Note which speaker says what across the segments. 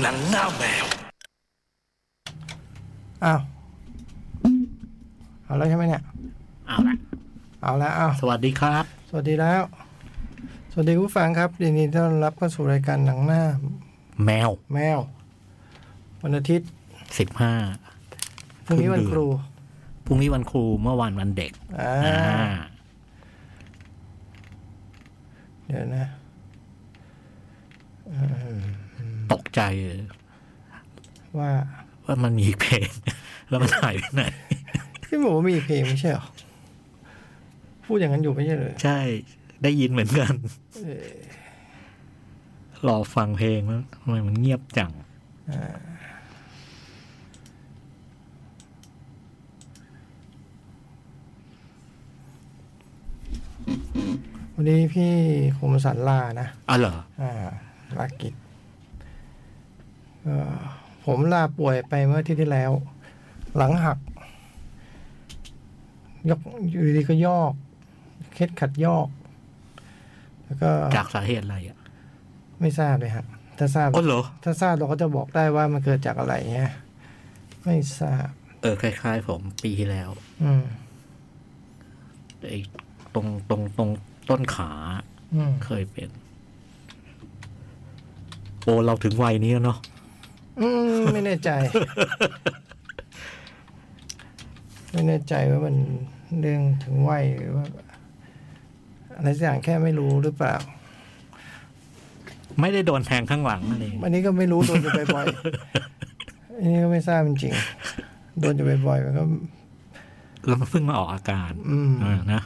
Speaker 1: หนังหน้าแมว
Speaker 2: อ้าวเอาแล้วใช่ไหมเนี่ย
Speaker 3: เอาละ
Speaker 2: เอาแล้วอ้าว
Speaker 3: สวัสดีครับ
Speaker 2: สวัสดีแล้ว สวัสดีผู้ฟังครับยินดีต้อนรับเข้าสู่รายการหนังหน้า
Speaker 3: แมว
Speaker 2: แมว วันอาทิตย์
Speaker 3: สิบห้า
Speaker 2: พรุ่งนี้วันครู
Speaker 3: พรุ่งนี้วันครูเมื่อวานวันเด็ก
Speaker 2: อ่า
Speaker 3: อ่า
Speaker 2: เดี๋ยวนะ
Speaker 3: ตกใจเลย
Speaker 2: ว่า
Speaker 3: ว่ามันมีอีกเพลง แล้วมันหายไปไหน
Speaker 2: พี่หมูมีเพลงไม่ใช่เหรอพูดอย่างนั้นอยู่ไม่ใช่เลย
Speaker 3: ใช่ได้ยินเหมือนกัน รอฟังเพลงแล้วทำไมมันเงียบจัง
Speaker 2: วันนี้พี่คมสันลานะ
Speaker 3: อ๋อเหรอ
Speaker 2: อ่าลากิจเอ่อผมลาป่วยไปเมื่ออาที่ที่แล้ว หลังหัก ยกอยู่ดีๆก็ยอก เคล็ดขัดยอก แล้วก็
Speaker 3: จากสาเหตุอะไรอ่ะ
Speaker 2: ไม่ทราบเลยฮะถ้าทราบ
Speaker 3: อ๋อเหรอ
Speaker 2: ถ้าทราบเราก็จะบอกได้ว่ามันเกิดจากอะไรเงี้ยไม่ทราบ
Speaker 3: เออ คล้ายๆ ผมปีที่แล้ว
Speaker 2: อืม
Speaker 3: ไอ้ตรงตรงตรงต้นขา
Speaker 2: อืม
Speaker 3: เคยเป็น โอ้เราถึงวัยนี้แล้วเนาะ
Speaker 2: อืม ไม่แน่ใจ ไม่แน่ใจว่ามันเรื่องถึงวัยหรือว่า อะไรสักอย่างแค่ไม่รู้หรือเปล่า
Speaker 3: ไม่ได้โดนแทงข้างหลังอะไร
Speaker 2: อันนี้ก็ไม่รู้โดนอยู่บ่อยๆ อันนี้ก็ไม่ทราบจริงๆโดนอยู่บ่อยๆมันก็
Speaker 3: แล้วมันเพิ่งมาออกอาการ
Speaker 2: อืม
Speaker 3: เนะ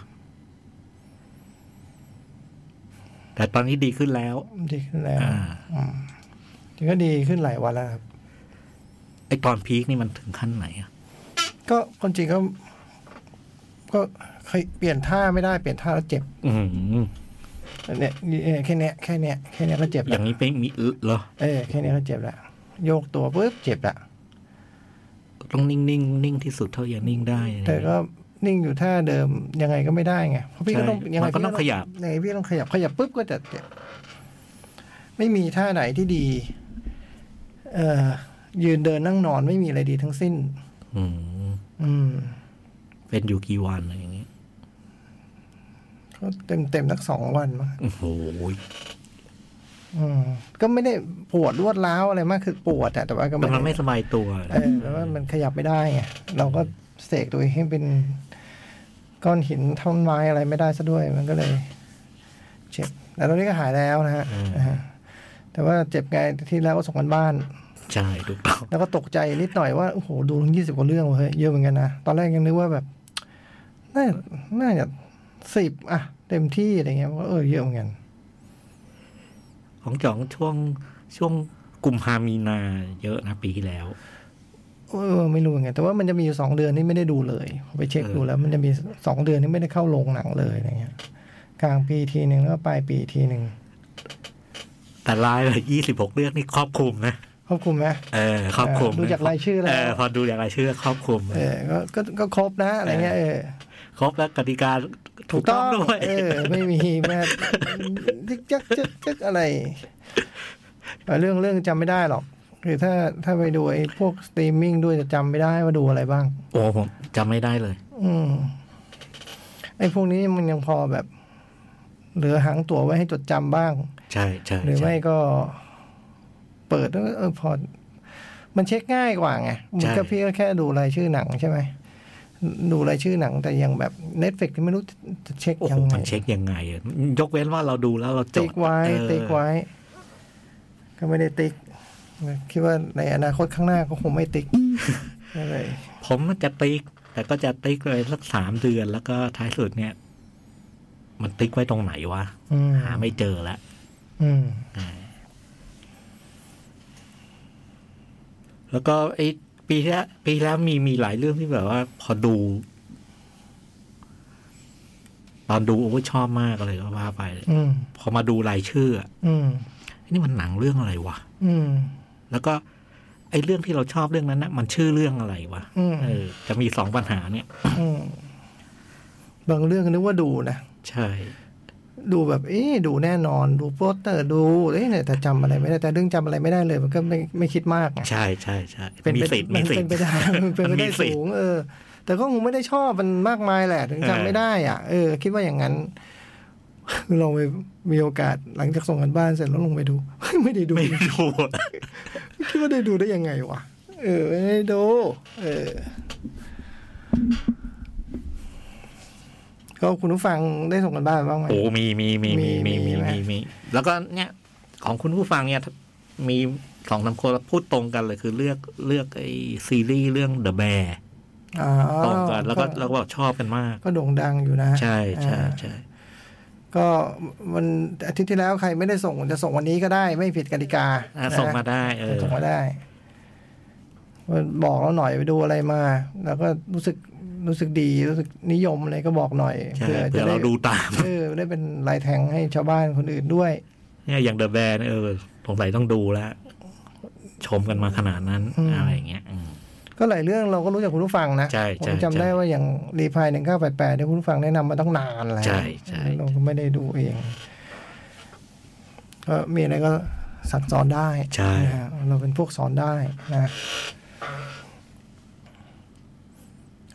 Speaker 3: แต่ตอนนี้ดีขึ้นแล้ว
Speaker 2: ดีขึ้นแล้ว
Speaker 3: อ่า
Speaker 2: แต่ก็ดีขึ้นหลายวันแล้วครับ
Speaker 3: ไอตอนพีคนี่มันถึงขั้นไหนอะ
Speaker 2: ก็คนจริงก็ ก็เคยเปลี่ยนท่าไม่ได้เปลี่ยนท่าแล้วเจ็บ
Speaker 3: อืม
Speaker 2: เนี่ยเนี่ยแค่เนี้ยแค่เนี้ยแค่เนี้ยก็เจ็บ
Speaker 3: อ
Speaker 2: แล้
Speaker 3: ย่าว งนี้ไปมีอึเหรอ
Speaker 2: เออแค่เนี้ยก็เจ็บละโยกตัวปุ๊บเจ็บละ
Speaker 3: ต้องนิ่งนิ่งนิ่งที่สุดเท่าอย่างนิ่งได้นะ
Speaker 2: แต่ก็นิ่งอยู่ท่าเดิมยังไงก็ไม่ได้ไงเพราะพี่ก็ต้อง
Speaker 3: ใช่
Speaker 2: ยังไง
Speaker 3: มันก็ต้องขยับ
Speaker 2: ยังไงพี่ต้องขยับขยับปุ๊บก็จะเจ็บไม่มีท่าไหนที่ดี เอ่อยืนเดินนั่งนอนไม่มีอะไรดีทั้งสิ้น
Speaker 3: อืม
Speaker 2: อืม
Speaker 3: เป็นอยู่กี่วันอะไรอย่างเงี้ย
Speaker 2: ก็เต็มเต็มๆนักสองวันมั้ง
Speaker 3: โอ้โห
Speaker 2: อืมก็ไม่ได้ปวดรวดร้าวอะไรมากคือปวดอะแต่ว่าก็
Speaker 3: แต่
Speaker 2: ไม่
Speaker 3: มัน
Speaker 2: ได้
Speaker 3: ไม่สบายตัว
Speaker 2: เออแล้วามันขยับไม่ได้ไงเราก็เสกตัวเองให้เป็นก้อนหินท่อนไม้อะไรไม่ได้ซะด้วย มันก็เลยเจ็บแต่ตอนนี้ก็หายแล้วนะฮะ
Speaker 3: อืม
Speaker 2: อ่าแต่ว่าเจ็บไงที่แล้วก็ส่งกันบ้าน
Speaker 3: ใช่ถูกต้อง
Speaker 2: แล้วก็ตกใจนิดหน่อยว่าโอ้โหดูทั้งยี่สิบกว่าเรื่องเว้ยเยอะเหมือนกันนะตอนแรกยังนึกว่าแบบน่าน่าจะสิบอ่ะ เต็มที่อะไรเงี้ยว่าเออเยอะเหมือนกัน
Speaker 3: ของจ่องช่วงช่วงกุมภามีนาเยอะนะปีที่แล้ว
Speaker 2: เออไม่รู้เหมือนกันแต่ว่ามันจะมีอยู่สองเดือนที่ไม่ได้ดูเลยพอไปเช็คดูแล้ว มันจะมีสองเดือนที่ไม่ได้เข้าโรงหนังเลยอะไรเงี้ย กลางปีทีหนึ่งแล้วก็ปลายปีทีหนึ่ง
Speaker 3: แต่รายละยี่สิบหกเรื่องนี่ครอบคลุมนะ
Speaker 2: ครอบคลุมไหม
Speaker 3: เออ ครอบคลุม
Speaker 2: เออดูจากรายชื่อแล้ว
Speaker 3: เอพอดูจากรายชื่อครอบคลุม
Speaker 2: เออก็ก็ก็ครบนะอะไรเงี้ยเออ
Speaker 3: ครบแล้วกติกาถูกต้องด้วย
Speaker 2: เออ ไม่มีแบบยึกยักยึกยักอะไรแต่เรื่องเรื่องจำไม่ได้หรอก คือถ้าถ้าไปดูไอ้พวกสตรีมมิ่งด้วยจะจำไม่ได้ว่าดูอะไรบ้าง
Speaker 3: โอ้ผมจำไม่ได้เลย
Speaker 2: อืมไอ้พวกนี้มันยังพอแบบ เหลือหางตั๋วไว้ให้จดจำบ้าง
Speaker 3: ใช่ใช่
Speaker 2: หรือ
Speaker 3: ใช่
Speaker 2: ไม่ก็เปิดแล้วก็เออพอ มันเช็คง่ายกว่าไงเหมันก็
Speaker 3: ใช่
Speaker 2: พี่ก็แค่ดูรายชื่อหนังใช่ไหม ดูรายชื่อหนังแต่ยังแบบ Netflix ที่ไม่รู้จะเช็ค
Speaker 3: โอ้
Speaker 2: ยั
Speaker 3: โห
Speaker 2: งไง
Speaker 3: มันเช็คยังไงอะยกเว้นว่าเราดูแล้วเราจด
Speaker 2: ติ๊กไว้
Speaker 3: เออ
Speaker 2: ติ๊กไว้ ก็ไม่ได้ติ๊ก คิดว่าในอนาคตข้างหน้าก็คงไม่ ติ๊กก็เลย
Speaker 3: ผมมันจะติ๊ก แต่ก็จะติ๊กเลยสักสามเดือนแล้วก็ท้ายสุดเนี่ย มันติ๊กไว้ตรงไหนวะ
Speaker 2: อืม
Speaker 3: หาไม่เจอละ
Speaker 2: อืม
Speaker 3: แล้วก็ไอ้ปีที่แล้วปีที่แล้วมีมีหลายเรื่องที่แบบว่า พอดู ตอนดูโอ้ยชอบมากเลยก็ว่าไป
Speaker 2: อืม
Speaker 3: พอมาดูรายชื่ออะ
Speaker 2: อืม
Speaker 3: นี่มันหนังเรื่องอะไรวะ
Speaker 2: อืม
Speaker 3: แล้วก็ ไอ้เรื่องที่เราชอบเรื่องนั้นนะมันชื่อเรื่องอะไรวะ
Speaker 2: อืม
Speaker 3: เออ จะมีสองปัญหาเนี่ย
Speaker 2: อืม บางเรื่องก็นึกว่าดูนะ
Speaker 3: ใช่
Speaker 2: ดูแบบเอ๊ะดูแน่นอนดูโปสเตอร์ดูเอ๊ะเนี่ยแต่จำอะไรไม่ได้แต่เรื่องจำอะไรไม่ได้เลย มันก็ไม่ไม่คิดมากไง
Speaker 3: ใช่ใช่ใช่
Speaker 2: เป็น
Speaker 3: มี
Speaker 2: ไป
Speaker 3: สิทธิ์
Speaker 2: มั
Speaker 3: มี
Speaker 2: น
Speaker 3: สิท
Speaker 2: เป็น
Speaker 3: ธิ์
Speaker 2: ไปได้ มัน เป็นไป
Speaker 3: มันมี
Speaker 2: ได้
Speaker 3: สิทธิ์
Speaker 2: สูง เออ แต่ก็คงไม่ได้ชอบมันมากมายแหละ ถึง
Speaker 3: เออ
Speaker 2: จำไม่ได้อ่ะเออ คิดว่าอย่างนั้น ลองไปมีโอกาสหลังจากส่งกันบ้านเสร็จแล้วลงไปดู ไม่ได้ดู
Speaker 3: ไม่ดู
Speaker 2: คิดว่าได้ดูได้ยังไงวะ เออไม่ได้ดู เออ ก็คุณผู้ฟังได้ส่งกันบ้านบ้างไหม
Speaker 3: โอ้มีมีมีมีมี
Speaker 2: มี
Speaker 3: มี
Speaker 2: ไหม
Speaker 3: มีมีแล้วก็เนี่ยของคุณผู้ฟังเนี่ยมีสองสามคนพูดตรงกันเลยคือเลือกเลือกไอ้ซีรีส์เรื่อง The Bear
Speaker 2: อ๋อ
Speaker 3: ตรงกันแล้วก็แล้วก็บอกชอบกันมาก
Speaker 2: ก็โด่งดังอยู่นะ
Speaker 3: ใช่ใช่
Speaker 2: อ่า
Speaker 3: ใช่
Speaker 2: ก็วันอาทิตย์ที่แล้วใครไม่ได้ส่งจะส่งวันนี้ก็ได้ ไม่ผิดกติกา
Speaker 3: อ่ะ
Speaker 2: นะ
Speaker 3: ส่งมาได้เออ
Speaker 2: ส่งมาได้บอกเราหน่อยไปดูอะไรมา แล้วก็รู้สึกรู้สึกดีรู้สึกนิยมอะไรก็บอกหน่อย
Speaker 3: ใช่เผื่อ
Speaker 2: ได้
Speaker 3: เราดูตาม
Speaker 2: เออได้เป็นลายแทงให้ชาวบ้านคนอื่นด้วย
Speaker 3: เนี่ยอย่างเดอะแบนเออสงสัยต้องดูแล้ว ชมกันมาขนาดนั้น
Speaker 2: อืม
Speaker 3: อะไรอย่างเงี้ยอืม
Speaker 2: ก็หลายเรื่องเราก็รู้จากคุณผู้ฟังนะ
Speaker 3: ใช่
Speaker 2: ผ
Speaker 3: ใช่
Speaker 2: มจำได้
Speaker 3: ใช่
Speaker 2: ว่าอย่างรีพายหนึ่งเก้าแปดแปดเนี่ยคุณผู้ฟังแนะนำมาตั้งนานแล้ว
Speaker 3: ใช่ใช่
Speaker 2: เราก็ไม่ได้ดูเองก็มีอะไรก็สั่งสอนได้
Speaker 3: ใช่
Speaker 2: นะฮะเราเป็นพวกสอนได้นะ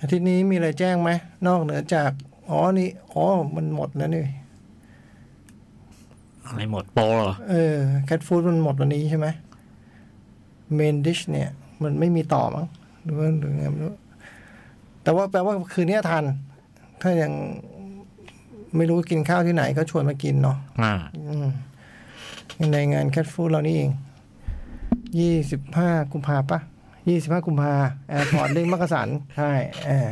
Speaker 2: อาทิตย์นี้มีอะไรแจ้งไหมนอกเหนือจากอ๋อนี่อ๋อมันหมดแล้วนี่
Speaker 3: อะไรหมดโปรเหรอ
Speaker 2: เออแคทฟู้ดมันหมดวันนี้ใช่ไหมเมนดิชเนี่ย มันไม่มีต่อมั้งหรือว่าหรือไงไม่รู้ แต่ว่าแปลว่าคืนนี้ทัน ถ้ายังไม่รู้กินข้าวที่ไหนก็ชวนมากินเนาะ
Speaker 3: อ่า
Speaker 2: อืมในงานแคทฟู้ดเรานี่เองยี่สิบห้ากุมภาปะยี่สิบห้ากุมภาแอร์พอร์ตเล่งมักกะสันใช่เออ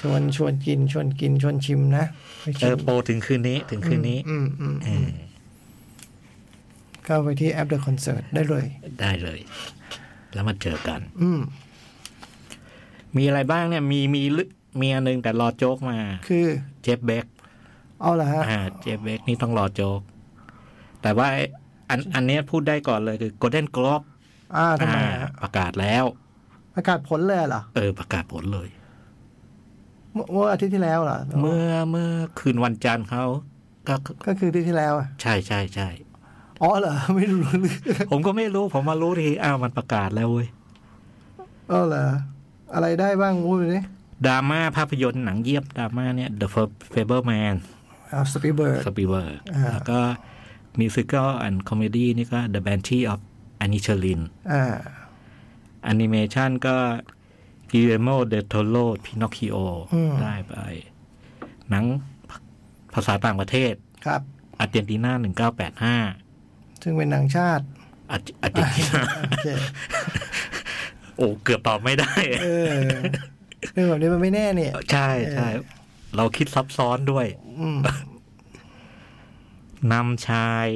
Speaker 2: ชวนชวนกิน ชวนกิน ชวนชิมนะไป
Speaker 3: เอ
Speaker 2: ชิ
Speaker 3: อ
Speaker 2: ม
Speaker 3: โปรถึงคืนนี้ถึงคืนนี้
Speaker 2: อืมอืม
Speaker 3: เอ
Speaker 2: อืม
Speaker 3: อ
Speaker 2: เข้าไปที่แอปเดอะคอนเสิร์ตได้เลย
Speaker 3: ได้เลย แล้วมาเจอกัน
Speaker 2: อืม
Speaker 3: มีอะไรบ้างเนี่ย มีมีลึกมีอันหนึงแต่รอโจ๊กมา
Speaker 2: คือ
Speaker 3: เจฟเบค
Speaker 2: เอาละฮะ
Speaker 3: อ่าเจฟเบคนี่ต้องรอโจ๊ก แต่ว่าไอ้อันอันเนี้ยพูดได้ก่อนเลยคือ Golden Globe
Speaker 2: อ่าทำไม
Speaker 3: อ่า
Speaker 2: ฮะ
Speaker 3: ประกาศแล้ว
Speaker 2: ประกาศผลเลยเหรอ
Speaker 3: เออ ประกาศผลเลย
Speaker 2: เมื่อเมื่ออาทิตย์ที่แล้วเหรอ
Speaker 3: เมื่อเมื่อคืนวันจันทร์เขาก็ก็
Speaker 2: ก็คืออาทิตย์ที่แล้วอะ
Speaker 3: ใช่ใช่ใช่
Speaker 2: อ๋อเหรอ ไม่รู้เรื่อง
Speaker 3: ผมก็ไม่รู้ ผมมารู้ทีอ้าวมันประกาศแล้วเว้ย
Speaker 2: อ๋อเหรอ อะไรได้บ้างพูดเลย
Speaker 3: ดราม่าภาพยนตร์หนังเยี่ยมดราม่าเนี่ย The Fableman
Speaker 2: เอาสปีเบิร์
Speaker 3: s p i l b e r g
Speaker 2: อ่า
Speaker 3: แล้วก็ Musical and Comedy นี่ก็ The Banshee of Anishalin
Speaker 2: อ่า
Speaker 3: Animation ก็ Guillermo del Toro Pinocchio
Speaker 2: อืม
Speaker 3: ได้ไป หนังภาษาต่างประเทศ
Speaker 2: ครับ
Speaker 3: อาร์เจนตินา1985
Speaker 2: ซึ่งเป็นหนังชาติ
Speaker 3: อาร์เจอาร์เจนติ นา
Speaker 2: โอเค
Speaker 3: โอ้เกือบตอบไม่ได้
Speaker 2: เออเรื่องแบบนี้มันไม่แน่เนี่ย
Speaker 3: ใช่ใช่เราคิดซับซ้อนด้วย
Speaker 2: อืม
Speaker 3: นำชาย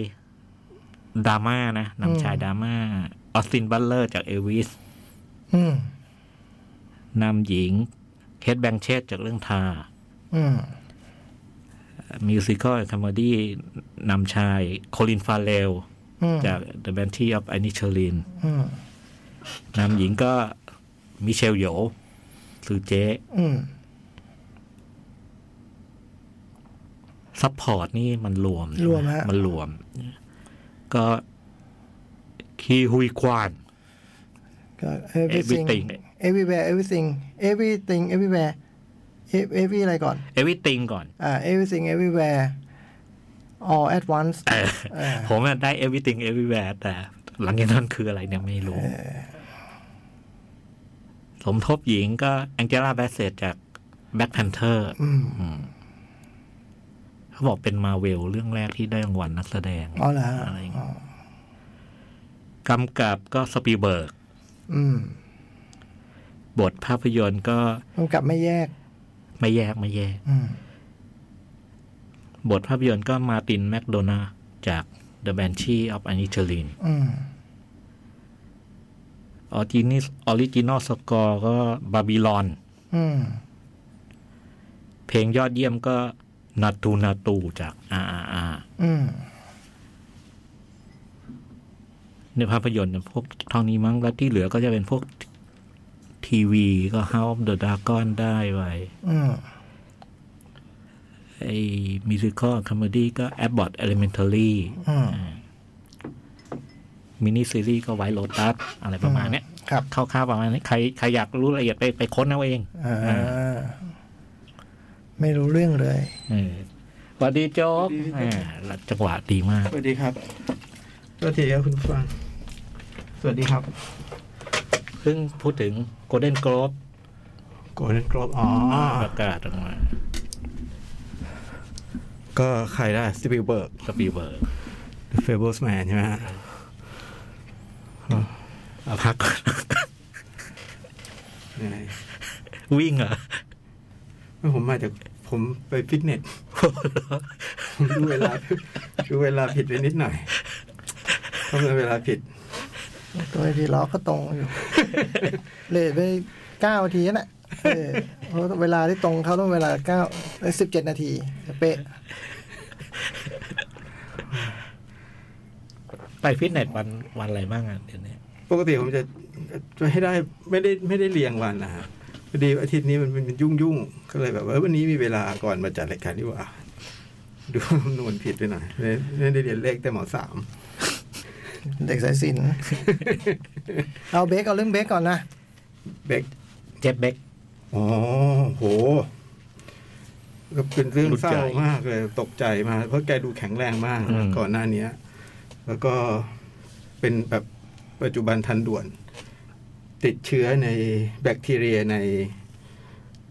Speaker 3: ดราม่านะนำชายดราม่าออสตินบัลเลอร์จากเอลวิส
Speaker 2: อืม
Speaker 3: นำหญิงเคทแบงเชตจากเรื่องทา
Speaker 2: อืม
Speaker 3: มิวสิควลคอมดี้นำชายโคลินฟาเรล
Speaker 2: อืม
Speaker 3: จาก The Bounty of a n i c h e l i n
Speaker 2: อืม
Speaker 3: นำหญิงก็มิเชลโยสือเจ๊
Speaker 2: อืม
Speaker 3: ซัพพอร์ตนี่มันรวม
Speaker 2: รวมฮะ
Speaker 3: มันรวม ก็คีฮุยควาน
Speaker 2: ก็
Speaker 3: Everything
Speaker 2: everything everywhere everything everything everywhere Ev- every อะไรก่อน
Speaker 3: เอวิติงก่อน
Speaker 2: อ่า everything everywhere all at once
Speaker 3: เออ
Speaker 2: เออ
Speaker 3: ผมอะได้ everything everywhere แต่หลังจากนั้นคืออะไรเนี่ยไม่รู้ สมทบหญิงก็แองเจล่าแบสเซตจาก Black Panther
Speaker 2: อืม
Speaker 3: เขาบอกเป็นมาเวลเรื่องแรกที่ได้รางวัลนักแสดง
Speaker 2: อ๋อเหรอฮะ
Speaker 3: อะไรอย่างเงี้ย
Speaker 2: อ๋อก
Speaker 3: ำกับก็สปีเบิร์ก
Speaker 2: อืม
Speaker 3: บทภาพยนตร์ก็
Speaker 2: กำกับไม่แยก
Speaker 3: ไม่แยกไม่แยก
Speaker 2: อืม
Speaker 3: บทภาพยนตร์ก็มาตินแมคโดนาจาก The Banshee of a n i c h e l i n
Speaker 2: อืม
Speaker 3: ออริจินออริจินอลสกอร์ก็บาบิลอน
Speaker 2: อืม
Speaker 3: เพลงยอดเยี่ยมก็นาตูนาตูจาก RRR
Speaker 2: อืม
Speaker 3: ในภาพยนตร์เนี่ยพวกเท่านี้มั้งแล้วที่เหลือก็จะเป็นพวกทีวีก็ House of the Dragon ได้ไป
Speaker 2: อืม
Speaker 3: ไอ้มิวสิคอลคอมดี้ก็ Abbott Elementary
Speaker 2: อืม
Speaker 3: มินิซีรีส์ก็ไวโ o ตัสอะไรประมาณเนี้ย
Speaker 2: ครับ
Speaker 3: คร่าวๆประมาณนี้ใครใครอยากรู้รายละเอียดไปไปค้นเอาเอง
Speaker 2: อ่า ไม่รู้เรื่องเลย
Speaker 3: เออสวัสดีโจ๊กอ่าแล้วจังหวะดีมาก
Speaker 1: สวัสดีครับสวัสดีครับคุณผู้ฟัง สวัสดีครับ
Speaker 3: เพิ่งพูดถึง Golden Globe
Speaker 1: โกลเด้นกรอบอ๋อ
Speaker 3: ประกาศออกมา
Speaker 1: ก็ใครได้สปิลเบิร์ก
Speaker 3: สปีเบิร์
Speaker 1: เฟเบิลส์แมนใช่ไหมฮะ
Speaker 3: พักก่อน
Speaker 1: เหนื่อย
Speaker 3: วิ่งเหรอ
Speaker 1: ไม่ผมมาจากผมไปฟิตเนส ผมดูเวลาดูเวลาผิดไปนิดหน่อยทำเวลาผิด
Speaker 2: ตัวทีล้อก็ตรงอยู่ เลยไปเก้านาทีนั่นแหละเออเพราะเวลาที่ตรงเขาต้องเวลาเก้าสิบเจ็ดนาทีเป๊ะ
Speaker 3: ไปฟิตเนสวันวันอะไรบ้างอ่ะเดี๋ยวนี้
Speaker 1: ปกติผมจะจะให้ได้ไม่ได้ไม่ได้เรียงวันนะฮะพอดีอาทิตย์นี้มันเป็นยุ่งยุ่งๆก็เลยแบบว่าเอ้ยวันนี้มีเวลาก่อนมาจัดรายการดีกว่า ดูคำนวณผิดไปหน่อยไม่ไม่ได้เรียนเลขแต่หมอสาม
Speaker 2: เด็กสายสิน เอาเบคเอาเรื่องเบคก่อนนะ
Speaker 1: เบก
Speaker 3: เจ็บเบก
Speaker 1: อ๋อโหก็เป็นเรื่องเศร้า
Speaker 3: ตกใจ
Speaker 1: มากเลย ตกใจมากเพราะแกดูแข็งแรงมากนะ
Speaker 3: อืม
Speaker 1: ก่อนหน้าเนี้ย แล้วก็เป็นแบบปัจจุบันทันด่วน ติดเชื้อในแบคทีเรียใน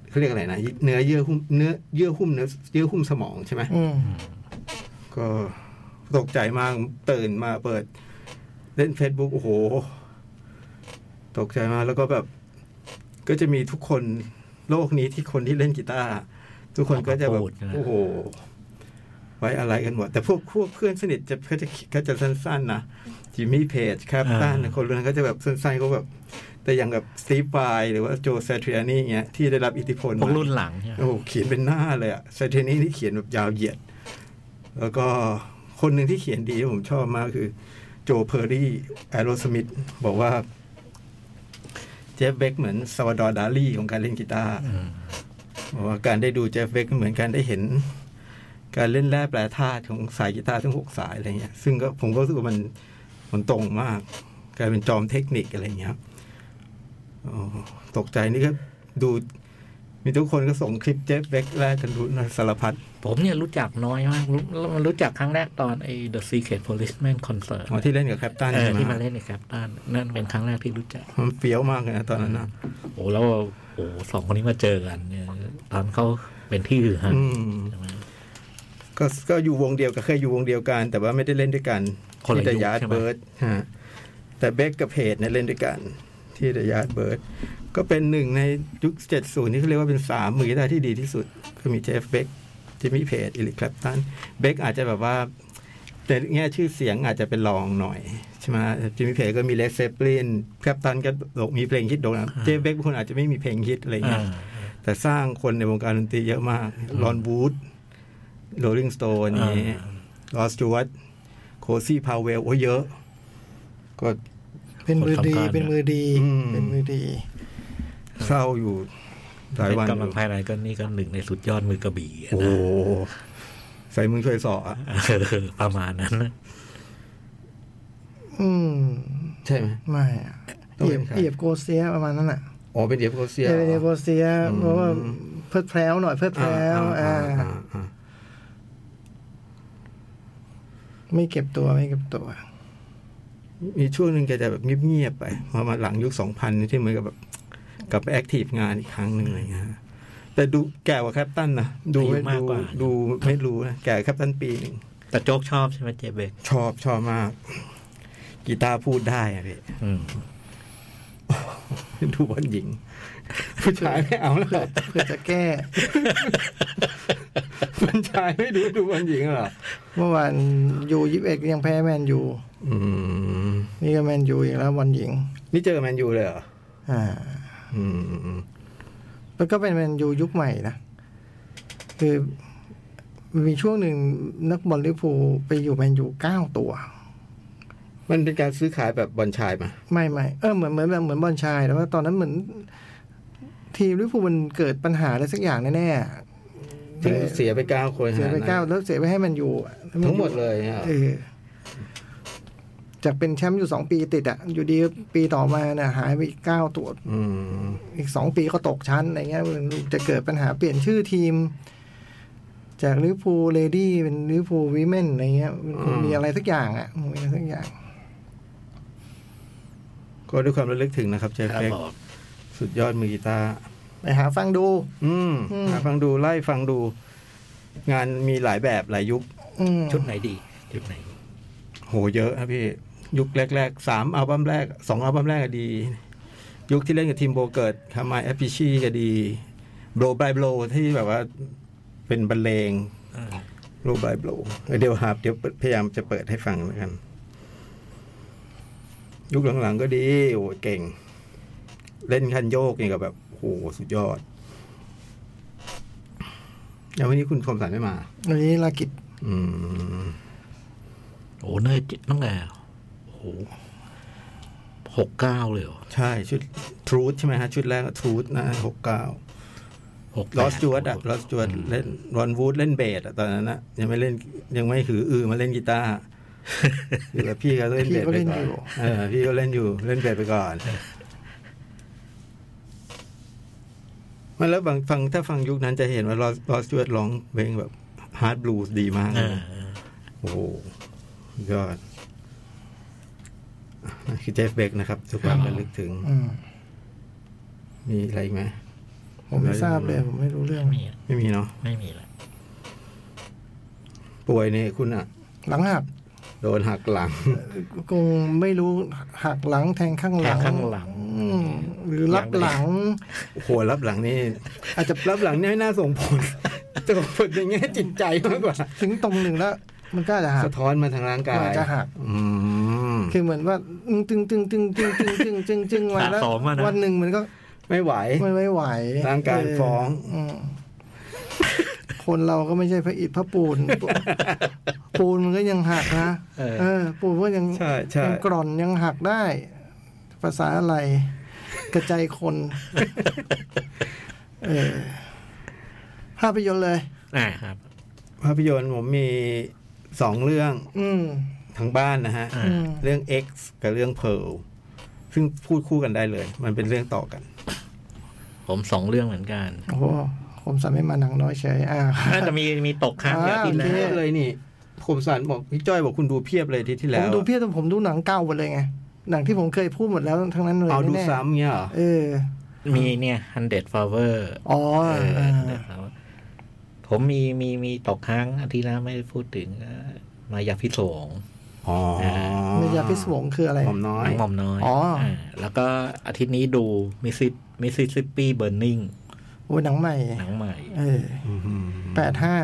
Speaker 1: เขาเรียกอะไรนะเนื้อเยื่อหุ้มเนื้อเยื่อหุ้มเนื้อเยื่อหุ้มสมองใช่ไหม
Speaker 2: อืม
Speaker 1: ก็ตกใจมากตื่นมาเปิด เล่น Facebook โอ้โห ตกใจมากแล้วก็แบบ ก็จะมีทุกคนโลกนี้ที่คนที่เล่นกีตาร์ทุกคนก็จะแบ
Speaker 3: ออบ กมาพูดนะ
Speaker 1: โอ้โห ไว้อะไรกันหมด แต่พวกพวกเพื่อนสนิทจะก็จะก็จะสั้นๆนะจิมมี่เพจแคปตันคนเรื่องก็จะแบบสั้นๆก็แบบ แต่อย่างแบบสตีฟบายหรือว่าโจแซทริอานี่เงี้ยที่ได้รับอิทธิพล
Speaker 3: พวก
Speaker 1: มา
Speaker 3: รุ่นหลังใช่ไหม
Speaker 1: โอ้โหเขียนเป็นหน้าเลยอะไซเทนี่นี่เขียนแบบยาวเหยียด แล้วก็คนหนึ่งที่เขียนดีที่ผมชอบมากคือ โจเพอร์รี่แอโรสมิธบอกว่า เจฟเบกเหมือนซาวดอร์ดาลี่ของการเล่นกีตาร์บอกว่าการได้ดูเจฟเบกเหมือนการได้เห็น การเล่นแร่แปรธาตุของสายกีตาร์ทั้งหกสายอะไรเงี้ย ซึ่งก็ผมก็รู้สึกว่ามันมันตรงมาก กลายเป็นจอมเทคนิคอะไรเงี้ยครับอ๋อตกใจนี่ก็ดู มีทุกคนก็ส่งคลิปเจฟเบ็กแรกกันดูนะสารพัด
Speaker 3: ผมเนี่ยรู้จักน้อยมากรู้แล้วมันรู้จักครั้งแรกตอนไอ้ The Secret Policeman Concert
Speaker 1: อ๋อที่เล่นกับแคปตัน
Speaker 3: เออ
Speaker 1: ใช่ไหม
Speaker 3: ที่มาเล่นในแคปตันนั่นเป็นครั้งแรกที่รู้จัก
Speaker 1: มันเฟี้ยวมากเลยนะตอนนั้นนะ
Speaker 3: โอ้แล้วโอ้สองคนนี้มาเจอกันเนี่ยตอนเขาเป็นที่ฮือฮา
Speaker 1: อืม
Speaker 3: ใช่ไหม
Speaker 1: ก็ก็อยู่วงเดียวก็เคยอยู่วงเดียวกัน แต่ว่าไม่ได้เล่นด้วยกัน
Speaker 3: คนละ
Speaker 1: ที่เด
Speaker 3: ยุค
Speaker 1: ยาร์ด
Speaker 3: ใช่ไหม
Speaker 1: เบิร์ดฮะแต่เบ็กกับเพจเนี่ยเล่นด้วยกัน ที่เดยาร์ดเบิร์ดก็เป็นหนึ่งในยุคเจ็ดศูนย์ที่เขาเรียกว่าเป็นสามมือกีตาร์ที่ดีที่สุดคือมีเจฟเบ็กจิมมี่เพจอิลิคแคปตันเบ็กอาจจะแบบว่าแต่แง่ชื่อเสียงอาจจะเป็นรองหน่อยใช่ไหมจิมมี่เพจก็มีเลสเซปลินแคปตันก็มีเพลงฮิตโด่งดังเจฟเบ็กคนอาจจะไม่มีเพลงฮิตอะไรอย่างเงี้ย แต่สร้างคนในวงการดนตรีเยอะมาก รอนวูดโรลลิงสโตน
Speaker 3: อ่า
Speaker 1: นี้ลอสจวตโคซี่พาวเวล โอ้ยเยอะ ก็
Speaker 2: เป็นมือดี
Speaker 3: คนสำคัญ
Speaker 2: เป็นมือดี
Speaker 1: อืม
Speaker 2: เป็นมือดี
Speaker 1: เศร้าอยู่หลาย
Speaker 3: เป็น
Speaker 1: วัน
Speaker 3: กำลังภายในก็นี่ก็หนึ่งในสุดยอดมือกระบี่อะ
Speaker 1: โอ้โห
Speaker 3: นะ
Speaker 1: ใส่มึงช่วยสออะ
Speaker 3: เออประมาณนั้นนะ
Speaker 2: อืม
Speaker 1: ใช่ไหม
Speaker 2: ไม่อะ
Speaker 1: ต้อง
Speaker 2: เอียบ
Speaker 1: เป็นใคร
Speaker 2: เอียบโกเซียประมาณนั้นอ่ะ
Speaker 1: อ๋อเป็นเดียบโกเซี
Speaker 2: เอี
Speaker 1: ย
Speaker 2: ยบเอียบโกเซีย
Speaker 1: อืม
Speaker 2: เพราะว่าเพิดแพลวหน่อยเพิดแพล
Speaker 1: อ่าว อ่า
Speaker 2: อ่า
Speaker 1: อ่าอ่า
Speaker 2: ไม่เก็บตัวไม่เก็บตัว
Speaker 1: มีช่วงหนึ่งแกจะแบบเงียบๆไปพอมาหลังยุคสองพันที่เหมือนกับแบบกลับไปแอคทีฟงานอีกครั้งหนึ่งอะไรเงี้ยฮะแต่ดูแก่กว่าแคปตันนะดูไม่ดูดูไม่รู้นะแก่แคปตันปีหนึ่ง
Speaker 3: แต่โจ๊กชอบใช่ไหมเจเบก
Speaker 1: ชอบชอบมาก กีตาร์พูดได้อะพี่
Speaker 3: อืม
Speaker 1: ดูบอลหญิง ผู้ชายไม่เอา แล้ว
Speaker 2: เพื่อจะแก้
Speaker 1: ผู้ชายไม่ดูดูบอลหญิงเหรอ
Speaker 2: เมื่อวานยูยิบเอ็ดยังแพ้แมนยู
Speaker 1: อืม
Speaker 2: นี่ก็แมนยูอีกแล้ววันหญิง
Speaker 1: นี่เจอแมนยูเลยเหรอ
Speaker 2: อ่า
Speaker 1: อืม
Speaker 2: มันก็เป็นแมนยูยุคใหม่นะ คือมีช่วงหนึ่งนักบอลลิเวอร์พูลไปอยู่แมนยูเก้าตัว
Speaker 1: มันเป็นการซื้อขายแบบบอลชายมา
Speaker 2: ไม่ไม่เออเหมือนเหมือนแบบเหมือนบอลชายแต่ว่าตอนนั้นเหมือน ทีมลิเวอร์พูลมันเกิดปัญหาอะไรสักอย่างแน่
Speaker 1: ที่เสียไปเก้าคน
Speaker 2: เสียไป
Speaker 1: ฮะ
Speaker 2: เก้าแล้วเสียไปให้มันอยู่แล้วนอยู่
Speaker 1: ทั้งหมดเลยฮะ
Speaker 2: เออจากเป็นแชมป์อยู่สองปีติดอ่ะ อยู่ดีปีต่อมาเนี่ยหายไปอีกเก้าตัว
Speaker 1: อืม
Speaker 2: อีกสองปีก็ตกชั้นอะไรเงี้ยมันจะเกิดปัญหาเปลี่ยนชื่อทีม จากลิเวอร์พูลเลดี้เป็นลิเวอร์พูลวิเมนอะไรเงี้ยมันคง
Speaker 1: อืม
Speaker 2: มีอะไรสักอย่างอ่ะมันมีอะไรสักอย่าง
Speaker 1: ก็ด้วยความระลึกถึงนะครับเจฟ
Speaker 3: ครับ
Speaker 1: เฟก
Speaker 3: ผม
Speaker 1: สุดยอดมือกีตาร์
Speaker 2: ไปหาฟังดู
Speaker 1: อืม
Speaker 2: อืม
Speaker 1: หาฟังดูไล่ฟังดู งานมีหลายแบบหลายยุค
Speaker 2: อืม
Speaker 3: ชุดไหนดีชุดไหนดี
Speaker 1: โหเยอะครับพี่ ยุคแรกๆสามอัลบั้มแรกสองอัลบั้มแรกก็ดี ยุคที่เล่นกับทีมโบเกิร์ตคามาแอปพิชีก็ดีโบลบายโบลที่แบบว่าเป็นบรรเลง
Speaker 3: อ่า
Speaker 1: โบลบายโบลเดี๋ยวหาเดี๋ยวพยายามจะเปิดให้ฟังแล้วกัน ยุคหลังๆก็ดีโอ้ยเก่ง เล่นคันโยกนี่ก็แบบโหสุดยอดแล้ววันนี้คุณคมสันไม่มา
Speaker 2: วันนี้ลากิจ
Speaker 1: อืม
Speaker 3: โอ้โหเน่าจะตั้งแต่โอ้โหหกเก้าเลยเหรอ
Speaker 1: ใช่ชุดทรูธใช่ไหมฮะ ชุดแรกทรูธนะหกเก้า
Speaker 3: หกแป
Speaker 1: ลอสจวดอะลอสจวดเล่นรอนวูดเล่นเบสอะตอนนั้นอะยังไม่เล่นยังไม่หืออือมาเล่นกีตาร์อยู่กับพี่ก็เล่นเบสไปก่อนเออพี่ก็เล่นอยู่เล่นเบสไปก่อนมันแล้วบางฟังถ้าฟังยุคนั้นจะเห็นว่าลอสลอสจวดร้องเพลงแบบฮาร์ดบลูส์ดีมากเล
Speaker 3: อ่าย อ่า
Speaker 1: โอ้โหสุดยอดอ่ะนั่นคือเจฟเบกนะครับทุกความระลึกถึง
Speaker 2: อืม
Speaker 1: มีอะไรอีกไหม
Speaker 2: ผมไม่ทราบเลย ผมไม่รู้เรื่อง
Speaker 3: ไม่มี
Speaker 1: ไม่มีเนาะ
Speaker 3: ไม่มีละ
Speaker 1: ป่วยเนี่ยคุณอะ
Speaker 2: หลังหัก
Speaker 1: โดนหักหลัง
Speaker 2: คงไม่รู้หักหลังแทงข้างห
Speaker 3: แค่
Speaker 2: ลัง
Speaker 3: ข้างหลัง
Speaker 2: อืมหรือรับหลัง
Speaker 1: โอ้โหรับหลังนี่ อาจจะรับหลังนี่ไม่น่าส่งผล แต่ส่งผลในแง่จิตใจมากกว่า
Speaker 2: ถึงตรงหนึ่งแล้ว มันก็อาจจะหัก
Speaker 1: สะท้อนมาทางร่างกาย
Speaker 2: อาจจะหัก
Speaker 1: อืม
Speaker 2: คือเหมือนว่าตึงตึงตึงตึงตึงตึงตึงตึงมาแล้ว
Speaker 3: สะสมอะนะ
Speaker 2: วันหนึ่งมันก็
Speaker 1: ไม่ไหว
Speaker 2: ไม่ไม่ไหว
Speaker 1: ร่างกาย
Speaker 2: เ
Speaker 1: ฟ้อง
Speaker 2: มคนเราก็ไม่ใช่พระอิฐพระปูน ปูนมันก็ยังหักนะ
Speaker 3: เออ
Speaker 2: เออ ปูนก็ยัง
Speaker 1: ใช่ใช่
Speaker 2: ยังกร่อนยังหักได้ ภาษาอะไร กระจาย คน เออภาพยนตร์เลย
Speaker 3: อ่าครับ
Speaker 1: ภาพยนตร์ผมมีสองเรื่อง
Speaker 2: อืม
Speaker 1: ทางบ้านนะฮะ
Speaker 3: อ่า
Speaker 2: อืม
Speaker 1: เรื่อง X กับเรื่อง Pearl ซึ่งพูดคู่กันได้เลย มันเป็นเรื่องต่อกัน
Speaker 3: ผมสองเรื่องเหมือนกัน
Speaker 2: โอ้โหผมสามไม่มาหนังน้อยเฉยอ่า
Speaker 3: น่าจะมีมีตกค้าง
Speaker 2: อ่า
Speaker 3: เยอะที่แล้
Speaker 1: เพียว บเลยนี่คมสันบอกพี่จ้อยบอกคุณดูเพียบเลยอาที่ที่
Speaker 2: ผ
Speaker 1: แล้
Speaker 2: ม
Speaker 1: ว
Speaker 2: ดูเพี้ยแต่ผมดูหนังเก่าหมดเลยไง หนังที่ผมเคยพูดหมดแล้วทั้งนั้นเลย
Speaker 1: เอาดู
Speaker 2: แน่ๆ
Speaker 1: ซ้ำเงี้ยเหรอ
Speaker 2: เออ
Speaker 3: มีเนี่ยฮันเดดฟลาเวอร์
Speaker 2: อ๋อ
Speaker 3: เอ
Speaker 2: อ่า
Speaker 3: อเดี๋ยวเขาผมมีมีมีตกค้างอาทิตย์หน้าไม่ได้พูดถึงเอ่อมายาพิสงฆ์
Speaker 1: อ๋อ
Speaker 2: เมยาพิศวงคืออะไร
Speaker 1: ผมน้อย
Speaker 3: นังหม่อมน้อย
Speaker 2: อ๋ออ่
Speaker 3: าแล้วก็อาทิตย์นี้ดูมิสซิมิสซิสซิปปีเบอร์นิง
Speaker 2: โอ้ยหนังใหม่
Speaker 3: หนังใหม่
Speaker 2: เออ
Speaker 1: อืม
Speaker 2: แปดห้า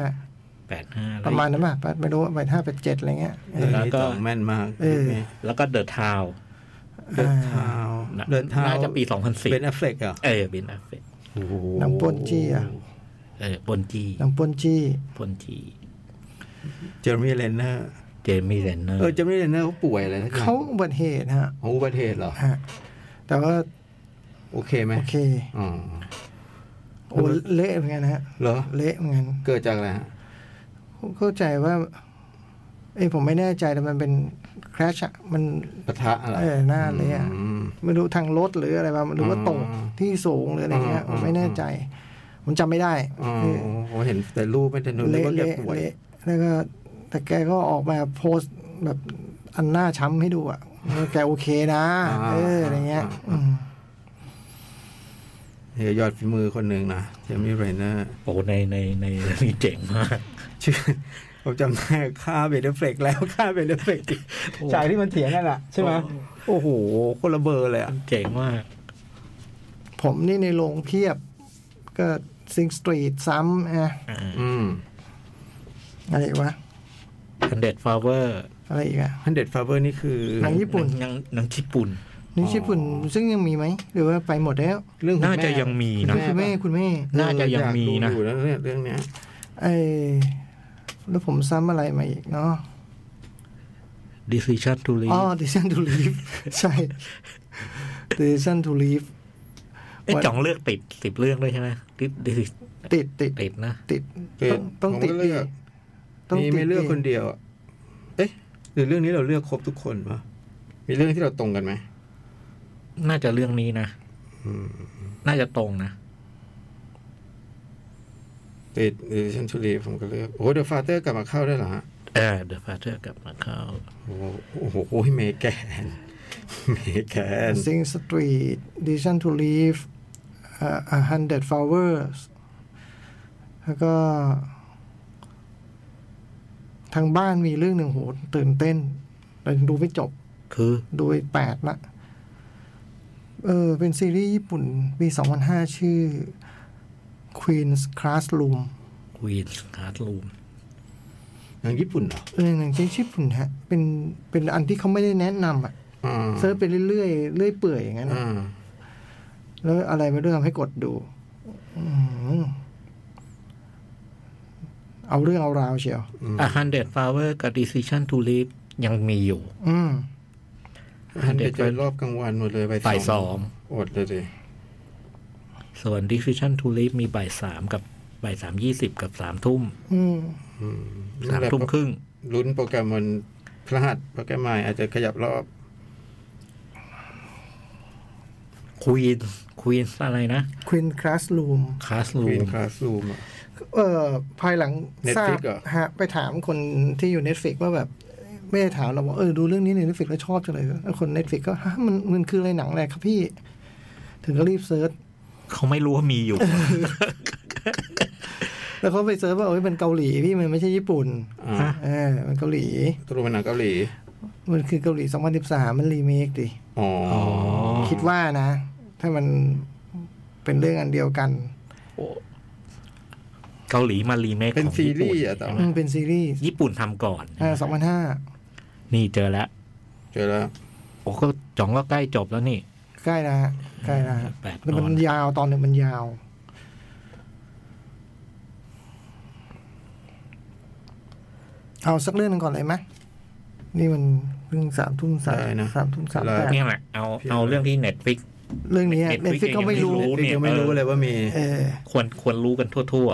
Speaker 3: แปดห้าแล้ว
Speaker 2: ประมาณนั้นป่ะไม่รู้แปดห้าแปดเจ็ดอะไรเงี้ยเออ
Speaker 3: แล้
Speaker 1: แล้ว
Speaker 3: วก็
Speaker 1: ก็แม่นมาก
Speaker 2: เออ
Speaker 3: แล้วก็เดอะทาว
Speaker 1: เดินเท้าเดินเท้า
Speaker 3: น่าจะปีสองพันสิบ
Speaker 1: เป็นแอฟเฟกอ่ะ
Speaker 3: เออเบนอัฟเฟก
Speaker 1: โอ้โ
Speaker 2: หนังโปนจี้อะ
Speaker 3: เออบนจี
Speaker 2: หนังปนจี้
Speaker 3: บนจี
Speaker 1: เจอร์มี่เลนเนอร์
Speaker 3: เจมี่เรนเนอร์
Speaker 1: เออเจอร์มี่เลนเนอร์เขาป่วยอะไรสักอย่าง
Speaker 2: เขาอุบัติเหตุฮะ
Speaker 1: ของอุบัติเหตุเหรอ
Speaker 2: ฮะแต่ว่า
Speaker 1: โอเคไหม
Speaker 2: โอเค
Speaker 1: อ๋อ
Speaker 2: โอ้เละเหมือนกันฮะ
Speaker 1: เหรอ
Speaker 2: เละเหมือนกัน
Speaker 1: เกิดจากอะไรฮะ
Speaker 2: ผมเข้าใจว่าเอ้ยผมไม่แน่ใจแต่มันเป็นคราชอะมัน
Speaker 1: ปะทะอะไร
Speaker 2: เออหน้าเลยอะ
Speaker 1: อืม
Speaker 2: ไม่รู้ทางรถหรืออะไรบ้างหรือว่าตกที่สูงหรืออะไรเงี้ย
Speaker 1: อ่า
Speaker 2: ผมไม่แน่ใจ ผมจำไม่ได้
Speaker 1: อ๋อ
Speaker 2: เออ
Speaker 1: ผมเห็นแต่รูปไม่ได้นึก
Speaker 2: เละ
Speaker 1: ว่าแก
Speaker 2: เละ
Speaker 1: ป่วย
Speaker 2: เละแล้วก็แต่แกก็ออกมาโพสต์แบบอันหน้าช้ำให้ดูอ่ะว่าแกโอเคนะ เอออะไรเงี้ยอืม
Speaker 1: นี่ก็ยอดฝีมือคนหนึ่งนะเจอร์มี่เลนเนอร์
Speaker 3: โอ้โหในในในมีเจ๋งมาก
Speaker 1: ชื่อ ผมจำได้ค่าเบนเดฟเฟกแล้ว ค่าเบนเดฟเฟกอีก
Speaker 3: โอ้
Speaker 1: ฉากที่มันเถียงกันอ่ะ ใช่ไหม
Speaker 3: โอ้
Speaker 1: โอ้โหคนละเบอร์เลยอ่ะ
Speaker 3: เจ๋งมาก
Speaker 2: ผมนี่ในโรงเทียบก็ซิงสตรีทซ้ำนะ
Speaker 3: อ่า
Speaker 1: อืม
Speaker 2: อะไรอีกวะ
Speaker 3: ฮันเดดฟลาเวอร์
Speaker 2: อะไรอีกอะ
Speaker 1: ฮันเด็ดฟาเวอร์นี่คือ
Speaker 2: หนังญี่ปุ่น
Speaker 3: หนังหนังญี่ปุ่น
Speaker 2: นี่ญี่ปุ่นซึ่งยังมีไหม หรือว่าไปหมดแล้ว
Speaker 1: เรื่องคุณ
Speaker 3: น่า
Speaker 1: แม่
Speaker 3: จะยังมีนะ
Speaker 2: คุณแม่คุณแม่
Speaker 1: เออ
Speaker 3: น่าจะยัง
Speaker 1: อ
Speaker 3: มีนะ
Speaker 1: ดูอยู่แล้วเนี่ยเรื่องเนี้ย
Speaker 2: ไอแล้วผมซ้ำอะไรมาอีกเนาะ
Speaker 3: Decision to Leave
Speaker 2: อ๋อ decision to leave ใช่ decision to leave
Speaker 3: ไอ้ยจ่องเลือกติดสิบเรื่องด้วยใช่ไหม Dis- Dis-
Speaker 2: ติดติด
Speaker 3: ติดนะ
Speaker 2: ติด
Speaker 1: เกร
Speaker 2: ต้อ
Speaker 1: ด
Speaker 2: งต้องติด
Speaker 1: ผมก็
Speaker 2: ดิ
Speaker 1: เลือก
Speaker 2: ต้อง
Speaker 1: มี
Speaker 2: ติด
Speaker 1: ไม่เลือก
Speaker 2: ดิ
Speaker 1: คนเดียวอะเอ๊ะ หรือเรื่องนี้เราเลือกครบทุกคนวะมีเรื่องที่เราตรงกันไหม
Speaker 3: น่าจะเรื่องนี้นะน่าจะตรงนะ
Speaker 1: ติดหรือชันทุรีผมก็เลือกโอ้เดอะฟาเตอร์กลับมาเข้าได้วยเหรอฮะ
Speaker 3: เออเดอะฟาเธอร์กลับมาเข้า
Speaker 1: โอ้โหโอ้โหเมแกนเมแกน
Speaker 2: ซิงสตรีทดิชันทูลีฟอ่าฮันเดดฟลาวเวอร์แล้วก็ ทางบ้านมีเรื่องหนึ่งโหตื่นเต้นแต่ดูไม่จบ
Speaker 3: คือ
Speaker 2: ดูไปแปดละเออ เป็นซีรีส์ญี่ปุ่นปีสองพันห้าชื่อ Queen's Classroom
Speaker 3: ควีนคาร์ดลูม
Speaker 1: หนังญี่ปุ่นเหรอ
Speaker 2: เออหนังจีนญี่ปุ่นฮะ เป็น เป็นอันที่เขาไม่ได้แนะนำอ่ะ
Speaker 1: อ่า
Speaker 2: เซิร์ชไปเรื่อยๆ เรื่อยเปื่อยอย่างนั้นอะ
Speaker 1: อ่า
Speaker 2: แล้วอะไรไม่รู้ทำให้กดดูอื้อหือเอาเรื่องเอาราวเชียว
Speaker 3: อ่ะฮันเดดฟาเวอร์กับดิซิชันทูลีฟยังมีอยู่
Speaker 2: อืม
Speaker 1: หันไปเจอรอบกลางวันหมดเลยไป
Speaker 3: บ่ายสอง
Speaker 1: อดเลยดิ
Speaker 3: ส่วน Decision to Leave มีบ่ายสามกับบ่ายสามยี่สิบกับสามทุ่ม
Speaker 2: อืม
Speaker 3: สาม
Speaker 1: แหละ
Speaker 3: ทุ่มครึ่ง
Speaker 1: ลุ้นโปรแกรมมันพระหัสโปรแกรมใหม่อาจจะขยับรอบ
Speaker 3: ควีนควีนอะไรนะ
Speaker 2: Queen Classroom
Speaker 3: คาสลู
Speaker 1: Queen Classroom อะ
Speaker 2: เออภายหลังทราบ
Speaker 1: Netflix เหรอ
Speaker 2: ฮะ ไปถามคนที่อยู่ Netflix ว่าแบบ ไม่ได้ถามเราบอกเออดูเรื่องนี้ใน Netflix แล้วชอบจังเลยแล้วคน Netflix ก็ฮะมันมันคืออะไรหนังอะไรครับพี่ ถึงก็รีบเซิร์ช
Speaker 3: เขาไม่รู้ว่ามีอยู่
Speaker 2: แล้วเขาไปเซิร์ชว่าเอ้ยมันเกาหลีพี่มันไม่ใช่ญี่ปุ่น
Speaker 1: อ่า
Speaker 3: ฮะ
Speaker 2: เออมันเกาหลี
Speaker 1: ตรุมันหนังเกาหลี
Speaker 2: มันคือเกาหลี 2013 มันรีเมคดิ
Speaker 1: อ๋ออ
Speaker 2: คิดว่านะ ถ้ามันเป็นเรื่องอันเดียวกัน
Speaker 3: เกาหลีมารีเมค
Speaker 1: เป็น
Speaker 3: ของ
Speaker 1: ซี
Speaker 3: ญี่
Speaker 1: รี
Speaker 3: ปุ่น
Speaker 1: ส์อะแต่ว่า
Speaker 2: มันเป็นซีรีส์
Speaker 3: ญี่ปุ่นทำก่อน
Speaker 2: อ่า
Speaker 3: นี่เจอแล้ว
Speaker 1: เจอแล้ว
Speaker 3: โอ้ก็จ่องก็ใกล้จบแล้วนี่
Speaker 2: 2005 ใกล้นะฮะใกล้นะฮะ
Speaker 3: แปดตอน
Speaker 2: แล้วมันยาวตอนหนึ่งมันยาว เอาสักเรื่องหนึงก่อนเลยไหมนี่มันเพิ่งสามทุ่มสามสามทุ่มสามแปด
Speaker 3: เนี่ยแหละเอาเอาเรื่องที่เน็ตฟิก
Speaker 2: เรื่องนี้เน็ต
Speaker 3: Netflix
Speaker 2: ฟิกก็ไม่รู้
Speaker 3: ยัง เนี่ย
Speaker 1: ยังไม่รู้
Speaker 3: เออ
Speaker 1: เลยว่ามี
Speaker 2: เออ
Speaker 3: ควรควรรู้กันทั่ว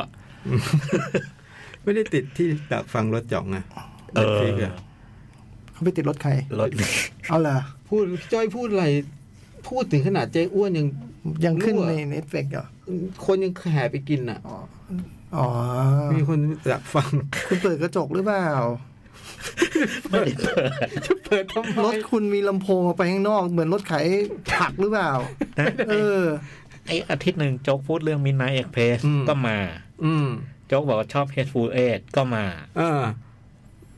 Speaker 1: ไม่ได้ติดที่ดักฟังรถจ่องอะ
Speaker 3: เออ
Speaker 1: น็ตฟลิกซ์ะ
Speaker 2: เขาไปติดรถใคร
Speaker 3: ๆร ถ
Speaker 2: เอาเหรอ
Speaker 1: พูดพี่จ้อยพูดอะไร พูดถึงขนาดเจ๊อ้วนยัง
Speaker 2: ยังขึ้น
Speaker 1: รู้อะ
Speaker 2: ในเน็ตเฟกเหรอ
Speaker 1: คนยังแห่ไปกินอะ
Speaker 2: อ๋อ
Speaker 1: มีคนดักฟัง
Speaker 2: คุณเปิดกระจกหรือเปล่า
Speaker 3: ไม่ได้เปิด
Speaker 1: จะเปิดทำไม
Speaker 2: รถคุณมีลำโพงออกไปข้างนอก เหมือนรถขายผักหรือเปล่า
Speaker 3: นะ
Speaker 2: เออ
Speaker 3: ไออาทิตย์หนึ่งโจ๊กพูดเรื่องมินไนเอ็กเพสก็มา
Speaker 1: อืม
Speaker 3: โจ๊กบอกว่าชอบเฮดฟูเอทก็มา
Speaker 1: อ่า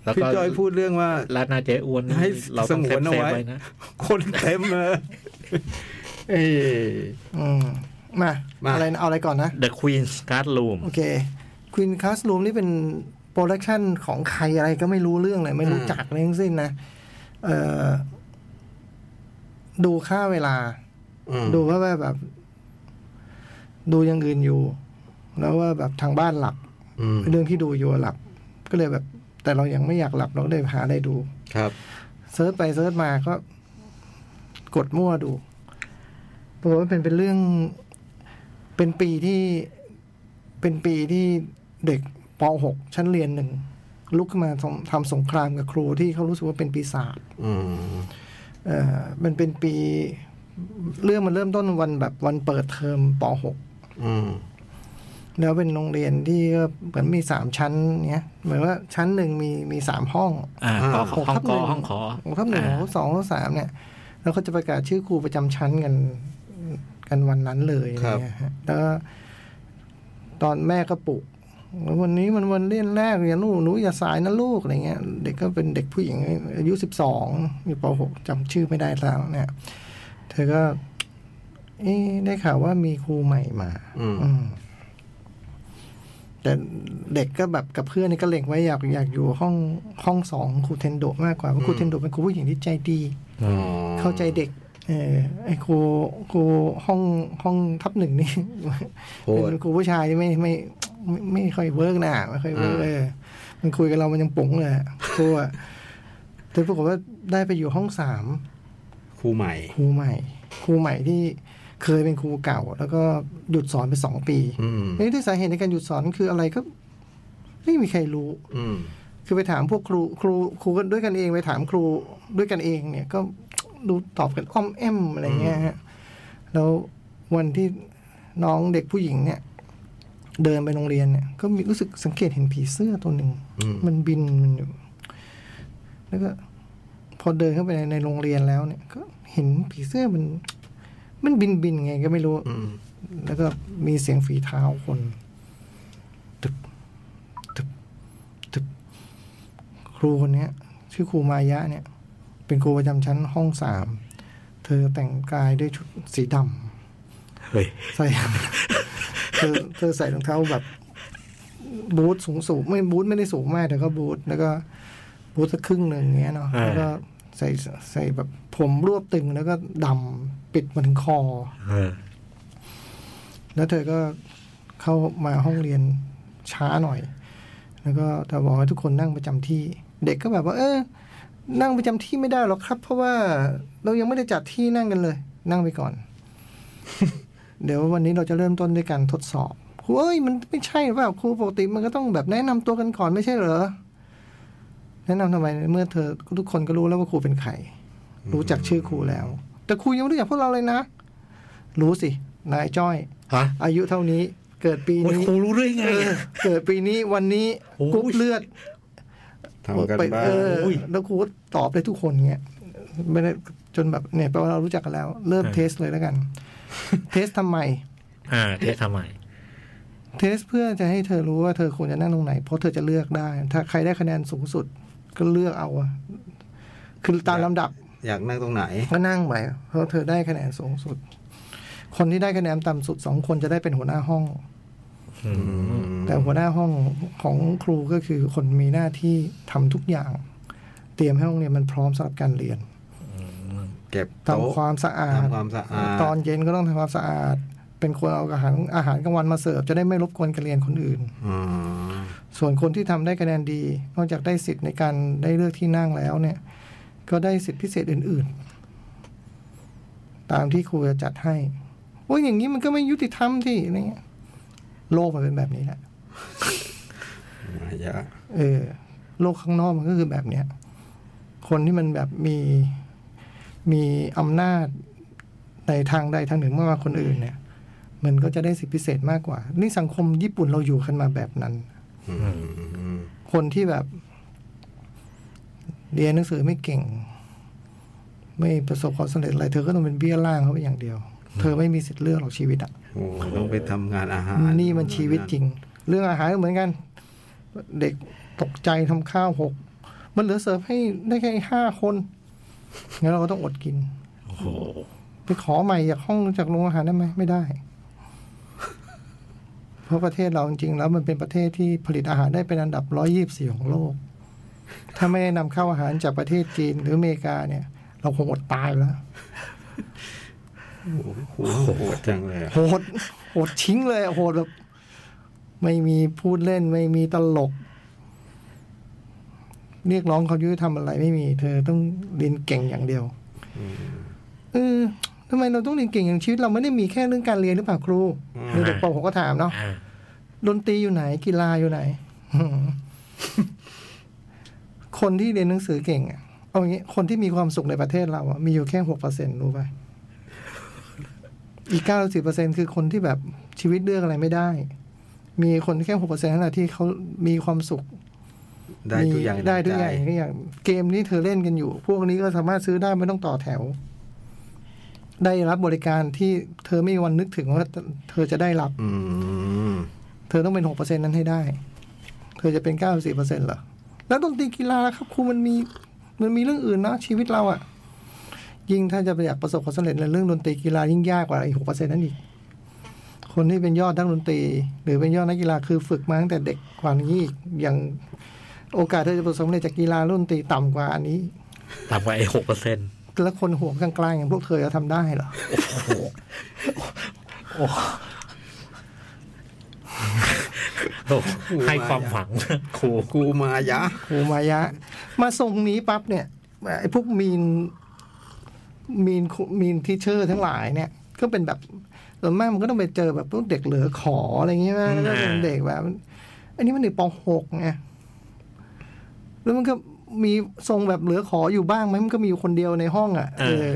Speaker 3: แล้ว
Speaker 1: พี่
Speaker 3: ก็
Speaker 1: จ้อยพูดเรื่องว่า
Speaker 3: ร้านนาเจอ้วนนี่
Speaker 1: ให้
Speaker 3: เรา
Speaker 1: ส
Speaker 3: ต้อง
Speaker 1: ง
Speaker 3: เซ
Speaker 1: ว
Speaker 3: ฟ
Speaker 1: นเอา
Speaker 3: เซฟ
Speaker 1: ไว้
Speaker 3: ไว้นะ
Speaker 1: คนเต็มเลยเอ้ย
Speaker 2: อืม มา
Speaker 1: มา
Speaker 2: อะไรนะเอาอะไรก่อนนะ
Speaker 3: The Queen's Card Room
Speaker 2: โอเคควีนค s ส r ูมนี่เป็นโปรดักชันของใครอะไรก็ไม่รู้เรื่องเลย ไม่รู้จักเลยทั้งสิ้นนะ เออดูค่าเวลา
Speaker 1: อืม
Speaker 2: ดูว่าแบบ ดูอยังอื่นอยู่ แล้วว่าแบบทางบ้านหลับ
Speaker 1: อืม
Speaker 2: เรื่องที่ดูอยู่อะหลับ ก็เลยแบบ แต่เรายังไม่อยากหลับเราก็เลยหาอะไรดู
Speaker 1: ครับ
Speaker 2: เซิร์ชไปเซิร์ชมาก็ กดมั่วดูปรากฏว่าเป็นเป็นเรื่อง เป็นปีที่ เป็นปีที่เด็กป .6 ชั้นเรียนหนึ่ง ลุกขึ้นมาทำทำสงครามกับครูที่เขารู้สึกว่าเป็นปีศาจ
Speaker 1: อืม
Speaker 2: เอ่อมันเป็นปี เรื่องมันเริ่มต้นวันแบบวันเปิดเทอมป .6
Speaker 1: อืม
Speaker 2: แล้วเป็นโรงเรียนที่ก็เหมือนมีสามชั้นเนี้ยเหมือนว่าชั้นหนึ่งมีมีสามห้อง
Speaker 3: อ่าขอขอห้อง
Speaker 2: หกทับ
Speaker 3: ก
Speaker 2: หนึ่
Speaker 3: อง ห้องขอ
Speaker 2: ของทับหนึ่ง
Speaker 3: อ่า
Speaker 2: ของทับสองของทับสามเนี่ย แล้วเขาจะประกาศชื่อครูประจำชั้นกันกันวันนั้นเลยอะไรเงี้ยฮะแล้วก็ตอนแม่ก็ปลุกว่าวันนี้มันวันเรียนแรกเรียนลูกหนูอย่าสายนะลูกอะไรเงี้ย เด็กก็เป็นเด็กผู้หญิงอายุสิบสองอยู่ปหกจำชื่อไม่ได้แล้วเนี่ย เธอก็ เอ๊ะได้ข่าวว่ามีครูใหม่มา
Speaker 1: อืม
Speaker 2: อืมแต่เด็กก็แบบกับเพื่อนนี่ก็เล็งไว้อยากอยากอยู่ห้องห้องสองครูเทนโดะมากกว่าเพราะครูเทนโดะเป็นครูผู้หญิงที่ใจดี
Speaker 1: อ๋อ
Speaker 2: เข้าใจเด็ก เออไอ้ครูครูห้องห้องทับหนึ่งนี่
Speaker 1: โหด
Speaker 2: เป็นครูผู้ชายที่ไม่ไม่ไม่ไม่ค่อยเวิร์กนะไม่ค่อยเวิร์ก
Speaker 1: อ่า
Speaker 2: เออมันคุยกับเรามันยังปุ๋งเลยอะครูอะแต่ปรากฏว่าได้ไปอยู่ห้องสาม
Speaker 1: ครูใหม่
Speaker 2: ครูใหม่ครูใหม่ที่ เคยเป็นครูเก่า แล้วก็หยุดสอนไปสองปี
Speaker 1: อืม
Speaker 2: ทีนี่ที่สาเหตุในการหยุดสอนคืออะไรก็ ไม่มีใครรู้
Speaker 1: อืม
Speaker 2: คือไปถามพวกครู ครูครูกันด้วยกันเองไปถามครูด้วยกันเองเนี่ยก็ดูตอบกันอ้อมแอมอะไรเงี้ยฮะแล้ววันที่น้องเด็กผู้หญิงเนี่ย เดินไปโรงเรียนเนี่ย ก็มีรู้สึกสังเกตเห็นผีเสื้อตัวหนึ่ง
Speaker 1: อืม
Speaker 2: มันบินมันอยู่ แล้วก็ พอเดินเข้าไปในในโรงเรียนแล้วเนี่ย ก็เห็นผีเสื้อมัน มันบินบินไงก็ไม่รู้
Speaker 1: อืม
Speaker 2: แล้วก็มีเสียงฝีเท้าคนตึบตึบตึบครูคนเนี้ย ชื่อครูมายะเนี่ย เป็นครูประจำชั้นห้องสาม เธอแต่งกายด้วยชุดสีด
Speaker 3: เฮ้ย
Speaker 2: ำใส่ เธอเธอใส่รองเท้าแบบ บูทสูงสูงไม่บูทไม่ได้สูงมากแต่ก็บูทแล้วก็ บูทสักครึ่งหนึ่งอย่างเงี้ยเนาะแล้วก็ใส่ใส่แบบผมรวบตึงแล้วก็ดำปิดมาถึงคอ
Speaker 3: เออ
Speaker 2: แล้วเธอก็เข้ามาห้องเรียนช้าหน่อย แล้วก็เธอบอกให้ทุกคนนั่งประจำที่ เด็กก็แบบว่า เออ นั่งประจำที่ไม่ได้หรอกครับ เพราะว่าเรายังไม่ได้จัดที่นั่งกันเลย นั่งไปก่อน เดี๋ยววันนี้เราจะเริ่มต้นด้วยการทดสอบครูเอ้ยมันไม่ใช่หรือเปล่าครูปกติมันก็ต้องแบบแนะนำตัวกันก่อนไม่ใช่เหรอแนะนำทำไมเมื่อเธอทุกคนก็รู้แล้วว่าครูเป็นใครรู้จักชื่อครูแล้ว แต่ครูยังไม่รู้จักพวกเราเลยนะ รู้สินายจ้อย
Speaker 3: ฮะ
Speaker 2: อายุเท่านี้เกิดปี
Speaker 3: โอ้ย
Speaker 2: นี้
Speaker 3: ครูรู้ได้ไง
Speaker 2: เออเกิดปีนี้วันนี้
Speaker 3: โอ้ย
Speaker 2: กรุ๊ปเลือด
Speaker 1: ทำกัน
Speaker 2: ไป
Speaker 1: บ้าง
Speaker 2: เออแล้วครูก็ตอบได้ทุกคนเงี้ยไม่ได้จนแบบเนี่ยแปลว่าเรารู้จักกันแล้ว เริ่มเทสเลยแล้วกัน เทสทำไม
Speaker 3: อ่าเทสทำไม
Speaker 2: เทสเพื่อจะให้เธอรู้ว่าเธอควรจะนั่งตรงไหน เพราะเธอจะเลือกได้ ถ้าใครได้คะแนนสูงสุด ก็เลือกเอาอะคือตามลำดับ
Speaker 1: อยากนั่งตรงไหน
Speaker 2: ก็นั่งไปเพราะเธอได้คะแนนสูงสุด คนที่ได้คะแนนต่ำสุดสองคนจะได้เป็นหัวหน้าห้อง
Speaker 3: อืม
Speaker 2: แต่หัวหน้าห้องของครูก็คือคนมีหน้าที่ทำทุกอย่าง เตรียมให้ห้องเรียนมันพร้อมสำหรับการเรียน
Speaker 1: เก็บ
Speaker 2: ทำ
Speaker 1: โต๊ะ
Speaker 2: ความสะอาด
Speaker 1: ทำความสะอาด
Speaker 2: ตอนเย็นก็ต้องทำความสะอาด เป็นคนเอาอาหารอาหารกลางวันมาเสิร์ฟจะได้ไม่รบกวนการเรียนคนอื่น
Speaker 1: อ๋อ
Speaker 2: ส่วนคนที่ทำได้คะแนนดี นอกจากได้สิทธิ์ในการได้เลือกที่นั่งแล้วเนี่ย ก็ได้สิทธิพิเศษอื่น ๆ ตามที่ครูจะจัดให้โอ้ยอย่างนี้มันก็ไม่ยุติธรรมที่อะไรเงี้ยโลกมันเป็นแบบนี้แหละ
Speaker 1: มายะ
Speaker 2: เออโลกข้างนอกมันก็คือแบบเนี้ย คนที่มันแบบมีมีอำนาจในทางใดทางหนึ่งมากกว่าคนอื่นเนี่ย มันก็จะได้สิทธิพิเศษมากกว่า นี่สังคมญี่ปุ่นเราอยู่กันมาแบบนั้น
Speaker 1: อืม
Speaker 2: คนที่แบบ เรียนหนังสือไม่เก่ง ไม่ประสบความสำเร็จอะไร เธอก็ต้องเป็นเบี้ยล่างเขาไปอย่างเดียว เธอไม่มีสิทธิ์เลือกหรอกชีวิตอ่ะ
Speaker 1: โอ้ต้องไปทำงานอาหาร
Speaker 2: นี่มันชีวิตจริง เรื่องอาหารก็เหมือนกัน เด็กตกใจทำข้าวหก มันเหลือเสิร์ฟให้ได้แค่ห้าคนงั้นเราก็ต้องอดกิน
Speaker 3: โอ้โห
Speaker 2: ไปขอใหม่จากห้องจากโรงอาหารได้ไหมไม่ได้ เพราะประเทศเราจริงๆแล้วมันเป็นประเทศที่ผลิตอาหารได้เป็นอันดับร้อยี่บสี่ของโลก ถ้าไม่ได้นำเข้าอาหารจากประเทศจีนหรืออเมริกาเนี่ย เราคงอดตายไปแล้ว
Speaker 1: โอ้โหโหดจังเลยอะ
Speaker 2: โหดโหดชิ้งเลยโหดแบบ ไม่มีพูดเล่น ไม่มีตลก เรียกร้องความยุติธรรมอะไรไม่มี เธอต้องเรียนเก่งอย่างเดียวเออทำไมเราต้องเรียนเก่งอย่างชีวิตเราไม่ได้มีแค่เรื่องการเรียนหรือเปล่าครูนี่เด็กปผมก็ถามเนาะ
Speaker 3: อ่า
Speaker 2: ดนตรีอยู่ไหนกีฬาอยู่ไหน คนที่เรียนหนังสือเก่งอะเอาอย่างงี้คนที่มีความสุขในประเทศเราอะมีอยู่แค่หกเปอร์เซ็นรู้ป่ะอีกเก้าสิบเปอร์เซ็นคือคนที่แบบชีวิตเลือกอะไรไม่ได้ มีคนแค่หกเปอร์เซ็นต์เท่านั้นที่เขามีความสุข
Speaker 1: ได้ทุกอย่าง
Speaker 2: มีได้ทุกอย่าง
Speaker 1: ในใจ
Speaker 2: ทุกอย่าง เกมนี้เธอเล่นกันอยู่ พวกนี้ก็สามารถซื้อได้ไม่ต้องต่อแถว ได้รับบริการที่เธอไม่มีวันนึกถึงว่าเธอจะได้รับ
Speaker 1: อืม
Speaker 2: เธอต้องเป็นหกเปอร์เซ็นนั้นให้ได้ เธอจะเป็นเก้าสี่เปอร์เซ็นเหรอ แล้วดนตรีกีฬาล่ะครับครูมันมี มันมีเรื่องอื่นนะชีวิตเราอะยิ่งถ้าจะอยากประสบความสำเร็จในเรื่องดนตรีกีฬายิ่งยากกว่าอีกหกเปอร์เซ็นนั้นอีก คนที่เป็นยอดนักดนตรี หรือเป็นยอดนักกีฬาคือฝึกมาตั้งแต่เด็กกว่านี้อีกอย่างโอกาสเธอจะประสบความสำเร็จจากกีฬารุ่นตรีต่ำกว่าอันนี้
Speaker 3: ต่ำกว่าไอ้หกเปอร์เซ็นต์
Speaker 2: แล้วคนหัวกลางๆอย่างพวกเธอจะทำได้เหรอ
Speaker 3: ให้ความหวังครู
Speaker 1: กูมายะ
Speaker 2: โหมายะ มาทรงนี้ปั๊บเนี่ยไอ้พวกมีนมีนมีนทีเชอร์ทั้งหลายเนี่ย ก็เป็นแบบส่วนมากมันก็ต้องไปเจอแบบพวกเด็กเหลือขออะไรอย่างเงี้ยนะแล้วก็เป็นเด็กแบบ อันนี้มันเด็กปหกไงแล้วมันก็มีทรงแบบเหลือขออยู่บ้างไหมมันก็มีอยู่คนเดียวในห้องอ่ะ
Speaker 3: เอ
Speaker 2: เอ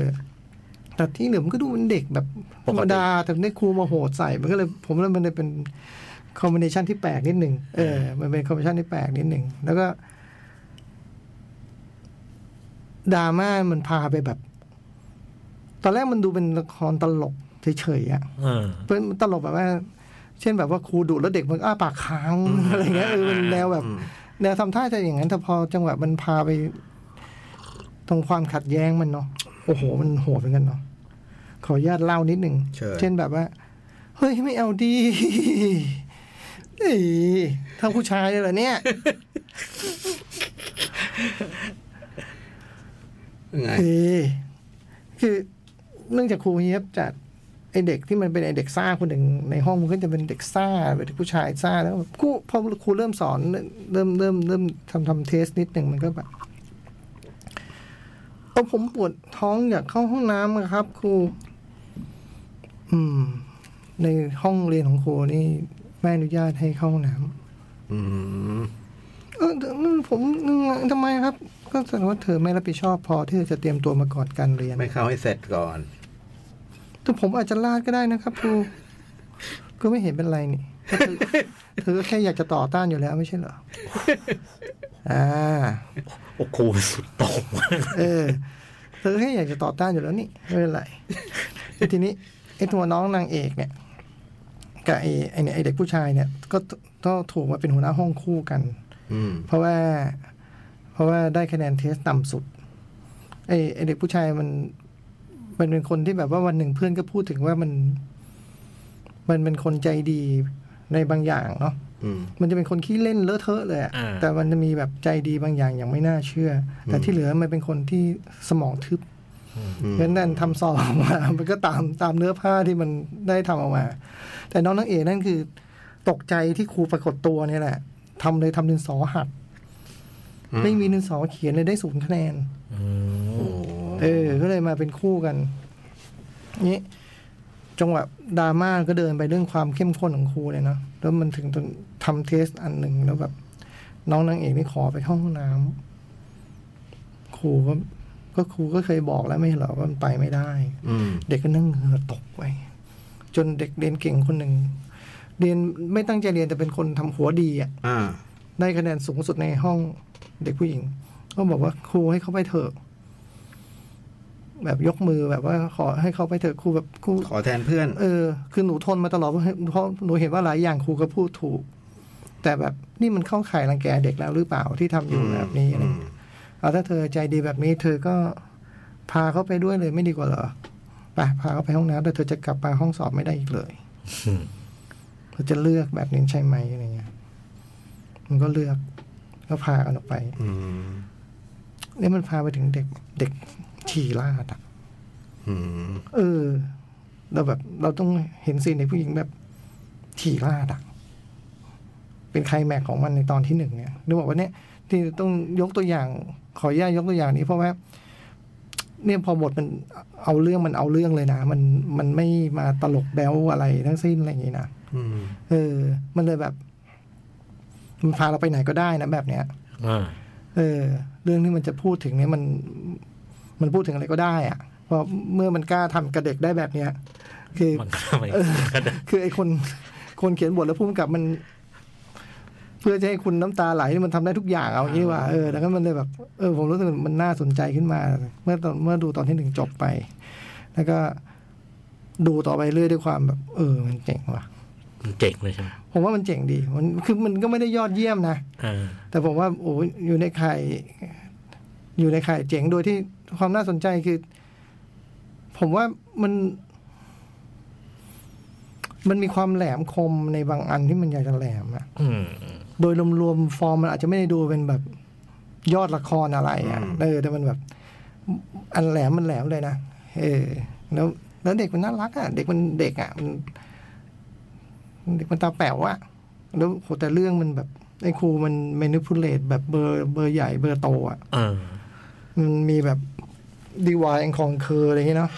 Speaker 3: อ
Speaker 2: อแต่ที่เหลือมันก็ดูเป็นเด็กแบบธ
Speaker 3: ป
Speaker 2: ร
Speaker 3: กติ
Speaker 2: รมดาแต่ได้ครูมาโหดใส่ มันก็เลย ผมว่ามันเลยเป็นคอมบิเนชันที่แปลกนิดหนึ่งเออ มันเป็นคอมบิเนชันที่แปลกนิดหนึ่งแล้วก็ ดราม่ามันพาไปแบบ ตอนแรกมันดูเป็นละครตลกเฉยๆอะ
Speaker 3: เออ
Speaker 2: เป็นตลกแบบว่า เช่นแบบว่าครูดุแล้วเด็กมันอ้าปากค้าง อะไรเงี้ยเออมันแนวแบบ
Speaker 1: อืม
Speaker 2: แนวทำท่าจะอย่างนั้นแต่พอจังหวะมันพาไป ตรงความขัดแย้งมันเนาะโอ้โห มันโหดเหมือนกันเนาะขออนุญาตเล่านิดหนึ่ง
Speaker 1: เชิญ
Speaker 2: นแบบว่า เฮ้ยไม่เอาดี เอ้ยเท่าผู้ชายเลยเหรอเนี่ย
Speaker 1: ไง
Speaker 2: เออคือเนื่องจากครูเฮียบจัดไอเด็กที่มันเป็นไอเด็กซ่าคนหนึ่งในห้องมันก็จะเป็นเด็กซ่าเป็นผู้ชายซ่าแล้วแบบครูพอครูเริ่มสอนเริ่มเริ่มเริ่มทำทำเทสนิดหนึ่งมันก็แบบเอาผมปวดท้องอยากเข้าห้องน้ำอะครับ ครู อืม ในห้องเรียนของครูนี่ไม่อนุญาตให้เข้าห้องน้ำ
Speaker 1: อืม
Speaker 2: เออผมทำไมครับ ก็แสดงว่าเธอไม่รับผิดชอบพอที่จะเตรียมตัวมาก่อนการเรียน
Speaker 1: ไม่เข้าให้เสร็จก่อน
Speaker 2: แต่ผมอาจจะลาดก็ได้นะครับครูก็ไม่เห็นเป็นไรนี่ก็เธอเธอก็แค่อยากจะต่อต้านอยู่แล้วไม่ใช่เหรออ่า
Speaker 3: โอ้โหสุดโต่งมาก
Speaker 2: เออเธอแค่อยากจะต่อต้านอยู่แล้วนี่ไม่เป็นไรทีนี้ไอ้ตัวน้องนางเอกเนี่ยกับไอ้ไอ้เนี่ยไอ้เด็กผู้ชายเนี่ย ก็ต้องถูกมาเป็นหัวหน้าห้องคู่กัน
Speaker 1: อืม
Speaker 2: เพราะว่า เพราะว่าได้คะแนนเทสต่ำสุดไอ้ไอ้เด็กผู้ชายมัน มันเป็นคนที่แบบว่าวันหนึ่งเพื่อนก็พูดถึงว่ามัน มันเป็นคนใจดีในบางอย่างเนาะ
Speaker 1: อืม
Speaker 2: มันจะเป็นคนขี้เล่นเลอะเทอะเลยอะ
Speaker 3: อ่า
Speaker 2: แต่มันจะมีแบบใจดีบางอย่างอย่างไม่น่าเชื่ออแต่ที่เหลือมันเป็นคนที่สมองทึบ
Speaker 1: อืม
Speaker 2: เพราะฉะนั้นทำสอบออกมา มันก็ตามตามเนื้อผ้าที่มันได้ทำออกมา แต่น้องนางเอกนั่นคือ ตกใจที่ครูปรากฏตัวเนี่ยแหละทำเลยทำดินสอหัก ไม่มีดินสอเขียนเลยได้ศูนย์คะแนน
Speaker 1: โอ้โห
Speaker 2: เออ ก็เลยมาเป็นคู่กัน นี้จังหวะดราม่าก็เดินไปเรื่องความเข้มข้นของครูเลยเนาะ แล้วมันถึงตอนทำเทสอันหนึ่งแล้วแบบ น้องนางเอกนี่ขอไปเข้าห้องน้ำครูก็ก็ครูก็เคยบอกแล้วไม่ใช่เหรอว่ามันไปไม่ได้
Speaker 1: อืม
Speaker 2: เด็กก็นั่งเหงื่อตกไปจนเด็กเรียนเก่งคนหนึ่งเรียนไม่ตั้งใจเรียนแต่เป็นคนทำหัวดีอ่ะ
Speaker 1: อ่า
Speaker 2: ได้คะแนนสูงสุดในห้องเด็กผู้หญิง ก็บอกว่าครูให้เขาไปเถอะแบบยกมือแบบว่า ขอให้เขาไปเถอะครูแบบครู
Speaker 1: ขอแทนเพื่อน
Speaker 2: เออ คือหนูทนมาตลอดเพราะเพราะหนูเห็นว่าหลายอย่างครูก็พูดถูก แต่แบบนี่มันเข้าข่ายรังแกเด็กแล้วหรือเปล่าที่ทำอยู่แบบนี้อะไรอย่างเงี้ยเอาถ้าเธอใจดีแบบนี้ เธอก็พาเขาไปด้วยเลยไม่ดีกว่าเหรอไปพาเขาไปห้องน้ำแต่เธอจะกลับมาห้องสอบไม่ได้อีกเลย เธอจะเลือกแบบนี้ใช่ไหมอะไรเงี้ย มันก็เลือกก็พากันออกไป
Speaker 1: อืม
Speaker 2: นี่มันพาไปถึงเด็กเด็กฉี่ราดอ่ะ
Speaker 1: อืม
Speaker 2: เออ เราแบบ เราต้องเห็นซีนเด็กผู้หญิงแบบฉี่ราดอ่ะ เป็นไคลแม็กซ์ของมันในตอนที่หนึ่งเนี่ยนึกบอกว่าเนี่ย ที่ต้องยกตัวอย่าง ขออนุญาตยกตัวอย่างนี้เพราะว่า เนี่ยพอบทมันเอาเรื่องมันเอาเรื่องเลยนะมันมันไม่มาตลกแบ้วอะไรทั้งสิ้นอะไรอย่างนี้นะ
Speaker 1: อืม
Speaker 2: เออ มันเลยแบบ มันพาเราไปไหนก็ได้นะแบบเนี้ย
Speaker 3: อ่า
Speaker 2: เออ เรื่องที่มันจะพูดถึงเนี่ยมัน มันพูดถึงอะไรก็ได้อะเพราะเมื่อมันกล้าทำกับเด็กได้แบบเนี้ย คือ
Speaker 3: มันก็ไม่ก็ได้
Speaker 2: คือไอ้คน คนเขียนบทแล้วพุ่มกับมัน เพื่อจะให้คุณน้ำตาไหลนี่มันทำได้ทุกอย่างเอาอย่างนี้ดีกว่าเออแล้วก็มันเลยแบบ เออ ผมรู้สึกมันน่าสนใจขึ้นมา เมื่อตอนเมื่อดูตอนที่หนึ่งจบไป แล้วก็ดูต่อไปเรื่อยด้วยความแบบ เออ มันเจ๋งว่ะ
Speaker 3: มันเจ๋งเลยใช่ไหม
Speaker 2: ผมว่ามันเจ๋งดี มันคือมันก็ไม่ได้ยอดเยี่ยมนะ
Speaker 3: อ่า
Speaker 2: แต่ผมว่าโอ้ยอยู่ในข่ายอยู่ในข่ายเจ๋งโดยที่ความน่าสนใจคือ ผมว่ามัน มันมีความแหลมคมในบางอันที่มันอยากจะแหลมอะ
Speaker 3: อืม
Speaker 2: โดยรวมๆฟอร์มมันอาจจะไม่ได้ดูเป็นแบบยอดละครอะไรอะ
Speaker 1: อืม
Speaker 2: เออแต่มันแบบ อันแหลมมันแหลมเลยนะเออ แล้ว แล้วเด็กมันน่ารักอะเด็กมันเด็กอะมัน เด็กมันตาแป๋วอะแล้วโหแต่เรื่องมันแบบไอ้ครูมันเมนิพูเลตแบบเบอร์เบอร์ใหญ่เบอร์โตอะ
Speaker 3: เออ
Speaker 2: มันมีแบบดีวายแองคองเคอร์อะไรอย่างเงี้ยเนาะ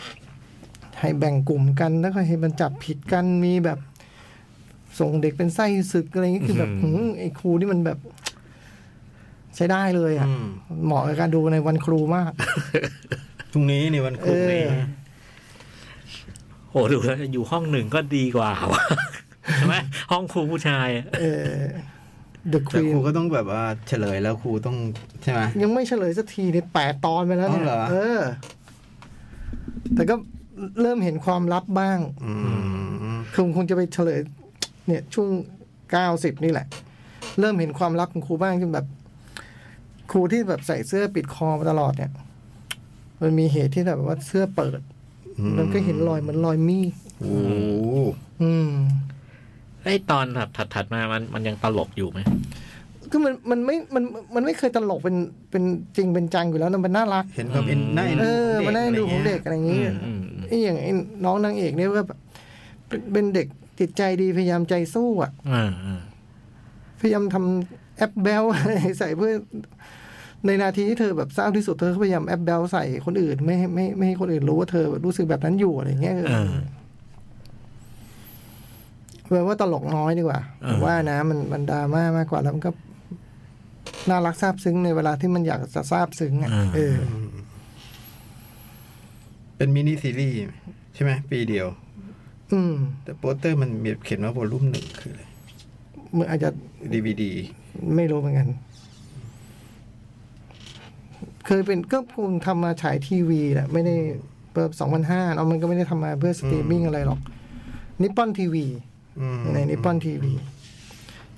Speaker 2: ให้แบ่งกลุ่มกันแล้วก็ให้มันจับผิดกันมีแบบ ส่งเด็กเป็นไส้ศึกอะไรอย่างเงี้ยคือแบบ
Speaker 4: อืม
Speaker 2: หืมไอ้ครูนี่มันแบบ ใช้ได้เลยอ่ะ
Speaker 1: อืม
Speaker 2: เหมาะกับการดูในวันครูมาก
Speaker 1: พรุ่งนี้นี่วันครูนี่
Speaker 2: เออ
Speaker 3: โอ้ดูแล้วอยู่ห้องหนึ่งก็ดีกว่าว่ะ ใช่ไหมห้องครูผู้ชายอะ
Speaker 2: เออ The
Speaker 1: แต่ค
Speaker 2: Queen
Speaker 1: รูก็ต้องแบบว่าเฉลยแล้วครูต้องใช่ไหม
Speaker 2: ยังไม่เฉลยสักทีในแปดตอนไปแล้วเนี่ย
Speaker 1: อ๋อเหรอ
Speaker 2: เออ แต่ก็เริ่มเห็นความลับบ้าง
Speaker 1: อืม
Speaker 2: คงคงจะไปเฉลย เนี่ยช่วงเก้าสิบนี่แหละ เริ่มเห็นความลับของครูบ้างจนแบบ ครูที่แบบใส่เสื้อปิดคอมาตลอดเนี่ย มันมีเหตุที่แบบว่าเสื้อเปิด
Speaker 1: อืม
Speaker 2: มันก็เห็นรอยเหมือนรอยมีด
Speaker 1: โอ้โห
Speaker 2: อืม
Speaker 3: ไอ้ตอนแบบถัดๆมามันมันยังตลกอยู่ไหม
Speaker 2: ก็มันมันไม่มันมันไม่เคยตลกเป็นเป็นจริงเป็นจังอยู่แล้วนะมันน่ารัก
Speaker 1: เห็นความเป็นหน้าเอ็น
Speaker 2: เอ
Speaker 1: ดู
Speaker 2: อ
Speaker 1: ข
Speaker 2: มันน่าดูของเด็กอะไรอย่าง
Speaker 3: อื
Speaker 2: นี้
Speaker 3: มอืมอืม
Speaker 2: ไอ้อย่างไอ้น้องนางเอกเนี่ยก็แบบเป็นเป็นเด็กจิตใจดีพยายามใจสู้อ่ะ
Speaker 3: อ่าอ่า
Speaker 2: พยายามทำแอปเบลอะไร ใส่เพื่อ ในนาทีที่เธอแบบเศร้าที่สุดเธอก็พยายามแอปเบลใส่คนอื่น ไม่ให้ไม่ไม่ให้คนอื่นรู้ว่าเธอแบบรู้สึกแบบนั้นอยู่อะไรเงี้ย
Speaker 3: เออ
Speaker 2: แปลว่าตลกน้อยดีกว่า
Speaker 3: เออ
Speaker 2: ผมว่านะมันมันดราม่ามากกว่าแล้วมันก็น่ารักซาบซึ้งในเวลาที่มันอยากจะซาบซึ้งอ่ะเออ
Speaker 1: เป็นมินิซีรีส์ใช่ไหมปีเดียว
Speaker 2: อืม
Speaker 1: แต่โปสเตอร์มันมีเขียนว่าวอลลุ่มหนึ่งคืออะไร
Speaker 2: มันอาจจะ
Speaker 1: ดีวีดี
Speaker 2: ไม่รู้เหมือนกัน เคยเป็นก็คงทำมาฉายทีวีแหละไม่ได้เปิดสองพันห้าเนาะมันก็ไม่ได้ทำมาเพื่อสตรีมมิ่งอะไรหรอกนิปปอนทีวีในนิปปอนทีวี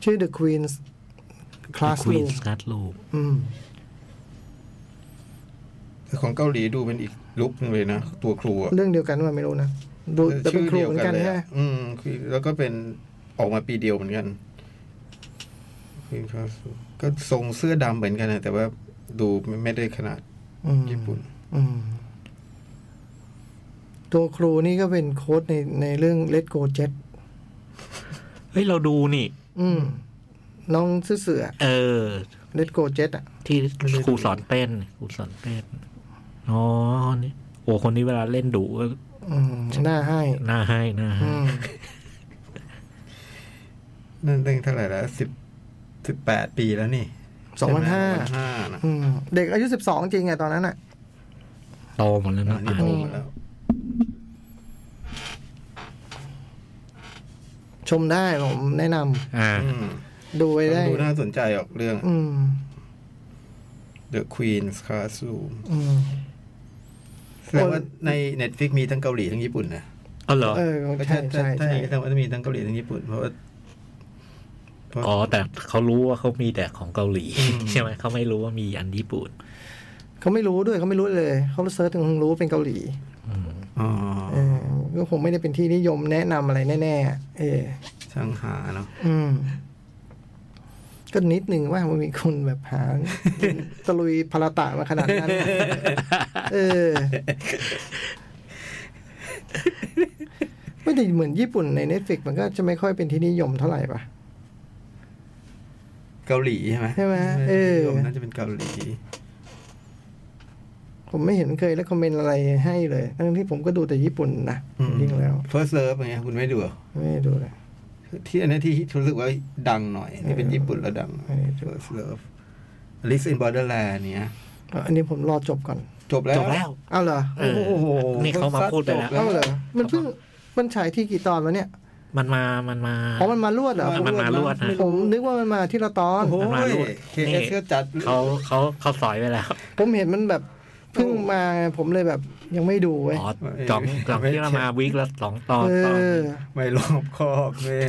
Speaker 2: ชื่อ The Queen's
Speaker 3: ควีน
Speaker 2: Classroom
Speaker 3: สกัดลูก
Speaker 2: อืม
Speaker 1: ของเกาหลีดูเป็นอีกลุคนึงเลยนะ ตัวครูอะ
Speaker 2: เรื่องเดียวกันว่าไม่รู้นะดูแต่เป็นครูเหมือนกัน
Speaker 1: เลย
Speaker 2: ใช่ไหม
Speaker 1: อะอืมคือแล้วก็เป็นออกมาปีเดียวเหมือนกันคือเขาก็ทรงเสื้อดำเหมือนกันนะแต่ว่าดูไม่ได้ขนาด
Speaker 2: อืม
Speaker 1: ญี่ปุ่น
Speaker 2: อืม ตัวครูนี่ก็เป็นโค้ดในในเรื่อง Let Go Jet
Speaker 3: เฮ้ยเราดูนี่
Speaker 2: อืม น้องเสื้อเสือ
Speaker 3: เออ
Speaker 2: Let Go Jet อ่ะ
Speaker 3: ที่ครูสอนเต้นครูสอนเต้นอ๋อนี่โอ้คนนี้เวลาเล่นดุก็
Speaker 2: อืมหน้าให้
Speaker 3: น่าให้น่าให้
Speaker 2: อืม
Speaker 1: นั่นตั้งเท่าไหร่แล้วสิบสิบแปดปีแล้วนี่
Speaker 2: สองพันห้า
Speaker 1: ใช่ไมสองพันห้านะ
Speaker 2: อืม เด็กอายุสิบสองจริงอะตอนนั้นอะ
Speaker 3: โตหมดแล้วนะ
Speaker 1: อันนี้โตหมดแล้ว
Speaker 2: ชมได้ผมแนะนำ
Speaker 3: อ่า
Speaker 1: อืม
Speaker 2: ดูไปได้
Speaker 1: ดูน่าสนใจออกเรื่อง
Speaker 2: อืม
Speaker 1: The Queen's Classroom
Speaker 2: อืม
Speaker 1: แสดงว่าใน Netflix มีทั้งเกาหลีทั้งญี่ปุ่นนะ
Speaker 3: อ๋อเหรอ
Speaker 2: เออ
Speaker 1: ก็
Speaker 2: ใช่ใช่
Speaker 1: ใช่
Speaker 2: ใช่
Speaker 1: แสดงว่าจะมีทั้งเกาหลีทั้งญี่ปุ่น เพราะว่า
Speaker 3: อ๋อ แต่เขารู้ว่าเขามีแต่ของเกาหลี
Speaker 1: อืม
Speaker 3: ใช่ไหมเขาไม่รู้ว่ามีอันญี่ปุ่น
Speaker 2: เขาไม่รู้ด้วยเขาไม่รู้เลย เขาเซิร์ชถึงรู้เป็นเกาหลี
Speaker 1: อ๋อ
Speaker 2: เออก็คงไม่ได้เป็นที่นิยมแนะนำอะไรแน่ๆเออ
Speaker 1: ช่างหาเนาะ
Speaker 2: อืม ก็นิดหนึ่งว่ามันมีคนแบบหา ตะลุยพลาตะมาขนาดนั้น เออไม่แต่เหมือนญี่ปุ่นในเน็ตฟิกมันก็จะไม่ค่อยเป็นที่นิยมเท่าไหร่ป่ะ
Speaker 1: เกาหลีใช่ไหม
Speaker 2: ใช่ไหมเออ
Speaker 1: ผมน่าจะเป็นเกาหลี
Speaker 2: ผมไม่เห็นเคยแล้วคอมเมนต์อะไรให้เลย ทั้งที่ผมก็ดูแต่ญี่ปุ่นนะ
Speaker 1: อืม
Speaker 2: จริงๆแล้ว
Speaker 1: First Love อย่างเงี้ยคุณไม่ดูเหรอ
Speaker 2: ไม่ได้ดูเลย
Speaker 1: ที่อันนี้ที่รู้สึกว่าดังหน่อยที่เป็นญี่ปุ่นแล้วดัง
Speaker 2: เออ
Speaker 1: First Love Alice in Borderland เนี่ย
Speaker 2: เอาอันนี้ผมรอจบก่อน
Speaker 1: จบแล้ว
Speaker 3: จบแล้ว
Speaker 2: เอาเหรอ
Speaker 3: เออ
Speaker 1: โอ้โห
Speaker 3: นี่เขามาพูดไปแล้ว
Speaker 1: จบ
Speaker 2: เอาเหรอมันเพิ่งมันฉายที่กี่ตอนวะเนี่ย
Speaker 3: มันมา มันมา
Speaker 2: อ๋อมันมารวดเหรอ
Speaker 1: มัน
Speaker 3: มันมารวดนะ
Speaker 2: ผมนึกว่ามันมาที่ละตอน
Speaker 1: โอ้โห
Speaker 3: มันมาด้วย
Speaker 1: เคเอสก็จัด
Speaker 3: เขาเขาเขาสอยไปแล้ว
Speaker 2: ผมเห็นมันแบบเพิ่งมาผมเลยแบบ ยังไม่ดูเว้ย
Speaker 3: อ๋อจอมจอมที่เรามาวิกละสองตอน
Speaker 2: เอ
Speaker 3: ตอน
Speaker 2: อ
Speaker 1: ไม่รอบคอบเว้ย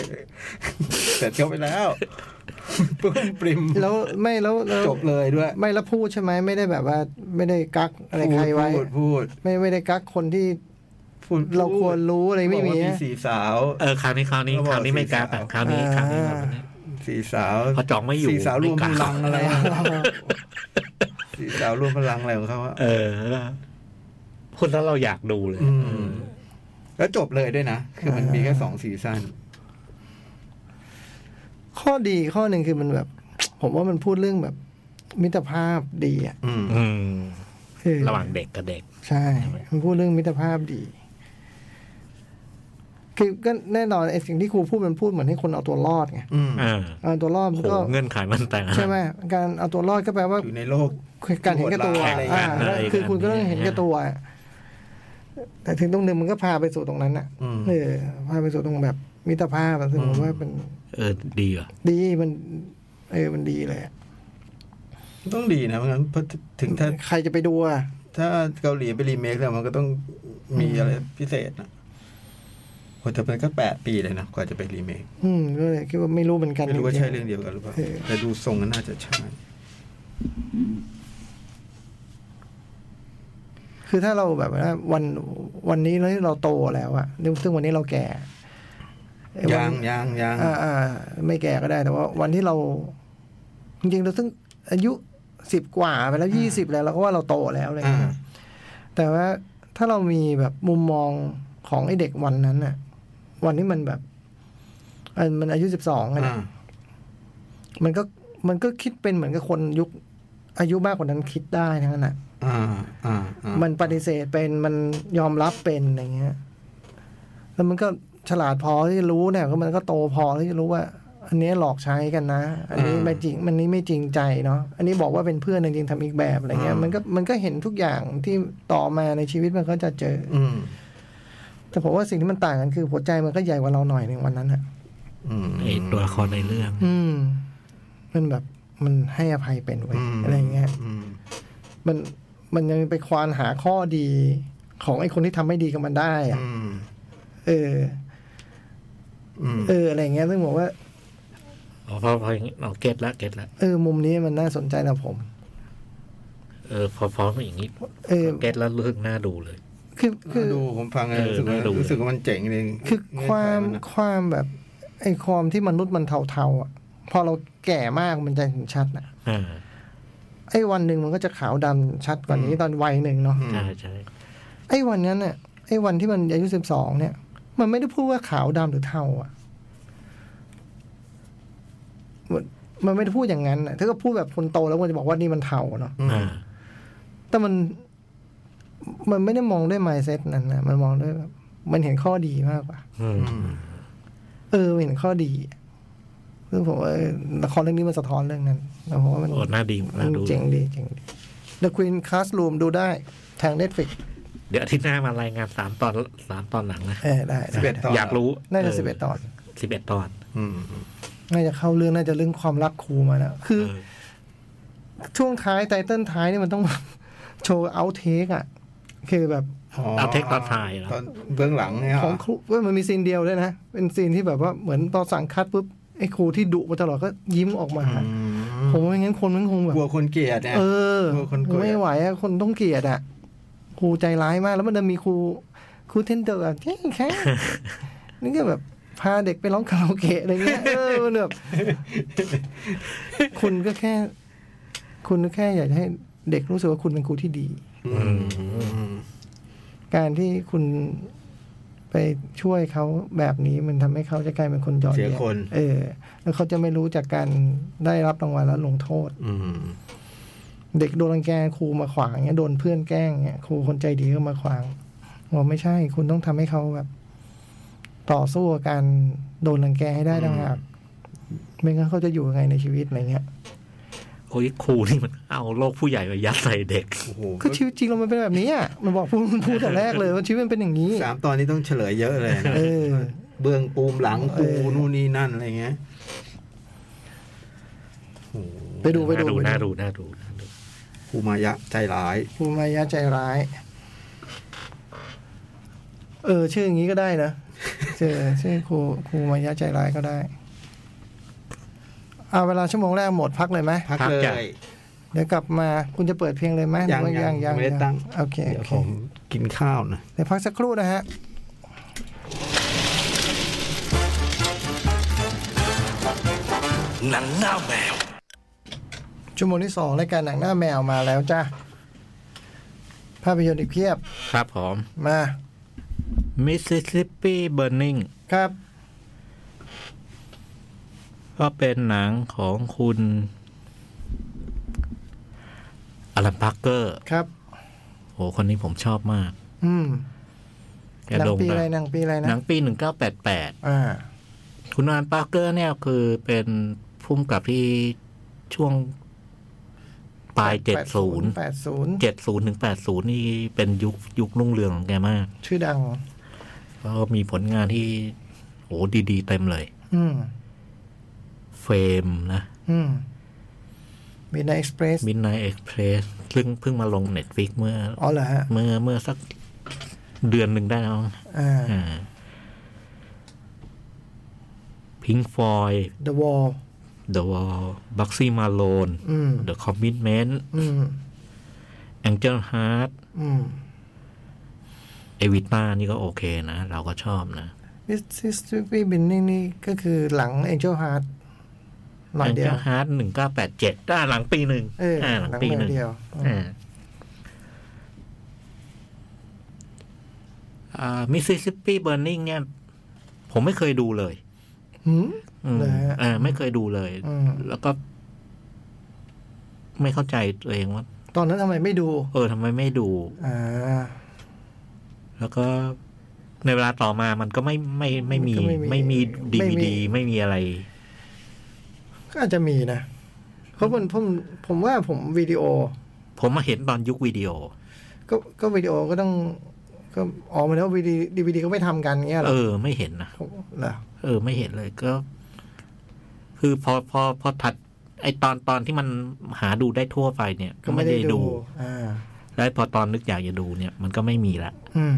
Speaker 1: เสร็จเข้าไปแล้วปึ้มปริม
Speaker 2: แล้วไม่แล้วแว
Speaker 1: จบเลยด้วย
Speaker 2: ไม่แล้วพูดใช่ไหมไม่ได้แบบว่า ไม่ได้กักอะไรใครไว้
Speaker 1: พูดพูด
Speaker 2: ไม่ไม่ได้กักคนที่
Speaker 1: พูดพูด
Speaker 2: เราควรรู้อะไรไม่
Speaker 1: บอก
Speaker 2: มี
Speaker 1: ว่ามี
Speaker 2: นะ
Speaker 1: สีสาว
Speaker 3: เออคราวนี้คราวนี้
Speaker 1: เขาบ
Speaker 3: ค
Speaker 1: อก
Speaker 3: ราวนี้ไม่กล้า
Speaker 1: สี่สาว
Speaker 3: คราวนี้คราวนี้แบบนี้
Speaker 1: สีสาว
Speaker 3: พอจองไม่อยู่
Speaker 1: สีสาวรวม
Speaker 3: ไม่
Speaker 1: พ
Speaker 3: กล้า
Speaker 1: ลังอะไรสีสาวรวมพลังอะไรของเขาอะ
Speaker 3: เออพูดแล้วเราอยากดูเลยเออ
Speaker 1: แล้วจบเลยด้วยนะ คือมันมีแค่สองซีซั่น
Speaker 2: ข้อดีข้อหนึ่งคือมันแบบ ผมว่ามันพูดเรื่องแบบ มิตรภาพดีอ่ะ
Speaker 1: อืม
Speaker 3: อืม
Speaker 2: คือ
Speaker 3: ระหว่างเด็กกับเด็ก
Speaker 2: ใช่ มันพูดเรื่องมิตรภาพดี คือก็แน่นอนไอ้สิ่งที่ครูพูดมันพูดเหมือนให้คนเอาตัวรอดไง
Speaker 1: อืม
Speaker 3: อ่า
Speaker 2: เอาตัวรอดมัน
Speaker 3: โห
Speaker 2: ก็
Speaker 3: เงื่อนไขมันแต่าง
Speaker 2: ใช่ไหมการเอาตัวรอดก็แปลว่า
Speaker 1: อยู่ในโลก
Speaker 2: การเห็นแก่ตัว
Speaker 1: โหดร้ายอะไรอย่างเงี้
Speaker 2: อ่าย แล้ว
Speaker 3: อะไรอย่างเงี้ย
Speaker 2: คือคุณก็ต้องเห็นแก่ตัว แต่ถึงตรงหนึ่งมันก็พาไปสู่ตรงนั้นน่ะ
Speaker 1: อืม
Speaker 2: เออ พาไปสู่ตรงแบบมิตรภาพอะซึ่งผมว่ามัน
Speaker 3: เออดีอ่ะ
Speaker 2: ดีมัน เออ มันดีเลยอะ
Speaker 1: ต้องดีนะเพราะงั้นเพราะถึงถ้า
Speaker 2: ใครจะไปดูอะ
Speaker 1: ถ้าเกาหลีไปรีเมคแล้วมันก็ต้องมีอะไรพิเศษนะโหแต่มันก็แปดปีเลยนะกว่าจะไปรีเมค
Speaker 2: อืมก็เลยคิดว่าไม่รู้เหมือนกัน
Speaker 1: ไม่รู้ว่าใช่เรื่อ
Speaker 2: จ
Speaker 1: ง
Speaker 2: ง
Speaker 1: เดียวกันหรือเปล่า
Speaker 2: เออ
Speaker 1: แต่ดูทรงก็น่าจะใช่
Speaker 2: ๆคือถ้าเราแบบว่าวันวันนี้แล้วเราโตแล้วอะซึ่งวันนี้เราแก่ไอ้วัน
Speaker 1: ยางยางยาง
Speaker 2: อ่าอ่าไม่แก่ก็ได้แต่ว่า วันที่เรา จริงๆเราซึ่งอายุสิบกว่าไปแล้วยี่สิบแล้วเราก็ว่าเราโตแล้วอะไรเล
Speaker 1: อ่าย
Speaker 2: แต่ว่าถ้าเรามีแบบมุมมองของไอเด็กวันนั้นน่ะ วันที่มันแบบเอ่อมันอายุสิบสอง
Speaker 1: อ่า
Speaker 2: มันก็มันก็คิดเป็นเหมือนกับคนยุค อายุมากกว่านั้นคิดได้ทั้งนั้นน่ะ
Speaker 1: อ่าอ่าอ่า
Speaker 2: มันปฏิเสธเป็นมันยอมรับเป็นอะไรเงี้ย แล้วมันก็ฉลาดพอที่จะรู้เนี่ยก็มันก็โตพอที่จะรู้ว่า อันเนี้ยหลอกใช้กันนะ อันนี้ไม่จริงมันนี้ไม่จริงใจเนาะอันนี้บอกว่าเป็นเพื่อนจริงๆทำอีกแบบอะไรเงี้ยมันก็มันก็เห็นทุกอย่างที่ต่อมาในชีวิตมันก็จะเจอ
Speaker 1: อืม
Speaker 2: แต่ผมว่าสิ่งที่มันต่างกันคือหัวใจมันก็ใหญ่กว่าเราหน่อยในวันนั้นอะ
Speaker 1: อืม
Speaker 3: ไอตัวละครในเรื่อง
Speaker 2: อืม มันแบบมันให้อภัยเป็นไว้ย
Speaker 1: ม
Speaker 2: อะไรเงี้ย
Speaker 1: อืม
Speaker 2: มันมันยังไปควานหาข้อดีของไอ้คนที่ทำไม่ดีกับมันได้อะ
Speaker 1: อืม
Speaker 2: เออ
Speaker 1: อืม
Speaker 2: เอออะไรอย่างเงี้ยซึ่งบอกว่า
Speaker 3: อ๋อพอพออย่างงี้เราเก็ตละเก็ตละ
Speaker 2: เออ มุมนี้มันน่าสนใจนะผม
Speaker 3: เออพอพอมาอย่างนี้
Speaker 2: เออ
Speaker 3: เก็ตแล้วรู้สึกน่าดูเลย
Speaker 2: คือคือ
Speaker 1: ดูผมฟังแล้ว
Speaker 3: เออ
Speaker 1: รู้สึกว่า
Speaker 3: น่าดู
Speaker 1: รู้สึกว่ามันเจ๋งเลย
Speaker 2: คือความ
Speaker 1: เงื่อนไขนอะ
Speaker 2: ความแบบไอ้ความที่มนุษย์มันเทาๆอ่ะ พอเราแก่มากมันจะเห็นชัดนะ
Speaker 3: อ่า
Speaker 2: ไอ้วันหนึ่งมันก็จะขาวดำชัดกว่านี้ตอนวัยหนึ่งเนาะ
Speaker 1: อืม
Speaker 3: ใช่ใช่
Speaker 2: ไอ้วันนั้นเนี่ยไอ้วันที่มันอายุสิบสองเนี่ย มันไม่ได้พูดว่าขาวดำหรือเทาอ่ะมันมันไม่ได้พูดอย่างนั้นนะถ้าก็พูดแบบคนโตแล้วมันจะบอกว่านี่มันเทาเนาะ
Speaker 1: อืม
Speaker 3: อ่า
Speaker 2: แต่มันมันไม่ได้มองด้วย mindset นั้นนะมันมองด้วยแบบมันเห็นข้อดีมากกว่า
Speaker 3: อืม
Speaker 1: อืม
Speaker 2: เออมันเห็นข้อดีซึ่งผมว่าเออละครเรื่องนี้มันสะท้อนเรื่องนั้นแล้วผมว่ามัน
Speaker 3: โอ้น่าดี
Speaker 2: มั
Speaker 3: น่าน ดู
Speaker 2: เจ๋งดีเจ๋งดี The Queen Classroom ดูได้ทาง Netflix
Speaker 3: เดี๋ยวอาทิตย์หน้ามารายงานสามตอนสามตอนหลังนะ
Speaker 2: เออได้
Speaker 1: สิบ
Speaker 2: ได้
Speaker 1: เอ็ดตอน
Speaker 3: อยากรู้
Speaker 2: น่าจะสิบเอ็ดตอน
Speaker 3: สิบเอ็ดตอน
Speaker 1: อืม
Speaker 2: น่าจะเข้าเรื่องน่าจะเรื่องความรักครูมาแล้ว คือ
Speaker 3: เออ
Speaker 2: ช่วงท้ายไตเติ้ลท้ายนี่มันต้อง โชว์เอาเทคอะคือแบบ
Speaker 3: เอาเทคตอนถ่ายเหรอ
Speaker 1: ตอนเบื้องหลังเนี่ย
Speaker 2: ของครูเว้ยมันมีซีนเดียวด้วยนะ เป็นซีนที่แบบว่าเหมือนตอนสั่งคัดปุ๊บไอ้ครูที่ดุมาตลอดก็ยิ้มออกมา
Speaker 1: อืม
Speaker 2: ผมว่าไม่งั้นคนมันคงแบบ
Speaker 1: กลัวคนเกลียดเนี่ย
Speaker 2: เออ
Speaker 1: กลัวคนกลัว
Speaker 2: ไม่ไหวอะคนต้องเกลียดอะครูใจร้ายมาก แล้วมันจะมีครูครูเทนเดอร์อะเจ๊งแค่นี่ก็แบบ พาเด็กไปร้องคาราโอเกะอะไรเงี้ย เออมันแบบคุณก็แค่ คุณก็แค่อยากจะให้เด็กรู้สึกว่าคุณเป็นครูที่ดี
Speaker 1: ม
Speaker 2: การที่คุณไปช่วยเขาแบบนี้มันทำให้เขาจะกลายเป็นคนหยอด
Speaker 1: เสีย
Speaker 2: แย้
Speaker 1: คน
Speaker 2: เออ แล้วเขาจะไม่รู้จากการได้รับรางวัลแล้วลงโทษ
Speaker 1: อืม
Speaker 2: เด็กโดนรังแกครูมาขวางเงี้ยโดนเพื่อนแกล้งเงี้ยครูคนใจดีก็มาขวางบอกไม่ใช่ คุณต้องทำให้เขาแบบ ต่อสู้กับการโดนรังแกให้ได้ต่างหากไม่งั้นเขาจะอยู่ยังไงในชีวิตอะไรเงี้ย
Speaker 3: โอ้ยครูนี่มันเอาโลกผู้ใหญ่ไปยัดใส่เด็ก
Speaker 1: โอ้โห
Speaker 2: คือชีวิตจริงเรามันเป็นแบบนี้อ่ะมันบอกพูดพูดแต่แรกเลยว่าชีวิตมันเป็นอย่างนี้
Speaker 1: สามตอนนี้ต้องเฉลยเยอะเลยนะ
Speaker 2: เออ
Speaker 1: เบื้องปูมหลังปู
Speaker 2: เออ
Speaker 1: นู่นนี่นั่นอะไรเงี้ยโอ้โห
Speaker 2: ไปดูไปดูไป
Speaker 3: น่าดู
Speaker 2: ดู
Speaker 3: น่าดูน่าดู
Speaker 1: ครูมายะใจร้าย
Speaker 2: ภูมายาใจร้าย เออ ชื่ออย่างนี้ก็ได้นะเจอชื่อครูครูมายาใจร้ายก็ได้เอาเวลาชั่วโมงแรกหมดพักเลยไหม
Speaker 1: พัก
Speaker 3: พัก
Speaker 1: เล
Speaker 3: จ้ะ
Speaker 1: ย
Speaker 2: เดี๋ยวกลับมาคุณจะเปิดเพลงเลยไหม
Speaker 1: ยัง
Speaker 2: หรือว่า
Speaker 1: ยัง
Speaker 2: ยัง
Speaker 1: ไม่ได้ตั้ง
Speaker 2: โอเค
Speaker 1: เดี๋
Speaker 2: โอ
Speaker 1: ยว
Speaker 2: เค
Speaker 1: ผมกินข้าวนะ
Speaker 2: เดี๋ยวพักสักครู่นะฮะ
Speaker 4: หนังหน้าแมว
Speaker 2: ชั่วโมงที่สองรายการหนังหน้าแมวมาแล้วจ้าภาพยนตร์อีกเพียบ
Speaker 3: ครับผม
Speaker 2: มา
Speaker 3: มิสซิสซิปปีเบ r ร์นิง
Speaker 2: ครับ
Speaker 3: ก็เป็นหนังของคุณอลันพาร์เกอร์
Speaker 2: ครับ
Speaker 3: โหคนนี้ผมชอบมาก
Speaker 2: อืม
Speaker 3: แก
Speaker 2: หนัง
Speaker 3: โด่ง
Speaker 2: ปี
Speaker 3: ดั
Speaker 2: อะไร
Speaker 3: ง
Speaker 2: หนังปีอะไรนะ
Speaker 3: หนังปีหนึ่งเก้าแปดแปด
Speaker 2: อ่า
Speaker 3: คุณอานปาร์เกอร์เนี่ยคือเป็นพุ่มกับที่ช่วงปลายเจ็ดศูนย์
Speaker 2: แปดศูนย์
Speaker 3: เจ็ดศูนย์ถึงแปดศูนย์นี่เป็นยุคยุครุ่งเรืองของแกมาก
Speaker 2: ชื่อดัง
Speaker 3: ก็มีผลงานที่โหดี ๆ เต็มเลย
Speaker 2: อืม
Speaker 3: เฟรมนะ
Speaker 2: อืมมีในเอ็กซ์เพรส
Speaker 3: มินไนเอ็กเพรสซึ่งเพิ่งมาลงเน็ตฟิกเมื่อ
Speaker 2: อ๋อเหรอฮะ
Speaker 3: เมื่อเมื่อสักเดือนหนึ่งได้แล้วมั้ง
Speaker 2: อ่า
Speaker 3: พิงฟอย
Speaker 2: The Wall
Speaker 3: เดอะวอลบัคซี่มาโลน
Speaker 2: อืม
Speaker 3: เดอะคอมมิชเมนต์
Speaker 2: อืม
Speaker 3: แองเจลฮาร์ด
Speaker 2: อืม
Speaker 3: เอวิต้านี่ก็โอเคนะ เราก็ชอบนะ
Speaker 2: This is t r i p p y Binning นี่ก็คือหลัง Angel Heart หน่อยเดียว
Speaker 3: ฮาร์ดหนึ่งเก้าแปดเจ็ดด้านหลังปีหนึ่ง
Speaker 2: เอออ่
Speaker 3: าหลังปีหนึ่ง
Speaker 2: หลังปีเดียว
Speaker 3: อ่าอ่ามิสซิสซิปปีเบอร์นิงเนี่ย ผมไม่เคยดูเลย
Speaker 2: หืม
Speaker 3: อืม
Speaker 2: เหรอฮะ
Speaker 3: อ่าไม่เคยดูเลย
Speaker 2: อืม
Speaker 3: แล้วก็ ไม่เข้าใจตัวเองว่า
Speaker 2: ตอนนั้นทำไมไม่ดู
Speaker 3: เออทำไมไม่ดู
Speaker 2: อ่า
Speaker 3: แล้วก็ในเวลาต่อมามันก็ไม่ไม่ไม่มี
Speaker 2: มันก็ไม่มี
Speaker 3: ไม่มีดี
Speaker 2: ไม่
Speaker 3: วี
Speaker 2: มี
Speaker 3: ดีไม่มีอะไร
Speaker 2: ก็อาจจะมีนะ เพราะมันผมผมว่าผมวิดีโอ
Speaker 3: ผมมาเห็นตอนยุควิดีโอ
Speaker 2: ก็ก็วิดีโอก็ต้อง ก็ออกมาแล้ววิดีดีวีดีก็ไม่ทำกันเงี้ยเหร
Speaker 3: เอ
Speaker 2: อ
Speaker 3: อ ไม่เห็นนะ
Speaker 2: เหรอ
Speaker 3: เออ ไม่เห็นเลยก็ คือพอพอพอถัด ไอตอนตอนที่มันหาดูได้ทั่วไปเนี่ย ก็ไม่ได้ดู
Speaker 2: อ่า
Speaker 3: แล้วพอตอนนึกอยากจะดูเนี่ย มันก็ไม่มีละ
Speaker 2: อืม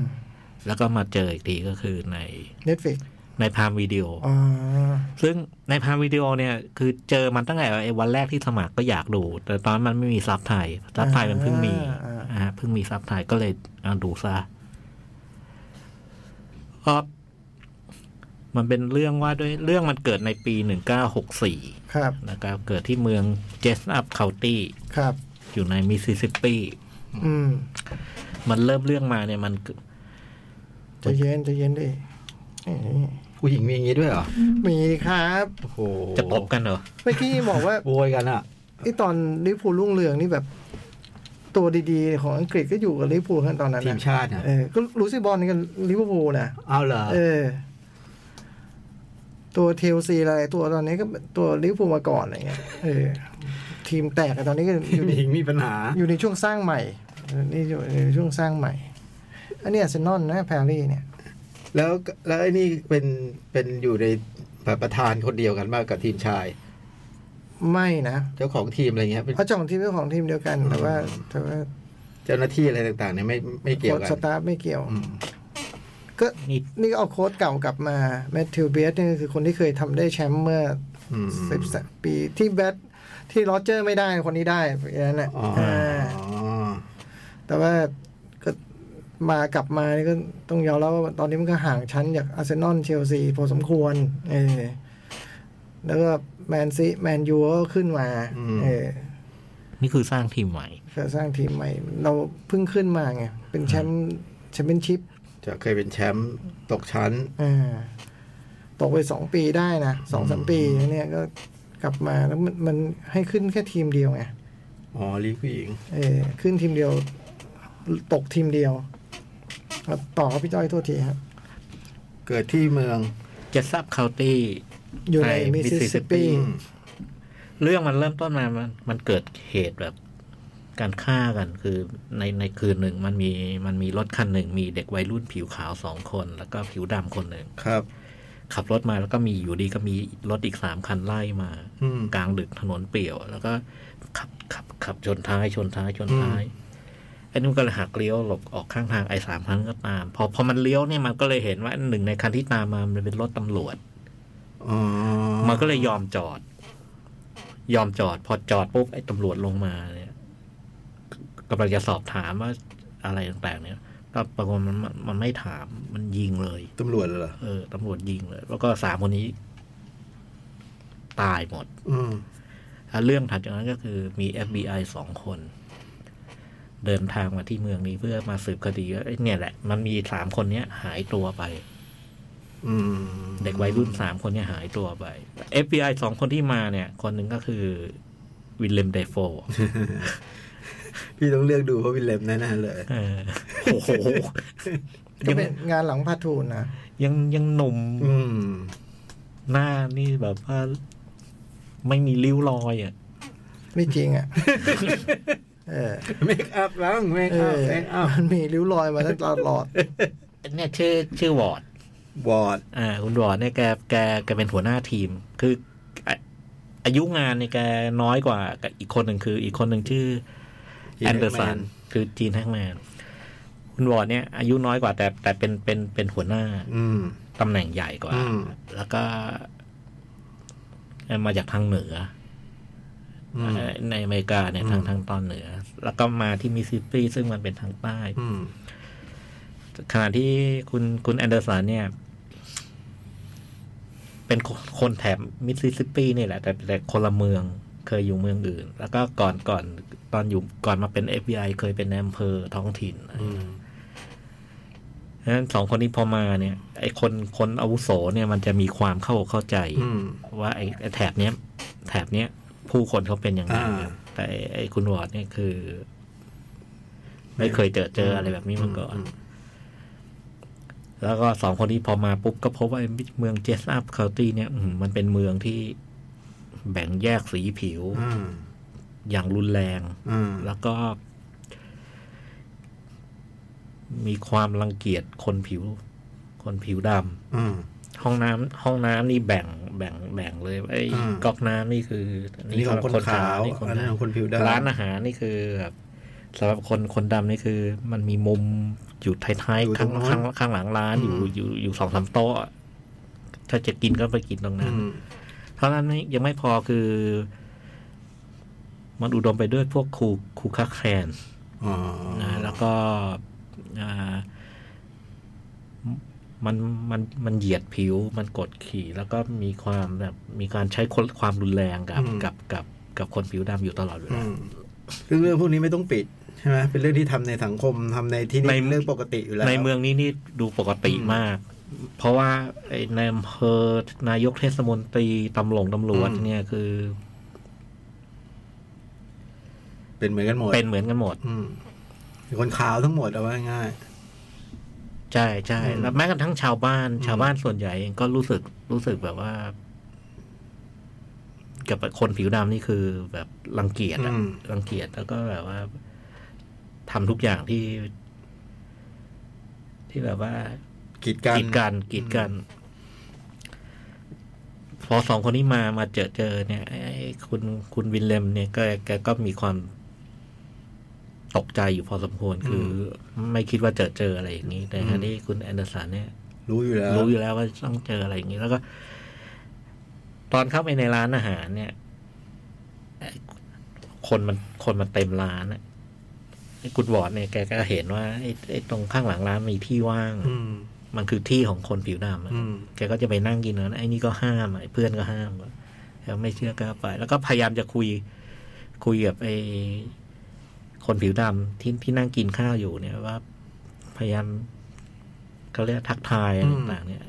Speaker 3: แล้วก็มาเจออีกทีก็คือใน
Speaker 2: Netflix
Speaker 3: ในพามวิดีโอ
Speaker 2: อ่า
Speaker 3: ซึ่งในพามวิดีโอเนี่ย คือเจอมันตั้งแต่ไอวันแรกที่สมัครก็อยากดู แต่ตอนนั้นมันไม่มีซับไทยซับไทยมันเพิ่งมี
Speaker 2: อ่า
Speaker 3: อ่าเพิ่งมีซับไทยก็เลยเอาดูซะก็มันเป็นเรื่องว่าด้วยเรื่องมันเกิดในปีหนึ่งเก้าหกสี่
Speaker 2: ครับ
Speaker 3: นะครับเกิดที่เมืองเจสอัพเคาตี้
Speaker 2: ครับ
Speaker 3: อยู่ในมิสซิสซิปปี
Speaker 2: อืม
Speaker 3: มันเริ่มเรื่องมาเนี่ยมันเกิด
Speaker 2: ใจะเย็นใจะเย็นดิเอ้ย
Speaker 1: ผู้หญิงมีอย่างนี้ด้วยเหรอ
Speaker 2: มีครับ
Speaker 1: โอ้โห
Speaker 3: จะตบกันเหรอ
Speaker 2: เมื่อกี้บอกว่า
Speaker 1: โวยกันอ่ะ
Speaker 2: ไอตอนลิเวอร์พูลรุ่งเรืองนี่แบบ ตัวดีๆ ของอังกฤษก็อยู่กับลิเวอร์พูลกันตอนนั้น
Speaker 1: ที
Speaker 2: นะ
Speaker 1: มชาติอ่ะ
Speaker 2: เออก็รู้สึกบอลนี่กันลิเวอร์พูลนะ
Speaker 1: เอาเหรอ
Speaker 2: เออ ตัวเทลซีอะไรตัวตอนนี้ก็ตัวลิเวอร์พูลมาก่อนอะไรเงี้ยเออ ทีมแตกกันตอนนี้ก็อ
Speaker 1: ทีม
Speaker 2: ยู่ใน
Speaker 1: หญิงมีปัญหา
Speaker 2: อยู่ในช่วงสร้างใหม่เออนี่อยู่ในช่วงสร้างใหม่ อันนี้อาร์เซนอลนะแพรรี่เนี่ย
Speaker 1: แล้วแล้วไอ้นี่เป็นเป็นอยู่ในแบบประธานคนเดียวกันมากกับทีมชาย
Speaker 2: ไม่นะ
Speaker 1: เจ้าของทีมอะไรเงี้ยเป็น
Speaker 2: เอาเจ้าของทีมเป็นของทีมเดียวกัน แต่ว่า แต่ว่า
Speaker 1: เจ้าหน้าที่อะไรต่างๆเนี่ยไม่ไม่เกี่ยวกัน
Speaker 2: สตาฟไม่เกี่ยว
Speaker 1: อืม
Speaker 2: ก็
Speaker 3: นี่
Speaker 2: นี่ก็เอาโค้ดเก่ากลับมาแมทธิวเบสนี่ก็คือคนที่เคยทำได้แชมป์เมื่อ
Speaker 1: อืม
Speaker 2: สิบสามปีที่แบทที่โรเจอร์ไม่ได้คนนี้ได้อย่างนั้นแหละ
Speaker 1: อ๋ออา
Speaker 2: แต่ว่าก็มากลับมานี่ก็ต้องยอมรับว่าตอนนี้มันก็ห่างชั้นจากอาร์เซนอลเชลซีพอสมควร เออแล้วก็แมนซีแมนยูก็ขึ้นมา เออ
Speaker 3: นี่คือสร้างทีมใหม่
Speaker 2: ก็สร้างทีมใหม่ เราเพิ่งขึ้นมาไง เป็นแชมป์แชมเปี้ยนชิพ
Speaker 1: จะเคยเป็นแชมป์ตกชั้น
Speaker 2: อ่าตกไปสองปีได้นะสองสามปีเนี่ยก็กลับมาแล้วมันมันให้ขึ้นแค่ทีมเดียวไง
Speaker 1: อ๋อลีกผู้หญิง
Speaker 2: เออขึ้นทีมเดียว ตกทีมเดียวครับต่อครับพี่จ้อยโทษทีครับ
Speaker 1: เกิดที่เมือง
Speaker 3: เจสซับเคาตี้
Speaker 2: อยู่ใน
Speaker 3: ใน
Speaker 2: มิสซิสซิป
Speaker 3: Mississippi
Speaker 2: ปี
Speaker 3: เรื่องมันเริ่มต้นมา มันมันเกิดเหตุแบบการฆ่ากันคือในในคืนหนึ่งมันมีมันมีรถคันหนึ่ง มีเด็กวัยรุ่นผิวขาวสองคน แล้วก็ผิวดำคนหนึ่ง
Speaker 1: ครับ
Speaker 3: ขับรถมาแล้วก็มีอยู่ดีก็มีรถอีกสามคันไล่มา
Speaker 1: อืม
Speaker 3: กลางดึกถนนเปลี่ยว แล้วก็ขับขับขับชนท้ายชนท้ายชนท้ายไอ้นุ่มนก็เลยหักเลี้ยวหลบออกข้างทางไอ้สามคันก็ตาม พอพอมันเลี้ยวเนี่ยมันก็เลยเห็นว่าหนึ่งในคันที่ตามมามันเป็นรถตำรวจ
Speaker 1: อ๋อ
Speaker 3: มันก็เลยยอมจอด ยอมจอด พอจอดปุ๊บไอ้ตำรวจลงมาเนี่ยกำลังจะสอบถามว่าอะไรต่างๆ เนี่ยก็ปรากฏมันมันมันไม่ถามมันยิงเลย
Speaker 1: ตำรวจเหรอ
Speaker 3: เออตำรวจยิงเลย แล้วก็สามคนนี้ ตายหมด
Speaker 1: อืม
Speaker 3: แล้วเรื่องถัดจากนั้นก็คือมี FBI สองคน เดินทางมาที่เมืองนี้เพื่อมาสืบคดีว่าเอ้ยเนี่ยแหละ มันมีสามคนเนี้ย หายตัวไป
Speaker 1: อืม
Speaker 3: เด็กวัยรุ่นสามคนเนี่ยหายตัวไป FBI สองคนที่มาเนี่ย คนหนึ่งก็คือวิลเลมไดโฟ
Speaker 1: พี่ต้องเลือกดูเพราะวิลเลมแน่ๆเลย
Speaker 3: เออโอ้โห
Speaker 2: ก็
Speaker 3: ยัง
Speaker 2: เป็นงานหลังพาทูนนะ
Speaker 3: ยังยังหนุ่ม
Speaker 1: อืม
Speaker 3: หน้านี่แบบว่า ไม่มีริ้วรอยอ่ะ
Speaker 2: ไม่จริงอ่ะ เออ
Speaker 1: เมคอัพบ้างเมค
Speaker 2: เอ
Speaker 1: อัพ
Speaker 2: อ
Speaker 1: เมคอัพ
Speaker 2: มันมีริ้วรอยมาตลอด
Speaker 3: เนี่ยชื่อชื่อวอร์ด
Speaker 1: วอร์ด
Speaker 3: อ่าคุณหวอเนี่ยแกแกแกเป็นหัวหน้าทีม คืออ่ะอายุงานเนี่ยแกน้อยกว่ากับอีกคนหนึ่งคือ อีกคนหนึ่งชื่อแอนเดอร์สันคือจีนแฮกแมนคุณหวอเนี่ยอายุน้อยกว่าแต่แต่เป็นเป็นเป็นหัวหน้า
Speaker 1: อืม
Speaker 3: ตำแหน่งใหญ่กว่า
Speaker 1: อืม
Speaker 3: แล้วก็เอ่อมาจากทางเหนืออ
Speaker 1: อืม
Speaker 3: เอ่อในอเมริกาเนี่ย
Speaker 1: อืม
Speaker 3: ทางทางตอนเหนือ แล้วก็มาที่มิสซิสซิปปีซึ่งมันเป็นทางใต้
Speaker 1: อืม
Speaker 3: ขณะที่คุณคุณแอนเดอร์สันเนี่ย เป็นคนคนแถบมิสซิสซิปปีนี่แหละ แต่แต่คนละเมืองเคยอยู่เมืองอื่น แล้วก็ก่อนก่อนตอนอยู่ก่อนมาเป็น FBI เคยเป็นในอำเภอท้องถิ่น
Speaker 1: อืม
Speaker 3: เพราะฉะนั้นสองคนนี้พอมาเนี่ย ไอคนคนอาวุโสเนี่ยมันจะมีความเข้าเข้าใจ
Speaker 1: อืม
Speaker 3: ว่าไอไอ้แถบเนี้ย แถบเนี้ย ผู้คนเขาเป็นยังไง
Speaker 1: อ่า
Speaker 3: กันแต่ไอ้ไอคุณวอร์ดเนี่ยคือ ไม่เคยเจอเจออะไรแบบนี้มาก่อน แล้วก็สองคนนี้พอมาปุ๊บก็พบว่าไอ้เมืองเจสอัพคา u ตี้เนี่ย อืมมันเป็นเมืองที่แบ่งแยกสีผิว
Speaker 1: อืม
Speaker 3: อย่างรุนแรง
Speaker 1: อืม
Speaker 3: แล้วก็ มีความรังเกียจคนผิว คนผิวดำ
Speaker 1: อืม
Speaker 3: ห้องน้ำห้องน้ำนี่แบ่งแบ่งแบ่งเลยไอ้
Speaker 1: อืม
Speaker 3: ก๊อกน้ำนี่คือ
Speaker 1: อันนี้ของคนขาว
Speaker 3: นี่คน
Speaker 1: อันนั้นของคนผิวดำ
Speaker 3: ร้านอาหารนี่คือแบบสำหรับคนคนดำนี่คือ มันมีมุมอยู่ท้าย
Speaker 1: อยู่
Speaker 3: ๆ
Speaker 1: ตร
Speaker 3: ข้าง ง
Speaker 1: นู้น
Speaker 3: ข้างข้างหลังร้าน
Speaker 1: อื
Speaker 3: อ
Speaker 1: ม
Speaker 3: ยู่อยู่อยู่สองสามโต๊ะอะถ้าจะกินก็ไปกินตรง
Speaker 1: อื
Speaker 3: นั้น
Speaker 1: ม
Speaker 3: เท่านั้นไม่ยังไม่พอคือ มันอุดมไปด้วยพวกครูครูคักแคลน
Speaker 1: อ๋อ
Speaker 3: นะแล้วก็อ่ามันมันมันเหยียดผิว มันกดขี่ แล้วก็มีความแบบมีการใช้คนความรุนแรงกับกับกับกับคนผิวดำอยู่ตลอดเว
Speaker 1: อื
Speaker 3: ลา
Speaker 1: มซึ่งเรื่องพวกนี้ไม่ต้องปิดใช่ไหมเป็นเรื่องที่ทำในสังคมทำในที่นี่
Speaker 3: ใน
Speaker 1: เป็นเรื่องปกติอยู่แล้ว
Speaker 3: ในเมืองนี้นี่ดูปกติมาก เพราะว่าไอ้ในอำเภอนายกเทศมนตรีตำรวจตำรวจ
Speaker 1: อืม
Speaker 3: เนี่ยคือ
Speaker 1: เป็นเหมือนกันหมด
Speaker 3: เป็นเหมือนกันหมด
Speaker 1: อืมเป็นคนขาวทั้งหมดเอาไว้ง่าย
Speaker 3: ใช่ใช่
Speaker 1: อืม
Speaker 3: แล้วแม้กระทั่งชาวบ้าน
Speaker 1: อืม
Speaker 3: ชาวบ้านส่วนใหญ่เองก็รู้สึกรู้สึกแบบว่า กับคนผิวดำนี่คือแบบรังเกียจอะ
Speaker 1: อืม
Speaker 3: รังเกียจแล้วก็แบบว่าทำทุกอย่างที่ ที่แบบว่า
Speaker 1: กีดกัน
Speaker 3: กีดกันกีดกัน พอสองคนนี้มามาเจอเจอเนี่ยไอ้ไอ้คุณคุณวินเลมเนี่ยก็แกก็มีความตกใจอยู่พอสมควรคืออไม่คิดว่าเจอเจออะไรอย่างนี้ แต่
Speaker 1: อืม
Speaker 3: คราวนี้คุณแอนเดอร์สันเนี่ย
Speaker 1: รู้อยู่แล้ว
Speaker 3: รู้อยู่แล้วว่าต้องเจออะไรอย่างนี้ แล้วก็ ตอนเข้าไปในร้านอาหารเนี่ยไอ้คนมันคนมันเต็มร้านอะไอ้กุดวอร์ดเนี่ยแกก็เห็นว่าไอ้ไอ้ตรงข้างหลังร้านมีที่ว่าง
Speaker 1: อืม
Speaker 3: มันคือที่ของคนผิวดำอะ
Speaker 1: อืม
Speaker 3: แกก็จะไปนั่งกินนั้นไอ้นี่ก็ห้ามอะไอ้เพื่อนก็ห้ามอะแกไม่เชื่อก็ไป แล้วก็พยายามจะคุย คุยกับไอ้คนผิวดำที่ที่นั่งกินข้าวอยู่เนี่ยว่า พยายามเขาเรียกทักทายอะไร
Speaker 1: อืม
Speaker 3: ต่างๆเนี่ย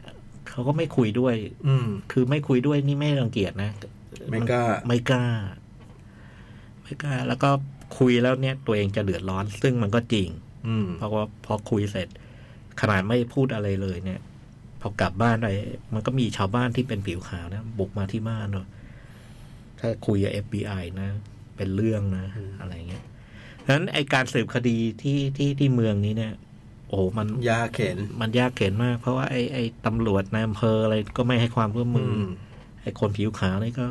Speaker 3: เขาก็ไม่คุยด้วย
Speaker 1: อืม
Speaker 3: คือไม่คุยด้วยนี่ไม่รังเกียจนะ
Speaker 1: ไม่กล้า
Speaker 3: ไม่กล้า ไม่กล้า แล้วก็คุยแล้วเนี่ย ตัวเองจะเดือดร้อน ซึ่งมันก็จริง
Speaker 1: อืม
Speaker 3: เพราะว่าพอคุยเสร็จ ขนาดไม่พูดอะไรเลยเนี่ย พอกลับบ้านไปมันก็มีชาวบ้านที่เป็นผิวขาวนะ บุกมาที่บ้านเนาะถ้าคุยกับ FBI นะ เป็นเรื่องนะ อะไรเงี้ยฉะนั้นไอการสืบคดีที่ที่ที่เมืองนี้เนี่ย โอ้โหมัน
Speaker 1: ยาเข็น
Speaker 3: มันยากเข็นมาก เพราะว่าไอไอตำรวจนายอำเภออะไรก็ไม่ให้ความร่วมมืออ ไอ้คนผิวขาวนี่ก็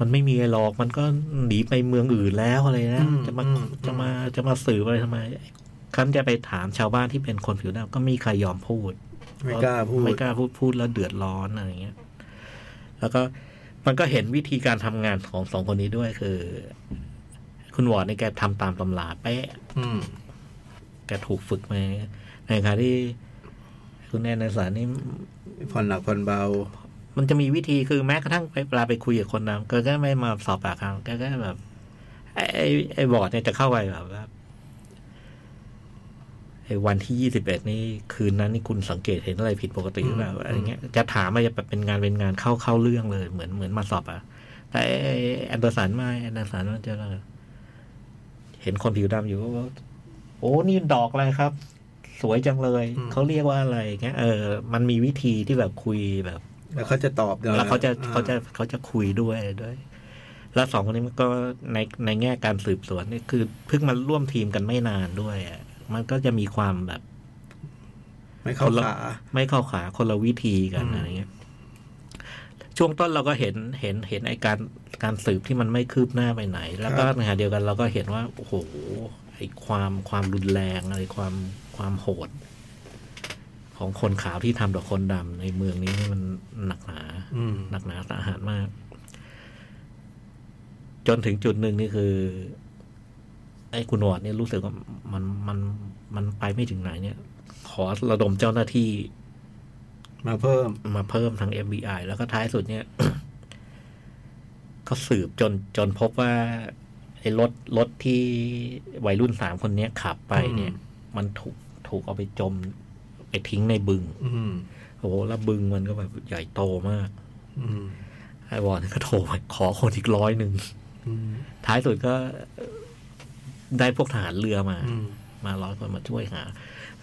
Speaker 3: มันไม่มีอะไรหรอกมันก็หนีไปเมืองอื่นแล้วอะไรนะจะมาจะมาจะมาสื่ออะไรทำไมครั้นจะไปถามชาวบ้านที่เป็นคนผิวดำก็ไม่มีใครยอมพูด
Speaker 1: ไม่กล้าพูด
Speaker 3: ไม่กล้าพูดพูดแล้วเดือดร้อนอะไรอย่างเงี้ย แล้วก็มันก็เห็นวิธีการทำงานของสองคนนี้ด้วยคือ คุณวอร์ดในยแกทำตามตำราเป๊ะ
Speaker 1: อืม
Speaker 3: แกถูกฝึกมาในขณะที่ คุณแอนในสารนี่
Speaker 1: ผ่อนหนักผ่อนเบา
Speaker 3: มันจะมีวิธีคือแม้กระทั่งไปเวลาไปคุยกับคนนำแกก็ไม่มาสอบปากคำแกก็แบบไอ้ไอ้ไอ้บอร์ดเนี่ยจะเข้าไปแบบว่าไอ้วันที่ยี่สิบเอ็ดนี่คืนนั้นนี่คุณสังเกตเห็นอะไรผิดปกติหรือเปล่า
Speaker 1: อืม
Speaker 3: อะไรเงี้ย จะถามอะไรแบบเป็นงานเป็นงานเข้าเข้าเรื่องเลย เหมือนเหมือนมาสอบอะแต่ไอ้แอนเดอร์สันไม่แอนเดอร์สันมันจะ เห็นคนผิวดำอยู่ก็ว่าโอ้นี่ดอกอะไรครับ สวยจังเลย
Speaker 1: อืม
Speaker 3: เขาเรียกว่าอะไรอย่างเงี้ยเออ มันมีวิธีที่แบบคุยแบบ
Speaker 1: แล้วเขาจะตอบดี๋ย
Speaker 3: แล้วเขาจะ
Speaker 1: อ่
Speaker 3: เขาจะเขาจะคุยด้วยด้วย แล้วสองคนนี้มันก็ในในแง่การสืบสวนนี่คือเพิ่งมาร่วมทีมกันไม่นานด้วยอะมันก็จะมีความแบบ
Speaker 1: ไม่เข้าขา
Speaker 3: ไม่เข้าขาคนละวิธีกัน
Speaker 1: อืม
Speaker 3: อะไรเงี้ย ช่วงต้นเราก็เห็นเห็นเห็นไอการการสืบที่มันไม่คืบหน้าไปไหน แล้วก็ในขณะเดียวกันเราก็เห็นว่า โอ้โหไอความความรุนแรงอะไรความความโหด ของคนขาวที่ทำต่อคนดำในเมืองนี้นี่มันหนักหนา
Speaker 1: อืม
Speaker 3: หนักหนาสาหัสมาก จนถึงจุดหนึ่งนี่คือ ไอ้คุณหนวดเนี่ยรู้สึกว่ามันมันมันไปไม่ถึงไหนเนี่ย ขอระดมเจ้าหน้าที่
Speaker 1: มาเพิ่ม
Speaker 3: มาเพิ่มทาง FBI แล้วก็ท้ายสุดเนี่ย ก็สืบจนจนพบว่าไอ้รถรถที่วัยรุ่นสามคนเนี้ยขับไปเนี่ย
Speaker 1: อืม
Speaker 3: มันถูกถูกเอาไปจม ไปทิ้งในบึง
Speaker 1: อืม
Speaker 3: โอ้โหแล้วบึงมันก็แบบใหญ่โตมาก
Speaker 1: อืม
Speaker 3: ไอ้วอนก็โทรไปขอคนอีกร้อยหนึ่ง
Speaker 1: อืม
Speaker 3: ท้ายสุดก็ได้พวกทหารเรือมา
Speaker 1: อืม
Speaker 3: มาร้อยคนมาช่วยหา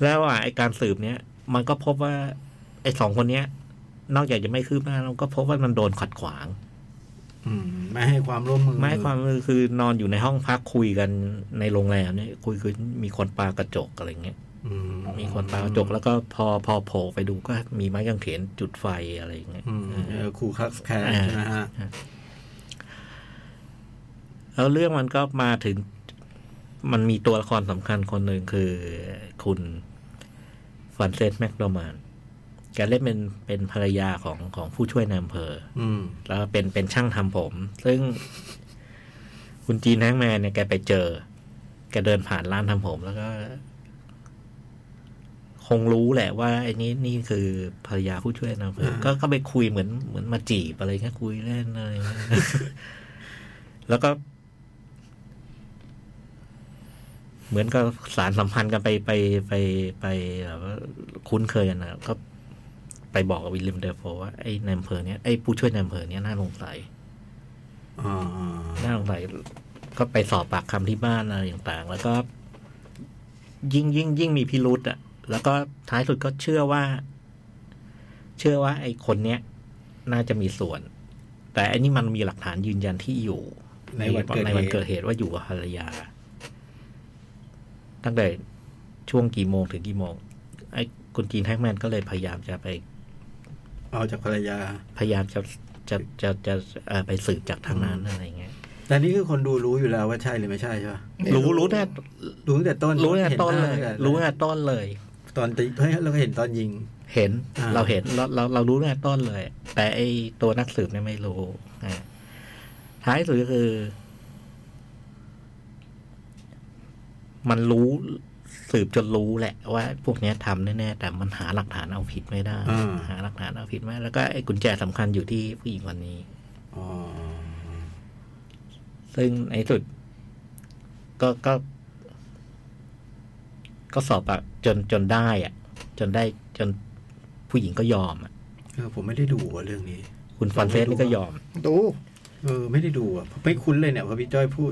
Speaker 3: แล้วอ่ะไอการสืบเนี้ยมันก็พบว่า ไอสองคนเนี้ย นอกจากจะไม่คืบหน้าแล้วก็พบว่ามันโดนขัดขวาง
Speaker 1: อืมไม่ให้ความร่วมมือ
Speaker 3: ไม่ให้ความร่วมมือคือนอนอยู่ในห้องพักคุยกันในโรงแรมเนี่ยคุยคือมีคนปากระจกอะไรเงี้ย
Speaker 1: อื
Speaker 3: มีคนปากระจกแล้วก็พอพอโผล่ไปดูก็มีไม้กางเขนจุดไฟอะไรอย่างเงี้ย
Speaker 1: อืม
Speaker 3: เอ
Speaker 1: เอ
Speaker 3: อ
Speaker 1: อครูคัสแคร์
Speaker 3: อ่า
Speaker 1: ใช่ไหมฮะ
Speaker 3: แล้วเรื่องมันก็มาถึง มันมีตัวละครสำคัญคนหนึ่งคือคุณฟันเซสแมคโดมานแกเล่นเป็นเป็นภรรยาของของผู้ช่วยนายอำเภอ
Speaker 1: อืม
Speaker 3: แล้วเป็นเป็นช่างทำผม ซึ่ง คุณจีนแฮงแมนเนี่ยแกไปเจอ แกเดินผ่านร้านทำผม แล้วก็ คงรู้แหละว่าไอ้นี้นี่คือภรรยาผู้ช่วยนายอำเภอ
Speaker 1: อ่า
Speaker 3: ก็ก็ไปคุยเหมือนเหมือนมาจีบอะไรเงี้ยคุยเล่นอะไรเงี้ย แล้วก็ เหมือนก็สารสัมพันธ์กันไปไปไปไปแบบว่าคุ้นเคยกันนะครับก็ไปบอกกับวิลเลมเดอร์โฟว่าไอ้นายอำเภอเนี้ยไอ้ผู้ช่วยนายอำเภอเนี้ยน่าสงสัย
Speaker 1: อ่า
Speaker 3: น่าสงสัยก็ไปสอบปากคำที่บ้านอะไรต่างๆ แล้วก็ ยิ่งยิ่งยิ่งมีพิรุษอ่ะ แล้วก็ท้ายสุดก็เชื่อว่า เชื่อว่า ไอ้คนเนี้ย น่าจะมีส่วน แต่อันนี้มันมีหลักฐานยืนยันที่อยู่
Speaker 1: ในวันเกิด
Speaker 3: ในวันเกิดเหตุว่าอยู่กับภรรยา ตั้งแต่ช่วงกี่โมงถึงกี่โมง ไอ้คุณจีนแฮกแมนก็เลยพยายามจะไป
Speaker 1: เอาจากภรรยา
Speaker 3: พยายามจะจะจะจะเอ่อไปสืบจากทางนั้นอะไรเงี้ย
Speaker 1: แต่นี่คือคนดูรู้อยู่แล้วว่าใช่หรือไม่ใช่ใช่ป่ะ
Speaker 2: ไม่
Speaker 3: รู้รู้แน่
Speaker 1: รู้ตั้งแต่ต้น
Speaker 3: รู้แน่
Speaker 1: เห็
Speaker 3: ต้นเล
Speaker 1: หา
Speaker 3: ย
Speaker 1: ตั้งแต่
Speaker 3: รู้แน่ต้นเลย
Speaker 1: ตอนตีเฮ้ยเราก็เห็นตอนยิง
Speaker 3: เห็น
Speaker 1: อ่า
Speaker 3: เราเห็นเราเราเรารู้แน่ต้นเลย แต่ไอตัวนักสืบเนี่ยไม่รู้อ่าท้ายสุดก็คือ มันรู้สืบจนรู้แหละ ว่าพวกเนี้ยทำแน่ๆแต่มันหาหลักฐานเอาผิดไม่ได้
Speaker 1: อ่า
Speaker 3: หาหลักฐานเอาผิดไม่ได้แล้วก็ไอ้กุญแจสำคัญอยู่ที่ผู้หญิงคนนี้
Speaker 1: อ๋อ
Speaker 3: ซึ่งในที่สุด ก็ก็ ก็สอบอะจนจนได้อะจนได้จนผู้หญิงก็ยอมอะ
Speaker 1: เออผมไม่ได้ดูอะเรื่องนี้
Speaker 3: คุณฟอนเซสนี่ก็ยอม
Speaker 2: ดู
Speaker 1: เออไม่ได้ดูอ่ะไม่คุ้นเลยเนี่ยพอพี่จ้อยพูด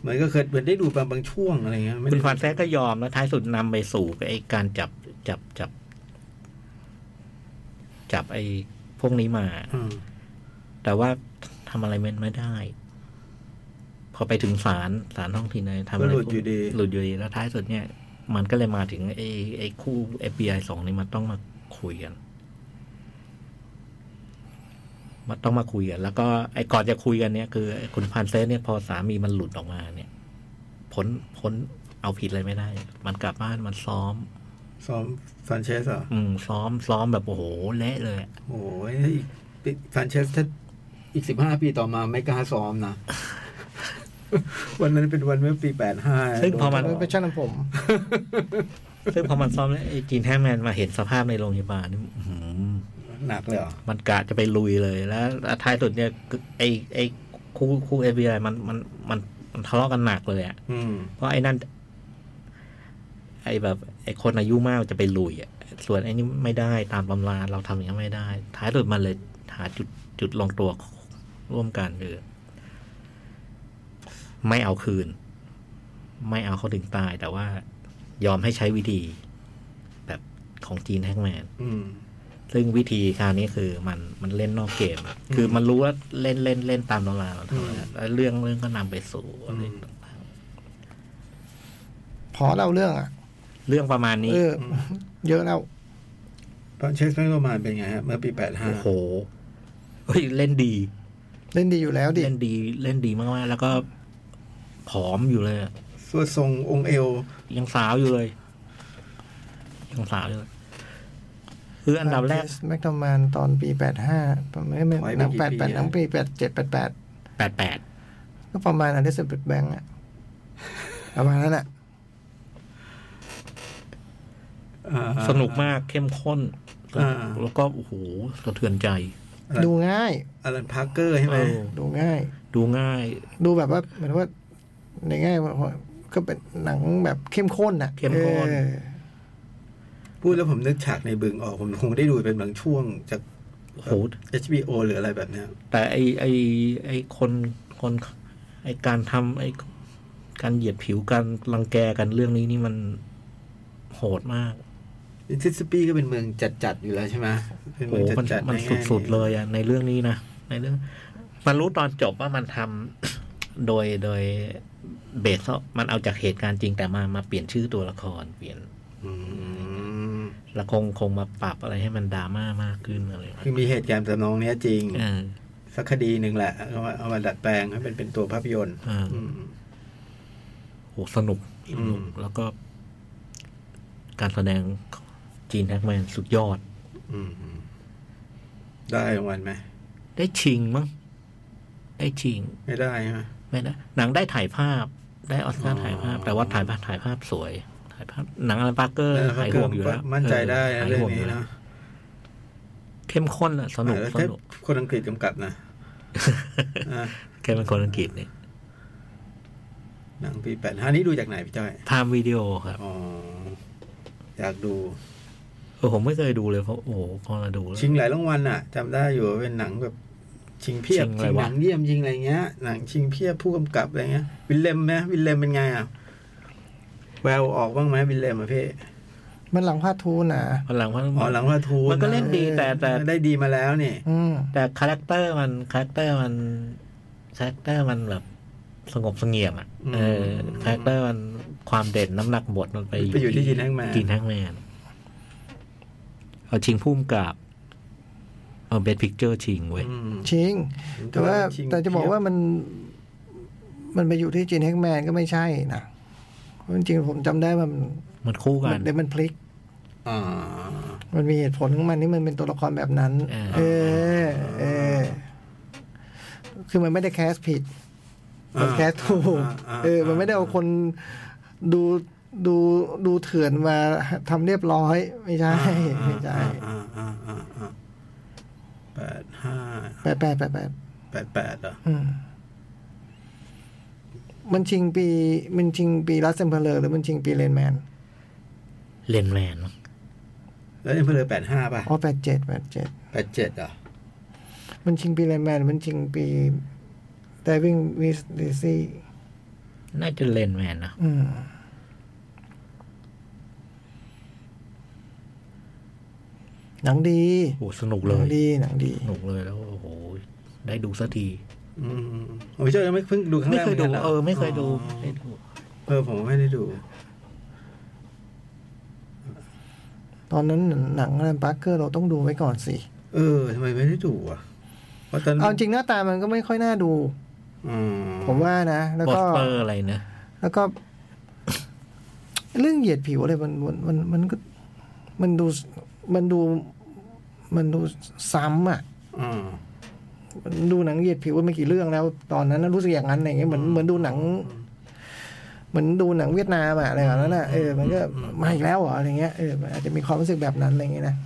Speaker 1: เหมือนก็เคยเหมือนได้ดูบางบางช่วงอะไรเงี้ยไม่
Speaker 3: คุ
Speaker 1: ได้
Speaker 3: ณฟานแซกก็ยอมแล้วท้ายสุดนำไปสู่ไอ้การจับจับจับ จับไอ้พวกนี้มา
Speaker 1: อืม
Speaker 3: แต่ว่าทำอะไรมันไม่ได้ พอไปถึงศาลศาลท้องถิ่นเลยทำ
Speaker 1: ก็
Speaker 3: อะไร
Speaker 1: หลุดอยู่ดี
Speaker 3: หลุดอยู่ดีแล้วท้ายสุดเนี่ย มันก็เลยมาถึงไอ้ไอ้คู่ FBI สองนี่มันต้องมาคุยกันมันต้องมาคุยกัน แล้วก็ไอ้ก่อนจะคุยกันเนี่ยคือไอ้คุณพานเซสเนี่ยพอสามีมันหลุดออกมาเนี่ยผลผลเอาผิดเลยไม่ได้ มันกลับบ้านมันซ้อม
Speaker 1: ซ้อมซานเชสเหรอ่ะ
Speaker 3: อืมซ้อมซ้อมแบบโอ้โหเละเลยอะ
Speaker 1: โอ้ยซานเชสถ้าอีกสิบห้าปีต่อมาไม่กล้าซ้อมนะ วันนั้นเป็นวันเมื่อปีแปดห้า
Speaker 3: ซึ่งพอมัน
Speaker 2: เป็นช่างทำผม
Speaker 3: ซึ่งพอมันซ้อมแล้วไอ้จีนแฮมแมนมาเห็นสภาพในโรงพยาบาลนี่อื้อหือ
Speaker 1: หนักเลยเหรอ
Speaker 3: มันกะจะไปลุยเลยแล้วท้ายสุดเนี่ยคือไอ้ไอ้คู่คู่เอฟบีไอมันมันมันมันทะเลาะกันหนักเลยอะ
Speaker 1: อืม
Speaker 3: เพราะไอ้นั่น ไอ้แบบไอ้คนอายุมากจะไปลุยอะส่วนไอ้นี่ไม่ได้ตามตำราเราทำอย่างนี้นไม่ได้ ท้ายสุดมันเลยหาจุดจุดลงตัวร่วมกันคือไม่เอาคืน ไม่เอาเขาถึงตาย แต่ว่า ยอมให้ใช้วิธี แบบของจีนแฮกแมน
Speaker 1: อืม
Speaker 3: ซึ่งวิธีการนี้คือมันมันเล่นนอกเกมอะคือมันรู้ว่าเล่นเล่นเล่นตามดอลลาร์เราทำอะไรแล้วเรื่องเรื่องก็นำไปสู่อะไรต่าง
Speaker 2: พอเล่าเรื่องอ่ะ
Speaker 3: ๆ เรื่องประมาณนี้
Speaker 2: เออเยอะแล้ว
Speaker 1: ตอนเช็คเรื่องประมาณเป็นไงฮะ เมื่อปีแปดห้า
Speaker 3: โอ้โหเฮ้ยเล่นดี
Speaker 2: เล่นดีอยู่แล้วดิ
Speaker 3: เล่นดีเล่นดีมากๆ แล้วก็ผอมอยู่เลยอะ
Speaker 1: ส่วนทรงองค์เอว
Speaker 3: ยังสาวอยู่เลย ยังสาวอยู่เลยคืออันดับแรก
Speaker 2: แมคโดแมนตอนปี 85ประมาณไม่
Speaker 1: ไว้
Speaker 2: ไม่
Speaker 1: ไม่
Speaker 2: หนัง
Speaker 1: กี่ปี
Speaker 2: 88
Speaker 1: อะ
Speaker 2: หนังปี 87 88
Speaker 3: แปดแปด
Speaker 2: ก็ประมาณอลิซาเบธแบงก์ อะประมาณนั้นแหละ
Speaker 1: อ่า
Speaker 3: สนุกมากเข้มข้น
Speaker 1: อ่า
Speaker 3: แล้วก็โอ้โหสะเทือนใจ
Speaker 2: ดูง่าย
Speaker 1: อลันพาร์เกอร์ใช่ไหม
Speaker 3: เออ
Speaker 2: ดูง่าย
Speaker 3: ดูง่าย
Speaker 2: ดูแบบว่าเหมือนว่า ในง่ายว่าก็เป็นหนังแบบเข้มข้นน่ะ
Speaker 3: เข้มข้น
Speaker 2: เออ
Speaker 1: พูดแล้วผมนึกฉากในบึงออกผมคงได้ดูเป็นบางช่วงจาก
Speaker 3: โอ้โห
Speaker 1: HBO หรืออะไรแบบเนี้ย
Speaker 3: แต่ไอไอไอคนคนไอการทำไอการเหยียดผิวการรังแกกันเรื่องนี้นี่มันโหดมาก
Speaker 1: มิสซิสซิปปีก็เป็นเมืองจัดๆอยู่แล้วใช่ไหมเป็น
Speaker 3: โอ้โห
Speaker 1: เมือง
Speaker 3: มัน
Speaker 1: จัดๆ
Speaker 3: มัน
Speaker 1: ในแง่
Speaker 3: สุดๆเลยอะในเรื่องนี้นะในเรื่อง มันรู้ตอนจบว่ามันทำ โดยโดยเบสเขามันเอาจากเหตุการณ์จริงแต่มามาเปลี่ยนชื่อตัวละครเปลี่ยน
Speaker 1: อืม
Speaker 3: และคงคงมาปรับอะไรให้มันดราม่ามากขึ้นอะไรอย่าง
Speaker 1: คื
Speaker 3: เงี้ย
Speaker 1: อมีเหตุการณ์จำนองเนี้ยจริง
Speaker 3: เออ
Speaker 1: สักคดีหนึ่งแหละเอามาเอามาดัดแปลงให้เป็นเป็นตัวภาพยนตร์
Speaker 3: อ่า
Speaker 1: อืม
Speaker 3: โหสนุกสนุก
Speaker 1: อืม
Speaker 3: แล้วก็ การแสดงจีนแฮกแมนสุดยอด
Speaker 1: อืมอืมได้รางวัลไหม
Speaker 3: ได้ชิงมั้งได้ชิง
Speaker 1: ไม่ได้ใช่ไหม
Speaker 3: ไม่นะหนังได้ถ่ายภาพได้ออสกา
Speaker 1: อ๋
Speaker 3: ร์
Speaker 1: อ
Speaker 3: ถ่ายภาพ แต่ว่าถ่ายภาพถ่ายภาพสวย ถ่ายภาพหนังอลันปาร์เกอร์
Speaker 1: เออ
Speaker 3: หายห่วงอยู่แล้ว
Speaker 1: มั่นใจได้
Speaker 3: เออ
Speaker 1: นะ
Speaker 3: หาย
Speaker 1: เรื่อง
Speaker 3: ห่วงอ
Speaker 1: นี้
Speaker 3: ยู่แล้ว
Speaker 1: นะ
Speaker 3: เข้มข้นอะสนุก
Speaker 1: แล้ว
Speaker 3: ส
Speaker 1: แค่
Speaker 3: นุก
Speaker 1: คนอังกฤษกำกับนะอ่ะ
Speaker 3: แกเป็นคนอังกฤษเนี่ย
Speaker 1: หนังปีแปดห้านี้ดูจากไหนพี่จ้อย
Speaker 3: พามวิดีโอครับ
Speaker 1: อ๋ออยากดู
Speaker 3: เออผมไม่เคยดูเลยเพราะโอ้โหพอมาดูแล้ว
Speaker 1: ชิงหลายรางวัลน่ะจำได้อยู่ว่าเป็นหนังแบบชิงเพียบ
Speaker 3: ชิงอะไร
Speaker 1: ชิงหนั
Speaker 3: วะ
Speaker 1: งเยี่ยมชิงอะไรเงี้ยหนังชิงเพียบผู้กำกับอะไรเงี้ย วิลเลมไหมวิลเลมเป็นไงอ่ะแววออกบ้างไหมวิลเลมอ่ะพี่
Speaker 2: มันหลังพาดทูนน่ะ
Speaker 3: พอหลังว่า
Speaker 1: อ๋อหลังว่าทู
Speaker 3: มันก็เล่นดีแต่แต่
Speaker 1: ได้ดีมาแล้วนี่
Speaker 2: อืม
Speaker 3: แต่คาแรคเตอร์มันคาแรคเตอร์มันคาแรคเตอร์มันแบบสงบเสงเงียมอ่ะ
Speaker 1: อืม
Speaker 3: เออคาแรคเตอร์มันความเด่นน้ำหนักบทมันไป
Speaker 1: ไปอยู่ที่ Gene Hackman
Speaker 3: จีนแฮกแมนเอาชิงพุ่มกับเอาเบสพิกเจอร์ชิงเว้ย
Speaker 1: อืม
Speaker 2: ชิง แต่ว่า
Speaker 1: ชิง
Speaker 2: แต่จะบอกว่ามัน มันไปอยู่ที่จีนแฮกแมนก็ไม่ใช่นะเพราะจริงๆผมจำได้ว่ามัน
Speaker 3: มันคู่กัน
Speaker 2: เดี๋ยวมันพลิก
Speaker 1: อ่า
Speaker 2: มันมีเหตุผลของมันที่มันเป็นตัวละครแบบนั้น
Speaker 3: อ่า
Speaker 2: เออ เออ คือมันไม่ได้แคสผิด มันแคสถูก
Speaker 1: าา
Speaker 2: เออ มันไม่ได้เอาคนดูดูดูเถื่อนมาทำเรียบร้อย ไม่ใช่
Speaker 1: อ่า
Speaker 2: ไม่ใช่
Speaker 1: อ่าอ่าอ่าอ่าแปดห้า
Speaker 2: แปดแปดแปดแปด
Speaker 1: แปดแปดเหรอ
Speaker 2: อืมมันชิงปี มันชิงปีรัสเซมเพลอร์หรือมันชิงปีเลนแมน
Speaker 3: เลนแมนมั้ง
Speaker 1: แล้วเอ็มเพลอแปดห้าป่ะ
Speaker 2: อ๋อแปดเจ็ดแปดเจ็ด
Speaker 1: แปดเจ็ดเหรอ
Speaker 2: มันชิงปีเลนแมนหรือมันชิงปี Diving with Daisy
Speaker 3: น่าจะเลนแมนนะ
Speaker 2: อืม หนังดี
Speaker 3: โอ้สนุก
Speaker 2: ห
Speaker 3: เล
Speaker 2: นัง
Speaker 3: ย
Speaker 2: ดีหนังดี
Speaker 3: สนุกเลยแล้วโอ้โหได้ดูสักที
Speaker 1: อืมโอ้ยเจ้ายังไม่เพิ่งดูครั้ง
Speaker 3: ไม่
Speaker 1: แรก
Speaker 3: เคยดู
Speaker 1: หนกันหร
Speaker 3: เออไม่เคยดูไม่ดู
Speaker 1: เออผมไม่ได้ดู
Speaker 2: ตอนนั้นหนังแรมปาร์เกอร์เราต้องดูไว้ก่อนสิ
Speaker 1: เออทำไมไม่ได้ดูอ่ะเพราะตอน
Speaker 2: เอาจริงหน้าตามันก็ไม่ค่อยน่าดู
Speaker 1: อื
Speaker 2: ผมว่านะ แล้ว
Speaker 3: บอส
Speaker 2: ก็
Speaker 3: เตอร์อะไรนะ
Speaker 2: แล้วก็ เรื่องเหยียดผิวอะไรมันมันมันมันก็ มันดูมันดู มันดูซ้ำอ่ะ
Speaker 1: อ่า
Speaker 2: ดูหนังเหยียดผิวไม่กี่เรื่องแล้ว ตอนนั้นนะรู้สึกอย่างนั้นอะไรเงี้ยเหมือนเหมือนดูหนังเหมือนดูหนังเวียดนามอะอะไรแบบนั้นอ่ะเออมันก็มาอีกแล้วเหรออะไรเงี้ยเออมันอาจจะมีความรู้สึกแบบนั้นอะไรเงี้ยนะ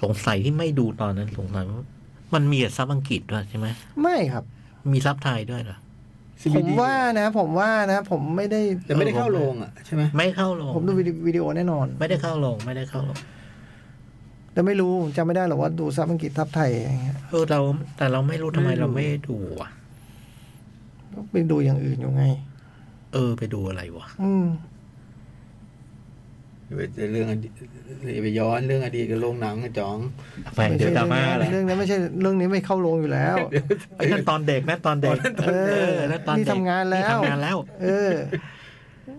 Speaker 3: สงสัยที่ไม่ดูตอนนั้นสงสัยว่ามันมีแต่ซับอังกฤษด้วยใช่ไหม
Speaker 2: ไม่ครับ
Speaker 3: มีซับไทยด้วยเหรอ
Speaker 2: ผ
Speaker 1: CBD
Speaker 2: มว่านะ ผมว่านะ ผมไม่ได้
Speaker 1: แต่ไม่ได้เข้าโรงอ่ะใช่ไหม
Speaker 3: ไม่เข้าลง
Speaker 2: ผมดูวิดีวิดีโอแน่นอน
Speaker 3: ไม่ได้เข้าลง ไม่ได้เข้าลง
Speaker 2: แต่ไม่รู้ผมจำไม่ได้หรอกว่าดูซับอังกฤษทับไทยอะไรเงี้ย
Speaker 3: เออเราแต่เราไม่รู้ทำไมเราไม่ดูอ่ะ
Speaker 2: ก็ไปดูอย่างอื่นอยู่ไง
Speaker 3: เออ ไปดูอะไรวะ
Speaker 2: อืม
Speaker 1: ไปเรื่องอดีตไปย้อนเรื่องอดีตกับโรงหนังอะจ๋อง
Speaker 3: ไปเดี๋ยวดราม่าแหละ
Speaker 2: เรื่องนั้นไม่ใช่เรื่องนี้ไม่เข้าโรงอยู่แล้ว
Speaker 3: ไอ้นั่นตอนเด็กนะตอนเด็ก
Speaker 2: เออ
Speaker 3: นั่นตอนเด็ก
Speaker 2: นี่ทำงานแล้ว
Speaker 3: ทำงานแล้ว
Speaker 2: เออ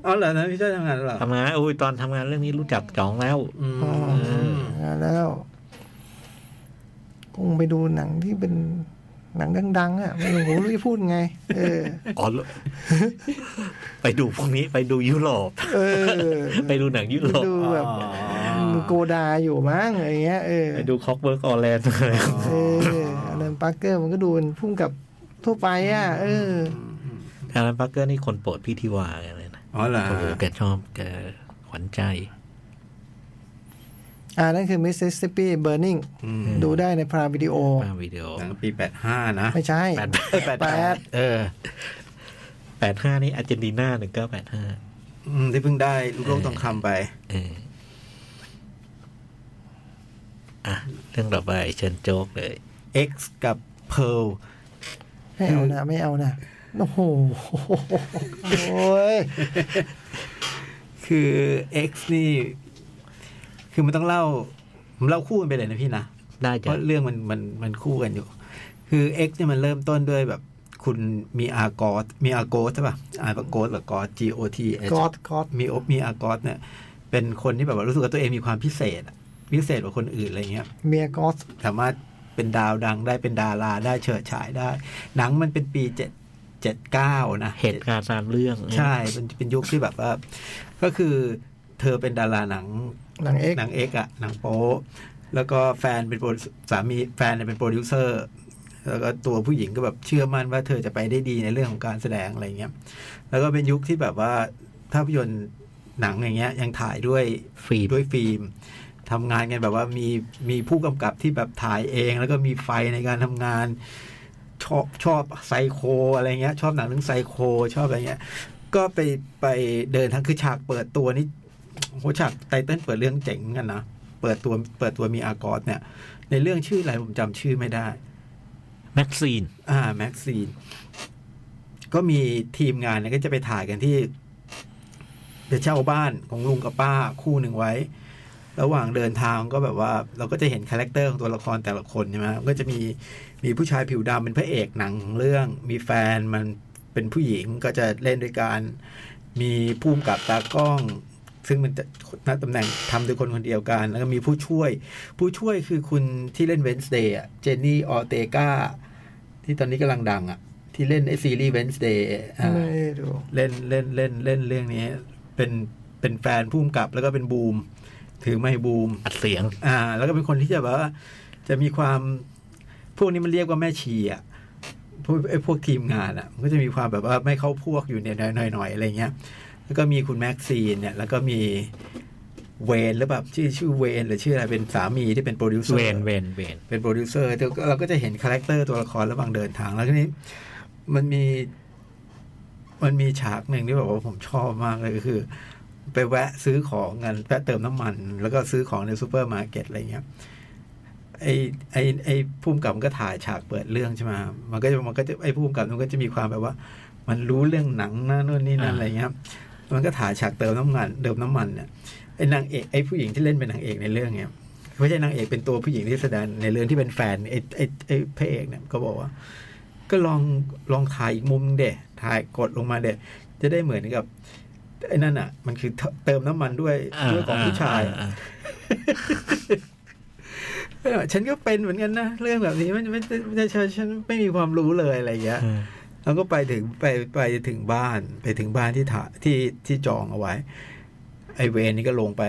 Speaker 1: เอาเหรอนะพี่เจ้าทำงานเหรอ
Speaker 3: ทำงานอุ้ยตอนทำงานเรื่องนี้รู้จักจ๋องแล้ว
Speaker 1: อืม
Speaker 2: อ๋อ งานแล้วคงไปดูหนังที่เป็นหนังดัง ๆ อ่ะไม่รู้ผมไม่รู้จะพูดไง เออ
Speaker 3: อ๋อเหรอ ไปดูพวกนี้ไปดูยุโรป
Speaker 2: เออ
Speaker 3: ไปดูหนังยุ
Speaker 2: ไป
Speaker 3: โรป
Speaker 2: ดูแบบ
Speaker 1: อ๋อ
Speaker 2: โกดาอยู่มั้งอะไรเงี้ยเออ
Speaker 3: ไปดูคอกเบิร์กออแลนด์
Speaker 2: เอออลันปาร์เกอร์มันก็ดูเป็นพุ่งกับทั่วไปอ่ะ เออ
Speaker 3: แอลันปาร์เกอร์นี่คนโปรดพี่ทิวาเลยนะ
Speaker 1: อ๋อเหรอ
Speaker 3: โอ้โหแกชอบแกขวัญใจ
Speaker 2: อ่านั่นคือ Mississippi Burning
Speaker 1: อืม
Speaker 2: ดูได้ในพรามวิดีโอ
Speaker 3: ป้าวิดีโอ
Speaker 1: หนังปีแปดห้านะ
Speaker 2: ไม่ใช่
Speaker 3: แปด
Speaker 2: แปด
Speaker 3: เออแปดห้านี่อาร์เจนตินาหนึ่งเก้าแปดห้า
Speaker 1: อืมที่เพิ่งได้ลูกโลกทองคำไป
Speaker 3: เอออ่ะเรื่องต่อไปเชิญโจ๊กเลย
Speaker 1: X กับ Pearl
Speaker 2: ไม่เอานะไม่เอานะโอ้โหโอ้ย
Speaker 1: คือ X นี่ คือมันต้องเล่าผมเล่าคู่กันไปเลยนะพี่นะ
Speaker 3: ได้
Speaker 1: เพ
Speaker 3: จ้ะ
Speaker 1: ราะเรื่องมันมันมันคู่กันอยู่ คือ X เนี่ยมันเริ่มต้นด้วยแบบ คุณมีอาร์กอสมีอาร์โกสใช่ป่ะอาร์โกสหรือกอส G O T S
Speaker 2: กอดกอด
Speaker 1: มีโอมีอากอสเนี่ย เป็นคนที่แบบว่ารู้สึกว่าตัวเองมีความพิเศษอะพิเศษกว่าคนอื่นอะไรเงี้ย
Speaker 2: เมียกอด
Speaker 1: สามารถเป็นดาวดังได้เป็นดาราได้เฉิดฉายได้ หนังมันเป็นปีเจ็ดเจ็ดเก้านะ
Speaker 3: เหตุการณ์ตามเรื่อง
Speaker 1: ใช่เป็นเป็นยุคที่แบบว่า ก็คือเธอเป็นดาราหนัง
Speaker 2: หนังเอก
Speaker 1: หนังเอกอะหนังโป๊แล้วก็แฟนเป็นโปรดิวสามีแฟนเนี่ยเป็นโปรดิวเซอร์ แล้วก็ตัวผู้หญิงก็แบบเชื่อมั่นว่าเธอจะไปได้ดีในเรื่องของการแสดงอะไรเงี้ย แล้วก็เป็นยุคที่แบบว่าภาพยนตร์หนังอย่างเงี้ยยังถ่ายด้วย
Speaker 3: ฟรี
Speaker 1: ด้วยฟิล์มทำงานกันแบบว่ามีมีผู้กำกับที่แบบถ่ายเอง แล้วก็มีไฟในการทำงาน ชอบชอบไซโคอะไรเงี้ย ชอบหนังเรื่องไซโค ชอบอะไรเงี้ย ก็ไปไปเดินทางคือฉากเปิดตัวนี่โหฉากไตเติ้ลเปิดเรื่องเจ๋งเหมือนกันนะเปิดตัวเปิดตัวมีอากอสเนี่ย ในเรื่องชื่ออะไรผมจำชื่อไม่ได้
Speaker 3: แม็กซีน
Speaker 1: อ่าแม็กซีน ก็มีทีมงานเนี่ยก็จะไปถ่ายกันที่ไปเช่าบ้านของลุงกับป้าคู่หนึ่งไว้ ระหว่างเดินทางก็แบบว่า เราก็จะเห็นคาแรคเตอร์ของตัวละครแต่ละคนใช่ไหมก็จะมีมีผู้ชายผิวดำเป็นพระเอกหนังของเรื่อง มีแฟนมันเป็นผู้หญิงก็จะเล่นด้วยการมีผู้กำกับตากล้อง ซึ่งมันจะนัตำแหน่งทำโดยคนคนเดียวกัน แล้วก็มีผู้ช่วย ผู้ช่วยคือคุณที่เล่นเวนส์เดย์เจนนี่ออเตกาที่ตอนนี้กำลังดังอ่ะ ที่เล่นไอซีรีส์เวนส์เดย์
Speaker 2: ไม่ได้ดู
Speaker 1: เล่นเล่นเล่นเล่นเรื่องนี้ เป็นเป็นแฟนพุ่มกับแล้วก็เป็นบูม ถือไม่บูม
Speaker 3: อัดเสียง
Speaker 1: อ่า แล้วก็เป็นคนที่จะแบบว่า จะมีความพวกนี้มันเรียกว่าแม่ชีอ่ะพวกไอ้พวกทีมงานอ่ะ มันก็จะมีความแบบว่าไม่เข้าพวกอยู่เนี่ยหน่อยๆอะไรเงี้ย แล้วก็มีคุณแม็กซีนเนี่ย แล้วก็มีเวนหรือแบบชื่อชื่อเวนหรือชื่ออะไรเป็นสามีที่เป็นโปรดิวเซอร์
Speaker 3: เวนเวนเวน
Speaker 1: เป็นโปรดิวเซอร์แต่เราก็จะเห็นคาแรคเตอร์ตัวละครระหว่างเดินทาง แล้วทีนี้มันมี มันมีฉากหนึ่งที่แบบว่าผมชอบมากเลยก็คือ ไปแวะซื้อของกันแวะเติมน้ำมัน แล้วก็ซื้อของในซูเปอร์มาร์เก็ตอะไรเงี้ยไอไอไอพุ่มกับมันก็ถ่ายฉากเปิดเรื่องใช่ไหมมันก็จะมันก็จะไอพุ่มกับมันก็จะมีความแบบว่า มันรู้เรื่องหนังนะนู่นนี่นั่
Speaker 3: อ่า
Speaker 1: นอะไรเงี้ย มันก็ถ่ายฉากเติมน้ำมันเติมน้ำมันเนี่ยไอนางเอกไอผู้หญิงที่เล่นเป็นนางเอกในเรื่องเนี่ยไม่ใช่นางเอกเป็นตัวผู้หญิงที่แสดงในเรื่องที่เป็นแฟนไอไอไอพระเอกเนี่ยก็บอกว่า ก็ลองลองถ่ายอีกมุมเดะถ่ายกดลงมาเดะจะได้เหมือนกับไอ้นั่นอ่ะ มันคือเติมน้ำมันด้วยด้วยของผู้ชาย
Speaker 3: อ่อ่อ่
Speaker 1: เออฉันก็เป็นเหมือนกันนะ เรื่องแบบนี้มันไม่ไม่ใช่ฉันไม่มีความรู้เลยอะไรอย่างเงี้ย
Speaker 3: อ่า
Speaker 1: แล้วก็ไปถึงไปไปถึงบ้านไปถึงบ้านที่ถ่าที่ที่จองเอาไว้ ไอเวรนี่ก็ลงไป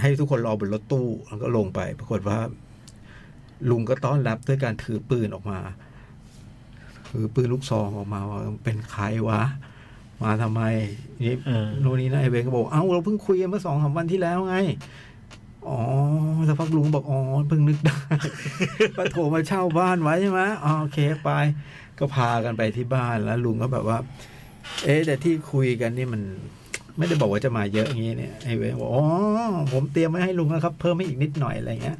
Speaker 1: ให้ทุกคนรอบนรถตู้แล้วก็ลงไป ปรากฏว่า ลุงก็ต้อนรับด้วยการถือปืนออกมาถือปืนลูกซองออกมาว่าเป็นใครวะ มาทำไมนี่
Speaker 3: เออ
Speaker 1: โน่นนี่นะไอเวนก็บอก เอ้าเราเพิ่งคุยกันเมื่อสองสามวันที่แล้วไง อ๋อสักพักลุงบอก อ๋อ เพิ่งนึกได้ ปะโถมาเช่าบ้านไว้ใช่ไหมอ๋อโอเคไป ก็พากันไปที่บ้านแล้วลุงก็แบบว่า เอ๊ะแต่ที่คุยกันนี่มัน ไม่ได้บอกว่าจะมาเยอะอย่างนี้เนี่ยไอเวนบอกอ๋อผมเตรียมไว้ให้ลุงแล้วครับ เพิ่มให้อีกนิดหน่อยอะไรเงี้ย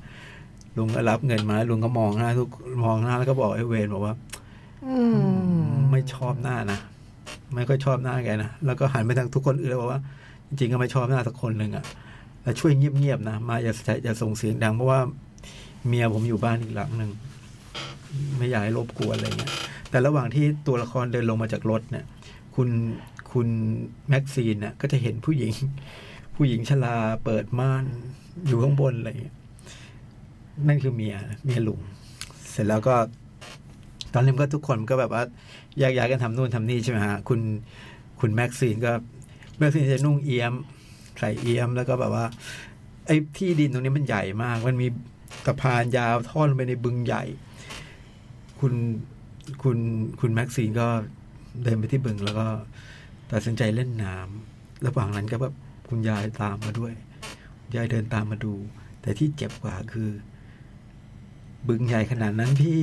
Speaker 1: ลุงก็รับเงินมาลุงก็มองหน้าทุกมองหน้าแล้วก็บอกไอ้เวรบอกว่า ไม่ชอบหน้านะไม่ค่อยชอบหน้าแกนะแล้วก็หันไปทางทุกคนอื่นแล้วบอกว่า จริงๆก็ไม่ชอบหน้าสักคนหนึ่งอะ่ะแล้วช่วยเงียบๆนะมาอย่าใส่อย่าส่งเสียงดังเพราะว่าเมียผมอยู่บ้านอีกหลังหนึ่งไม่อยากให้รบกวนอะไรเงี้ยแต่ระหว่างที่ตัวละครเดินลงมาจากรถเนี่ย คุณคุณแม็กซีนน่ะก็จะเห็นผู้หญิง ผู้หญิงชราเปิดม่านอยู่ข้างบนอะไรเงี้ยนั่นคือเมียเมียลุงเสร็จแล้วก็ ตอนนี้มันก็ทุกคนก็แบบว่าแยกย้ายกันทำนู่นทำนี่ใช่ไหมฮะคุณคุณแม็กซีนก็แม็กซีนจะนุ่งเอี๊ยมใส่เอี๊ยมแล้วก็แบบว่า ไอ้ที่ดินตรงนี้มันใหญ่มาก มันมีสะพานยาวทอดลงไปในบึงใหญ่ คุณคุณคุณแม็กซีนก็เดินไปที่บึงแล้วก็ตัดสินใจเล่นน้ำระหว่างนั้นก็แบบคุณยายตามมาด้วยคุณยายเดินตามมาดู แต่ที่เจ็บกว่าคือ บึงใหญ่ขนาดนั้นพี่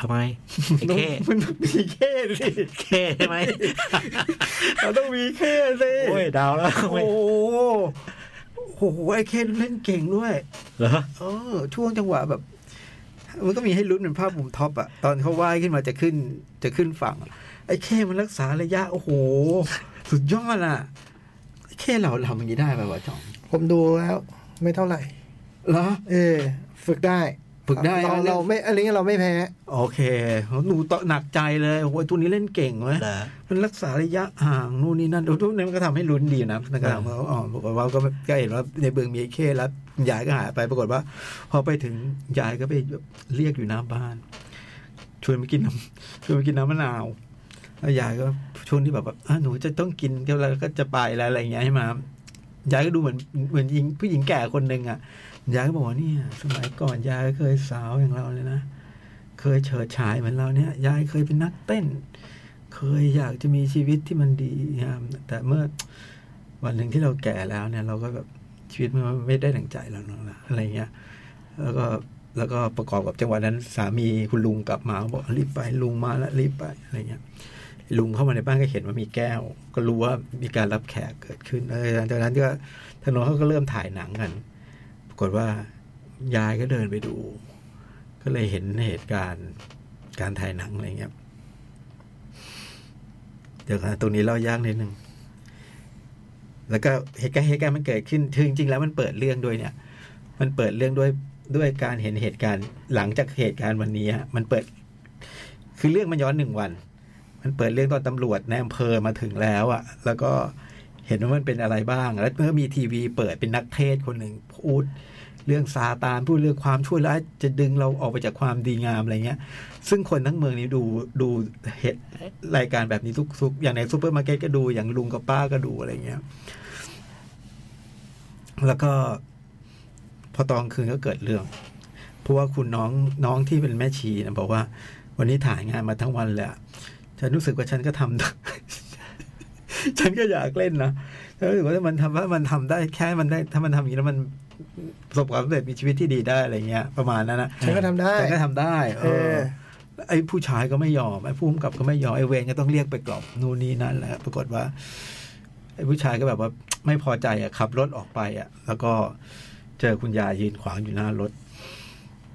Speaker 3: ทำไมไอ้
Speaker 1: ต้อง
Speaker 3: เค้
Speaker 1: มันต้องมีแค่สิ
Speaker 3: เค้ใช่ไหม
Speaker 1: เราต้องมีแค่สิ
Speaker 3: โอ้ยดาวแล้ว
Speaker 1: โอ้โห
Speaker 3: ไม่
Speaker 1: โอ้โหไอ้แค่เล่นเก่งด้วย
Speaker 3: เหรอ
Speaker 1: เออช่วงจังหวะแบบ มันก็มีให้ลุ้นเป็นภาพมุมท็อปอะตอนเขาว่ายขึ้นมาจะขึ้นจะขึ้นฝั่งอะไอ้แค่มันรักษาระยะ โอ้โห สุดยอดอะไอ้แค่เราทำอย่างนี้ได้ไหมวะจอง
Speaker 2: ผมดูแล้ว ไม่เท่าไหร่
Speaker 1: เหรอ
Speaker 2: เออ ฝึกได้
Speaker 1: ฝึกได้
Speaker 2: เรา
Speaker 1: นะ
Speaker 2: เราไม่อะไรเงี้ยเราไม่แพ้
Speaker 1: โอเคหนูต่อหนักใจเลยโอ้โหตัวนี้เล่นเก่งเว้ย
Speaker 3: เหรอ
Speaker 1: มันรักษาระยะห่างนู่นนี่นั่นดูทุกนี้มันก็ทำให้ลุ้นดีนะนะครับเขาอ๋อปรากฏว่าก็ก็เห็นว่าในเบืองมีไอ้เข้แล้วยายก็หายไปปรากฏว่า พอไปถึงยายก็ไปเรียกอยู่หน้าบ้าน ชวนไปกินน้ำช วนไปกินน้ำมะนาวแล้วยายก็ช่วงที่แบบว่าอ่ะหนูจะต้องกินก็แล้วก็จะไปแล้วอะไรอย่างเงี้ยใช่ไหมยายก็ดูเหมือนเหมือนหญิงผู้หญิงแก่คนหนึ่งอ่ะยายก็บอกว่าเนี่ย สมัยก่อนยายก็เคยสาวอย่างเราเลยนะเคยเฉิดฉายเหมือนเราเนี่ยยายเคยเป็นนักเต้น เคยอยากจะมีชีวิตที่มันดีงามแต่เมื่อวันหนึ่งที่เราแก่แล้วเนี่ย เราก็แบบชีวิตมันไม่ได้ดั่งใจแล้วเนอะอะไรเงี้ย แล้วก็แล้วก็ประกอบกับจังหวะนั้นสามีคุณลุงกลับมาบอกรีบไปลุงมาแล้วรีบไปอะไรเงี้ย ลุงเข้ามาในบ้านก็เห็นว่ามีแก้ว ก็รู้ว่ามีการรับแขกเกิดขึ้นเออหลังจากนั้นก็ถนนเขาก็เริ่มถ่ายหนังกัน ปรากฏว่ายายก็เดินไปดู ก็เลยเห็นเหตุการณ์การถ่ายหนังอะไรเงี้ย เดี๋ยวก่อนนะตรงนี้เล่ายากนิดนึง แล้วก็เหตุการณ์เหตุการณ์มันเกิดขึ้นถึงจริงๆแล้วมันเปิดเรื่องด้วยเนี่ย มันเปิดเรื่องด้วยด้วยการเห็นเหตุการณ์หลังจากเหตุการณ์วันนี้ฮะมันเปิด คือเรื่องมันย้อนหนึ่งวัน มันเปิดเรื่องตอนตำรวจในอำเภอมาถึงแล้วอะแล้วก็เห็นว่ามันเป็นอะไรบ้าง แล้วเมื่อมีทีวีเปิดเป็นนักเทศน์คนหนึ่งพูด เรื่องซาตานพูดเรื่องความชั่วร้ายจะดึงเราออกไปจากความดีงามอะไรเงี้ย ซึ่งคนทั้งเมืองนี้ดูดูเหตุรายการแบบนี้ทุกทุกอย่างในซูเปอร์มาร์เก็ตก็ดูอย่างลุงกับป้าก็ดูอะไรเงี้ย แล้วก็พอตอนกลางคืนก็เกิดเรื่อง เพราะว่าคุณน้องน้องที่เป็นแม่ชีนะบอกว่า วันนี้ถ่ายงานมาทั้งวันเลยอะฉันรู้สึ กว่าฉันก็ทำ ฉันก็อยากเล่นนะฉันรู้สึกว่ามันทำว่ามันทำได้แค่มันได้ ถ้ามันทำอย่างนี้แล้วมันประสบความสำเร็จมีชีวิตที่ดีได้อะไรเงี้ย ประมาณนั้นนะ
Speaker 2: ฉันก็ทำได้
Speaker 1: ฉันก็ทำได้ เอ
Speaker 2: เอ
Speaker 1: อ
Speaker 2: อ
Speaker 1: ไอ้ผู้ชายก็ไม่ยอมไอ้ผู้กำกับก็ไม่ยอมไอ้เวรก็ต้องเรียกไปกล่อมนู่นนี่นั่นแหละปรากฏว่า ไอ้ผู้ชายก็แบบว่า ไม่พอใจอ่ะขับรถออกไปอ่ะ แล้วก็เจอคุณยายยืนขวางอยู่หน้ารถ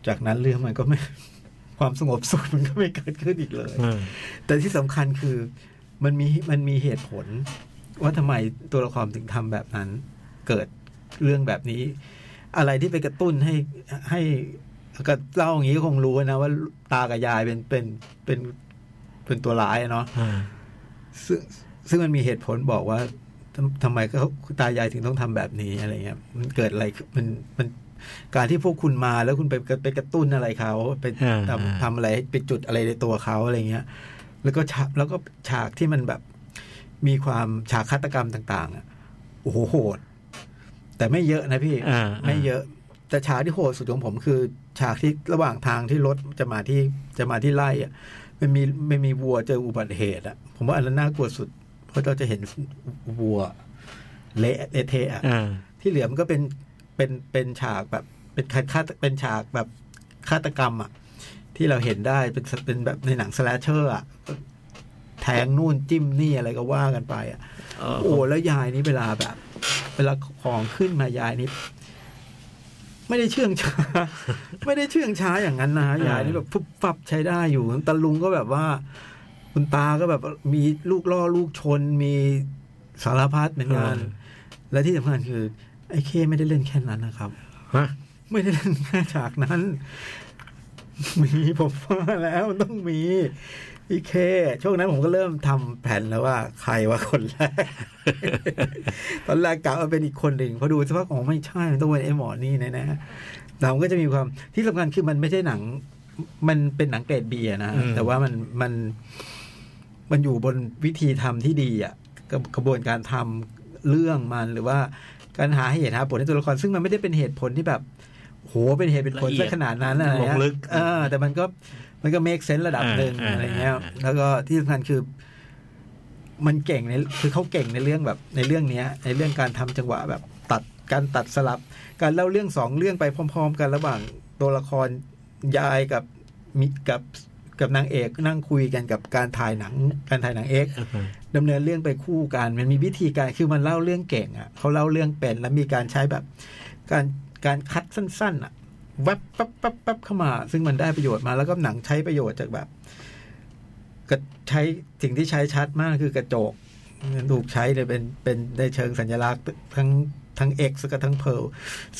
Speaker 1: จากนั้นเรื่องมันก็ไม่ ความสงบสุขมันก็ไม่เกิดขึ้นอีกเลย
Speaker 3: อืม
Speaker 1: แต่ที่สำคัญคือมันมีมันมีเหตุผล ว่าทำไมตัวละครถึงทำแบบนั้น เกิดเรื่องแบบนี้ อะไรที่ไปกระตุ้นให้ให้ก็เล่าอย่างนี้ก็คงรู้นะว่าตากับยายเป็นเป็นเป็นเป็นตัวร้ายอะเนาะ
Speaker 3: อ่า
Speaker 1: ซึ่งซึ่งมันมีเหตุผลบอกว่าทำทำไมเขาตายายถึงต้องทำแบบนี้อะไรเงี้ยมันเกิดอะไรขึ้นมันมันการที่พวกคุณมาแล้วคุณไปไปกระตุ้นอะไรเขาไปทำทำอะไรไปจุดอะไรในตัวเขาอะไรเงี้ย แล้วก็ฉากแล้วก็ฉากที่มันแบบมีความฉากฆาตกรรมต่าง ๆอ่ะโอ้โหโหด แต่ไม่เยอะนะพี่
Speaker 3: อ่า
Speaker 1: ไม่เยอะ แต่ฉากที่โหดสุดของผมคือ ฉากที่ระหว่างทางที่รถจะมาที่จะมาที่ไร่อะมันมีมันมีวัวเจออุบัติเหตุอะผมว่าอันนั้นน่ากลัวสุด เพราะเราจะเห็นวัว เละเละเทะอะ
Speaker 3: อ่า
Speaker 1: ที่เหลือมันก็เป็นเป็นเป็นฉากแบบ เป็นฆาฆาตเป็นฉากแบบฆาตกรรมอะที่เราเห็นได้เป็นเป็นแบบในหนังสแลชเชอร์อะแทงนู่นจิ้มนี่อะไรก็ว่ากันไปอะ
Speaker 3: เอ่อ
Speaker 1: โอ้แล้วยายนี่เวลาแบบ เวลาของขึ้นมายายนี่ ไม่ได้เชื่องช้า ไม่ได้เชื่องช้าอย่างนั้นนะฮะยายนี่แบบฟุบฟับใช้ได้อยู่ตะลุงก็แบบว่า คุณตาก็แบบมีลูกล่อลูกชน มีสารพัดเหมือนกัน
Speaker 3: เออ
Speaker 1: และที่สำคัญคือ ไอ้เคไม่ได้เล่นแค่นั้นนะครับ
Speaker 3: ฮะ
Speaker 1: ไม่ได้เล่นแค่ฉากนั้น มีผมว่าแล้วมันต้องมีอีเค ช่วงนั้นผมก็เริ่มทำแผนแล้วว่า ใครว่าคนแรก ตอนแรกกะว่าเป็นอีกคนหนึ่งพอดูสภาพของไม่ใช่มันต้องเป็นไอ้หมอนี่แน่ๆแต่มันก็จะมีความที่สำคัญคือมันไม่ใช่หนัง มันเป็นหนังเกรดบีนะ แต่ว่ามันมันมันอยู่บนวิธีทำที่ดีอ่ะกับกระบวนการทำเรื่องมันหรือว่าการหาเหตุหาผลในตัวละคร ซึ่งมันไม่ได้เป็นเหตุผลที่แบบ โหเป็นเหตุเป็นผลซะขนาดนั้นอะไร
Speaker 3: ลง
Speaker 1: เงี้ย
Speaker 3: ลึก
Speaker 1: เออ แต่มันก็มันก็เมคเซนส์ระดับหนึ่ง
Speaker 3: อ่า
Speaker 1: อะไรเงี้ย
Speaker 3: อ่าอ่า
Speaker 1: แล้วก็ที่สำคัญคือ มันเก่งในคือเขาเก่งในเรื่องแบบในเรื่องเนี้ย ในเรื่องการทำจังหวะแบบตัดการตัดสลับ การเล่าเรื่องสองเรื่องไปพร้อม ๆ กันระหว่างตัวละครยายกับมิกับกับนางเอกนั่งคุยกันกับการถ่ายหนัง การถ่ายหนังเอก
Speaker 3: อ่าฮะ
Speaker 1: ดำเนินเรื่องไปคู่กัน มันมีวิธีการคือมันเล่าเรื่องเก่งอ่ะเขาเล่าเรื่องเป็นแล้วมีการใช้แบบ การการคัดสั้นๆอ่ะแวบปั๊บปั๊บปั๊บเข้ามา ซึ่งมันได้ประโยชน์มาแล้วก็หนังใช้ประโยชน์จากแบบ ก็ใช้สิ่งที่ใช้ชัดมากคือกระจกถูกใช้เลยเป็นเป็นในเชิงสัญลักษณ์ทั้งทั้ง X กับทั้งเพล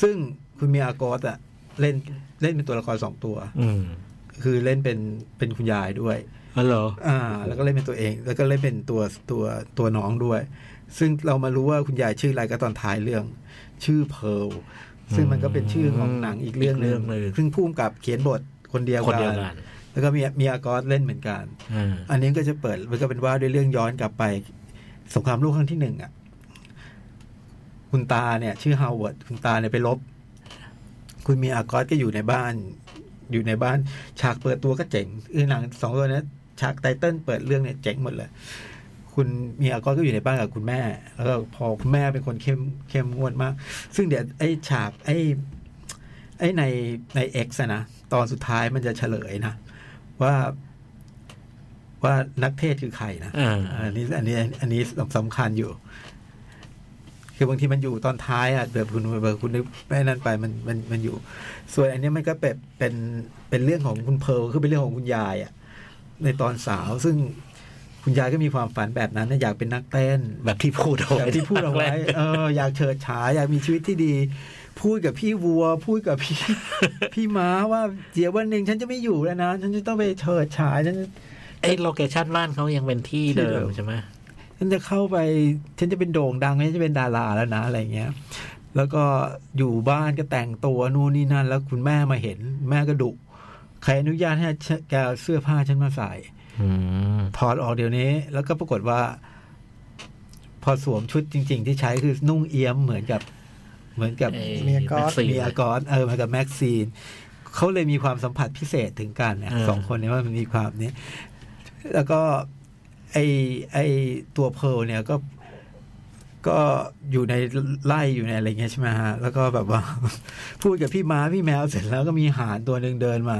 Speaker 1: ซึ่งคุณเมียอากอสอะเล่นเล่นเป็นตัวละครสองตัว
Speaker 3: อืม
Speaker 1: คือเล่นเป็นเป็นคุณยายด้วย
Speaker 3: อ๋อเหรอ
Speaker 1: อ่า แล้วก็เล่นเป็นตัวเอง แล้วก็เล่นเป็นตัวตัวตัวน้องด้วย ซึ่งเรามารู้ว่าคุณยายชื่ออะไรก็ตอนท้ายเรื่อง ชื่อเพลซึ่งมันก็เป็นชื่อของหนังอีกเรื่องหนึ่งซึ่งพุ่มกับเขียนบทคนเดียว
Speaker 3: คน
Speaker 1: กั
Speaker 3: เดียวน กัน
Speaker 1: แล้วก็มีมีอากอสเล่นเหมือนกัน
Speaker 3: อ่า
Speaker 1: อันนี้ก็จะเปิดมันก็เป็นว่าด้วยเรื่องย้อนกลับไป สงครามโลกครั้งที่หนึ่งอ่ะ คุณตาเนี่ย ชื่อฮาวเวิร์ดคุณตาเนี่ยไปลบ คุณเมียอากอสก็อยู่ในบ้าน อยู่ในบ้าน ฉากเปิดตัวก็เจ๋งคือหนังสองตัวเนี้ยฉากไตเติ้ลเปิดเรื่องเนี่ยเจ๋งหมดเลย คุณเมียอากอสก็อยู่ในบ้านกับคุณแม่ แล้วก็พอคุณแม่เป็นคนเข้มเข้มงวดมาก ซึ่งเดี๋ยวไอ้ฉากไอ้ ไอ้ในในเอ็กซ์นะตอนสุดท้ายมันจะเฉลยนะว่า ว่านักเทศคือใครนะ
Speaker 3: อ่า
Speaker 1: อันนี้อันนี้อันนี้สำคัญอยู่ คือบางทีมันอยู่ตอนท้ายอ่ะแบบคุณแบบคุณนึกแม่นั่นไปมันมันมันอยู่ ส่วนอันเนี้ยมันก็เป็นเป็นเป็นเรื่องของคุณเพร์ลคือเป็นเรื่องของคุณยายอ่ะในตอนสาวซึ่งคุณยายก็มีความฝันแบบนั้นนะอยากเป็นนักเต้น
Speaker 3: แบบที่พูดเอา
Speaker 1: อ
Speaker 3: ไว้
Speaker 1: ย่างที่พูดเอา ไว้ เออ อยากเฉิดฉายอยากมีชีวิตที่ดี พูดกับพี่วัว พูดกับพี่ พี่ม้าว่าเดี๋ยววันหนึ่งฉันจะไม่อยู่แล้วนะ ฉันจะต้องไปเฉิดฉายฉัน
Speaker 3: ไอ้โลเคชั่นบ้านเขายังเป็นที่
Speaker 1: ที่
Speaker 3: เดิ
Speaker 1: เดิ
Speaker 3: ม
Speaker 1: ม
Speaker 3: ใช่ไหม
Speaker 1: ฉันจะเข้าไป ฉันจะเป็นโด่งดังฉันจะเป็นดาราแล้วนะอะไรเงี้ย แล้วก็อยู่บ้านก็แต่งตัวนู่นนี่นั่น แล้วคุณแม่มาเห็น แม่ก็ดุใครอนุญาตให้แกเอาเสื้อผ้าฉันมาใส่
Speaker 3: อืม
Speaker 1: ถอดออกเดี๋ยวนี้ แล้วก็ปรากฏว่า พอสวมชุดจริง ๆ ที่ใช้คือนุ่งเอี้ยมเหมือนกับ เหมือนกับ
Speaker 3: ไอ้
Speaker 2: เมียก๊อต
Speaker 3: แกซีน
Speaker 1: มีอากอนเออมากับแม็กซีนเขาเลยมีความสัมผัสพิเศษถึงกันเนี่ย
Speaker 3: เออ
Speaker 1: สองคนเนี้ว่ามันมีความเนี้ยแล้วก็ไอไอตัวเพร์ลเนี่ยก็ ก็อยู่ในไล่อยู่ในอะไรเงี้ยใช่ไหมฮะ แล้วก็แบบว่า พูดกับพี่ม้าพี่แมวเสร็จแล้วก็มีหานตัวหนึ่งเดินมา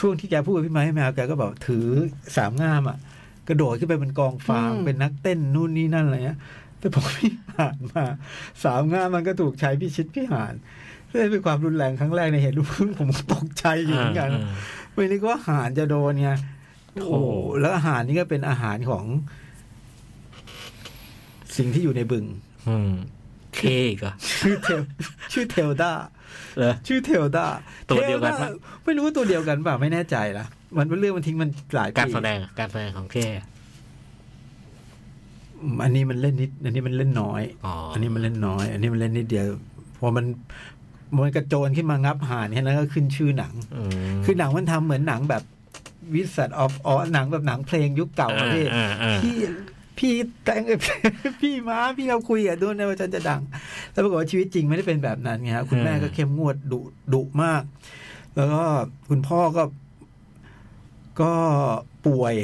Speaker 1: ช่วงที่แกพูดกับพี่ม้าพี่แมวแกก็แบบถือสามง่ามอ่ะ กระโดดขึ้นไปเป็นกองฟาง
Speaker 2: อืม
Speaker 1: เป็นนักเต้นนู่นนี่นั่นอะไรเงี้ย แต่พอพี่หานมาสามง่ามมันก็ถูกใช้พิชิตพี่หานนี่เป็นความรุนแรงครั้งแรกในเหตุรูปผมก็ตกใจอยู่เหมือนกัน
Speaker 3: า
Speaker 1: ไม่นึกว่าอาหารจะโดนไง
Speaker 3: โถ
Speaker 1: โอ้โหแล้วอาหารนี่ก็เป็นอาหารของ สิ่งที่อยู่ในบึง
Speaker 3: อืมเท่อีก็
Speaker 1: ชื่อเทลชื่อเทลดา
Speaker 3: เหรอ
Speaker 1: ชื่อเทลดา
Speaker 3: ตัวเดียวกันปะ
Speaker 1: ทลาไม่รู้ว่าตัวเดียวกันเปล่าไม่แน่ใจละมันเป็นเรื่องมันทิ้งมันหลายปี
Speaker 3: การแสดงการแสดงของเท่
Speaker 1: อืมอันนี้มันเล่นนิด อันนี้มันเล่นน้อย
Speaker 3: อ๋อ
Speaker 1: อั
Speaker 3: อั
Speaker 1: นนี้มันเล่นน้อย อันนี้มันเล่นนิดเดียวพอมันมันกระโจนขึ้นมางับหานแค่นั้นก็ขึ้นชื่อหนัง คือหนังมันทำเหมือนหนังแบบวิสัตออฟออหนังแบบหนังเพลงยุคเก่าอะพี่ พี่พี่แต่ง พี่มาพี่เราคุยอ่ะดูนะว่าฉันจะดัง แล้วปรากฏว่าชีวิตจริงไม่ได้เป็นแบบนั้นไงฮะคุณแม่ก็เข้มงวดดุดุมาก แล้วก็คุณพ่อก็ ก็ป่วย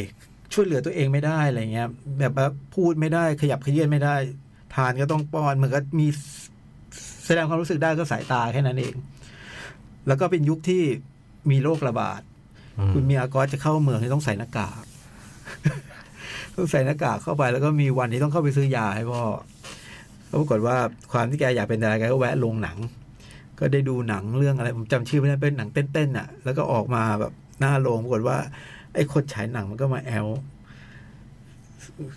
Speaker 1: ช่วยเหลือตัวเองไม่ได้อะไรเงี้ย แบบว่าพูดไม่ได้ขยับเขยื่อนไม่ได้ ทานก็ต้องป้อนเหมือนก็มีแสดงความรู้สึกได้ก็สายตาแค่นั้นเอง แล้วก็เป็นยุคที่มีโรคระบาด คุณเมียก็จะเข้าเมืองที่ต้องใส่หน้ากาก ต้องใส่หน้ากากเข้าไปแล้วก็มีวันที่ต้องเข้าไปซื้อยาให้พ่อแล้วปรากฏว่าความที่แกอยากเป็นดาราแกก็แวะลงหนัง ก็ได้ดูหนังเรื่องอะไร ผมจำชื่อไม่ได้เป็นหนังเต้นๆน่ะ แล้วก็ออกมาแบบหน้าโรงปรากฏว่า ไอ้คนฉายหนังมันก็มาแอล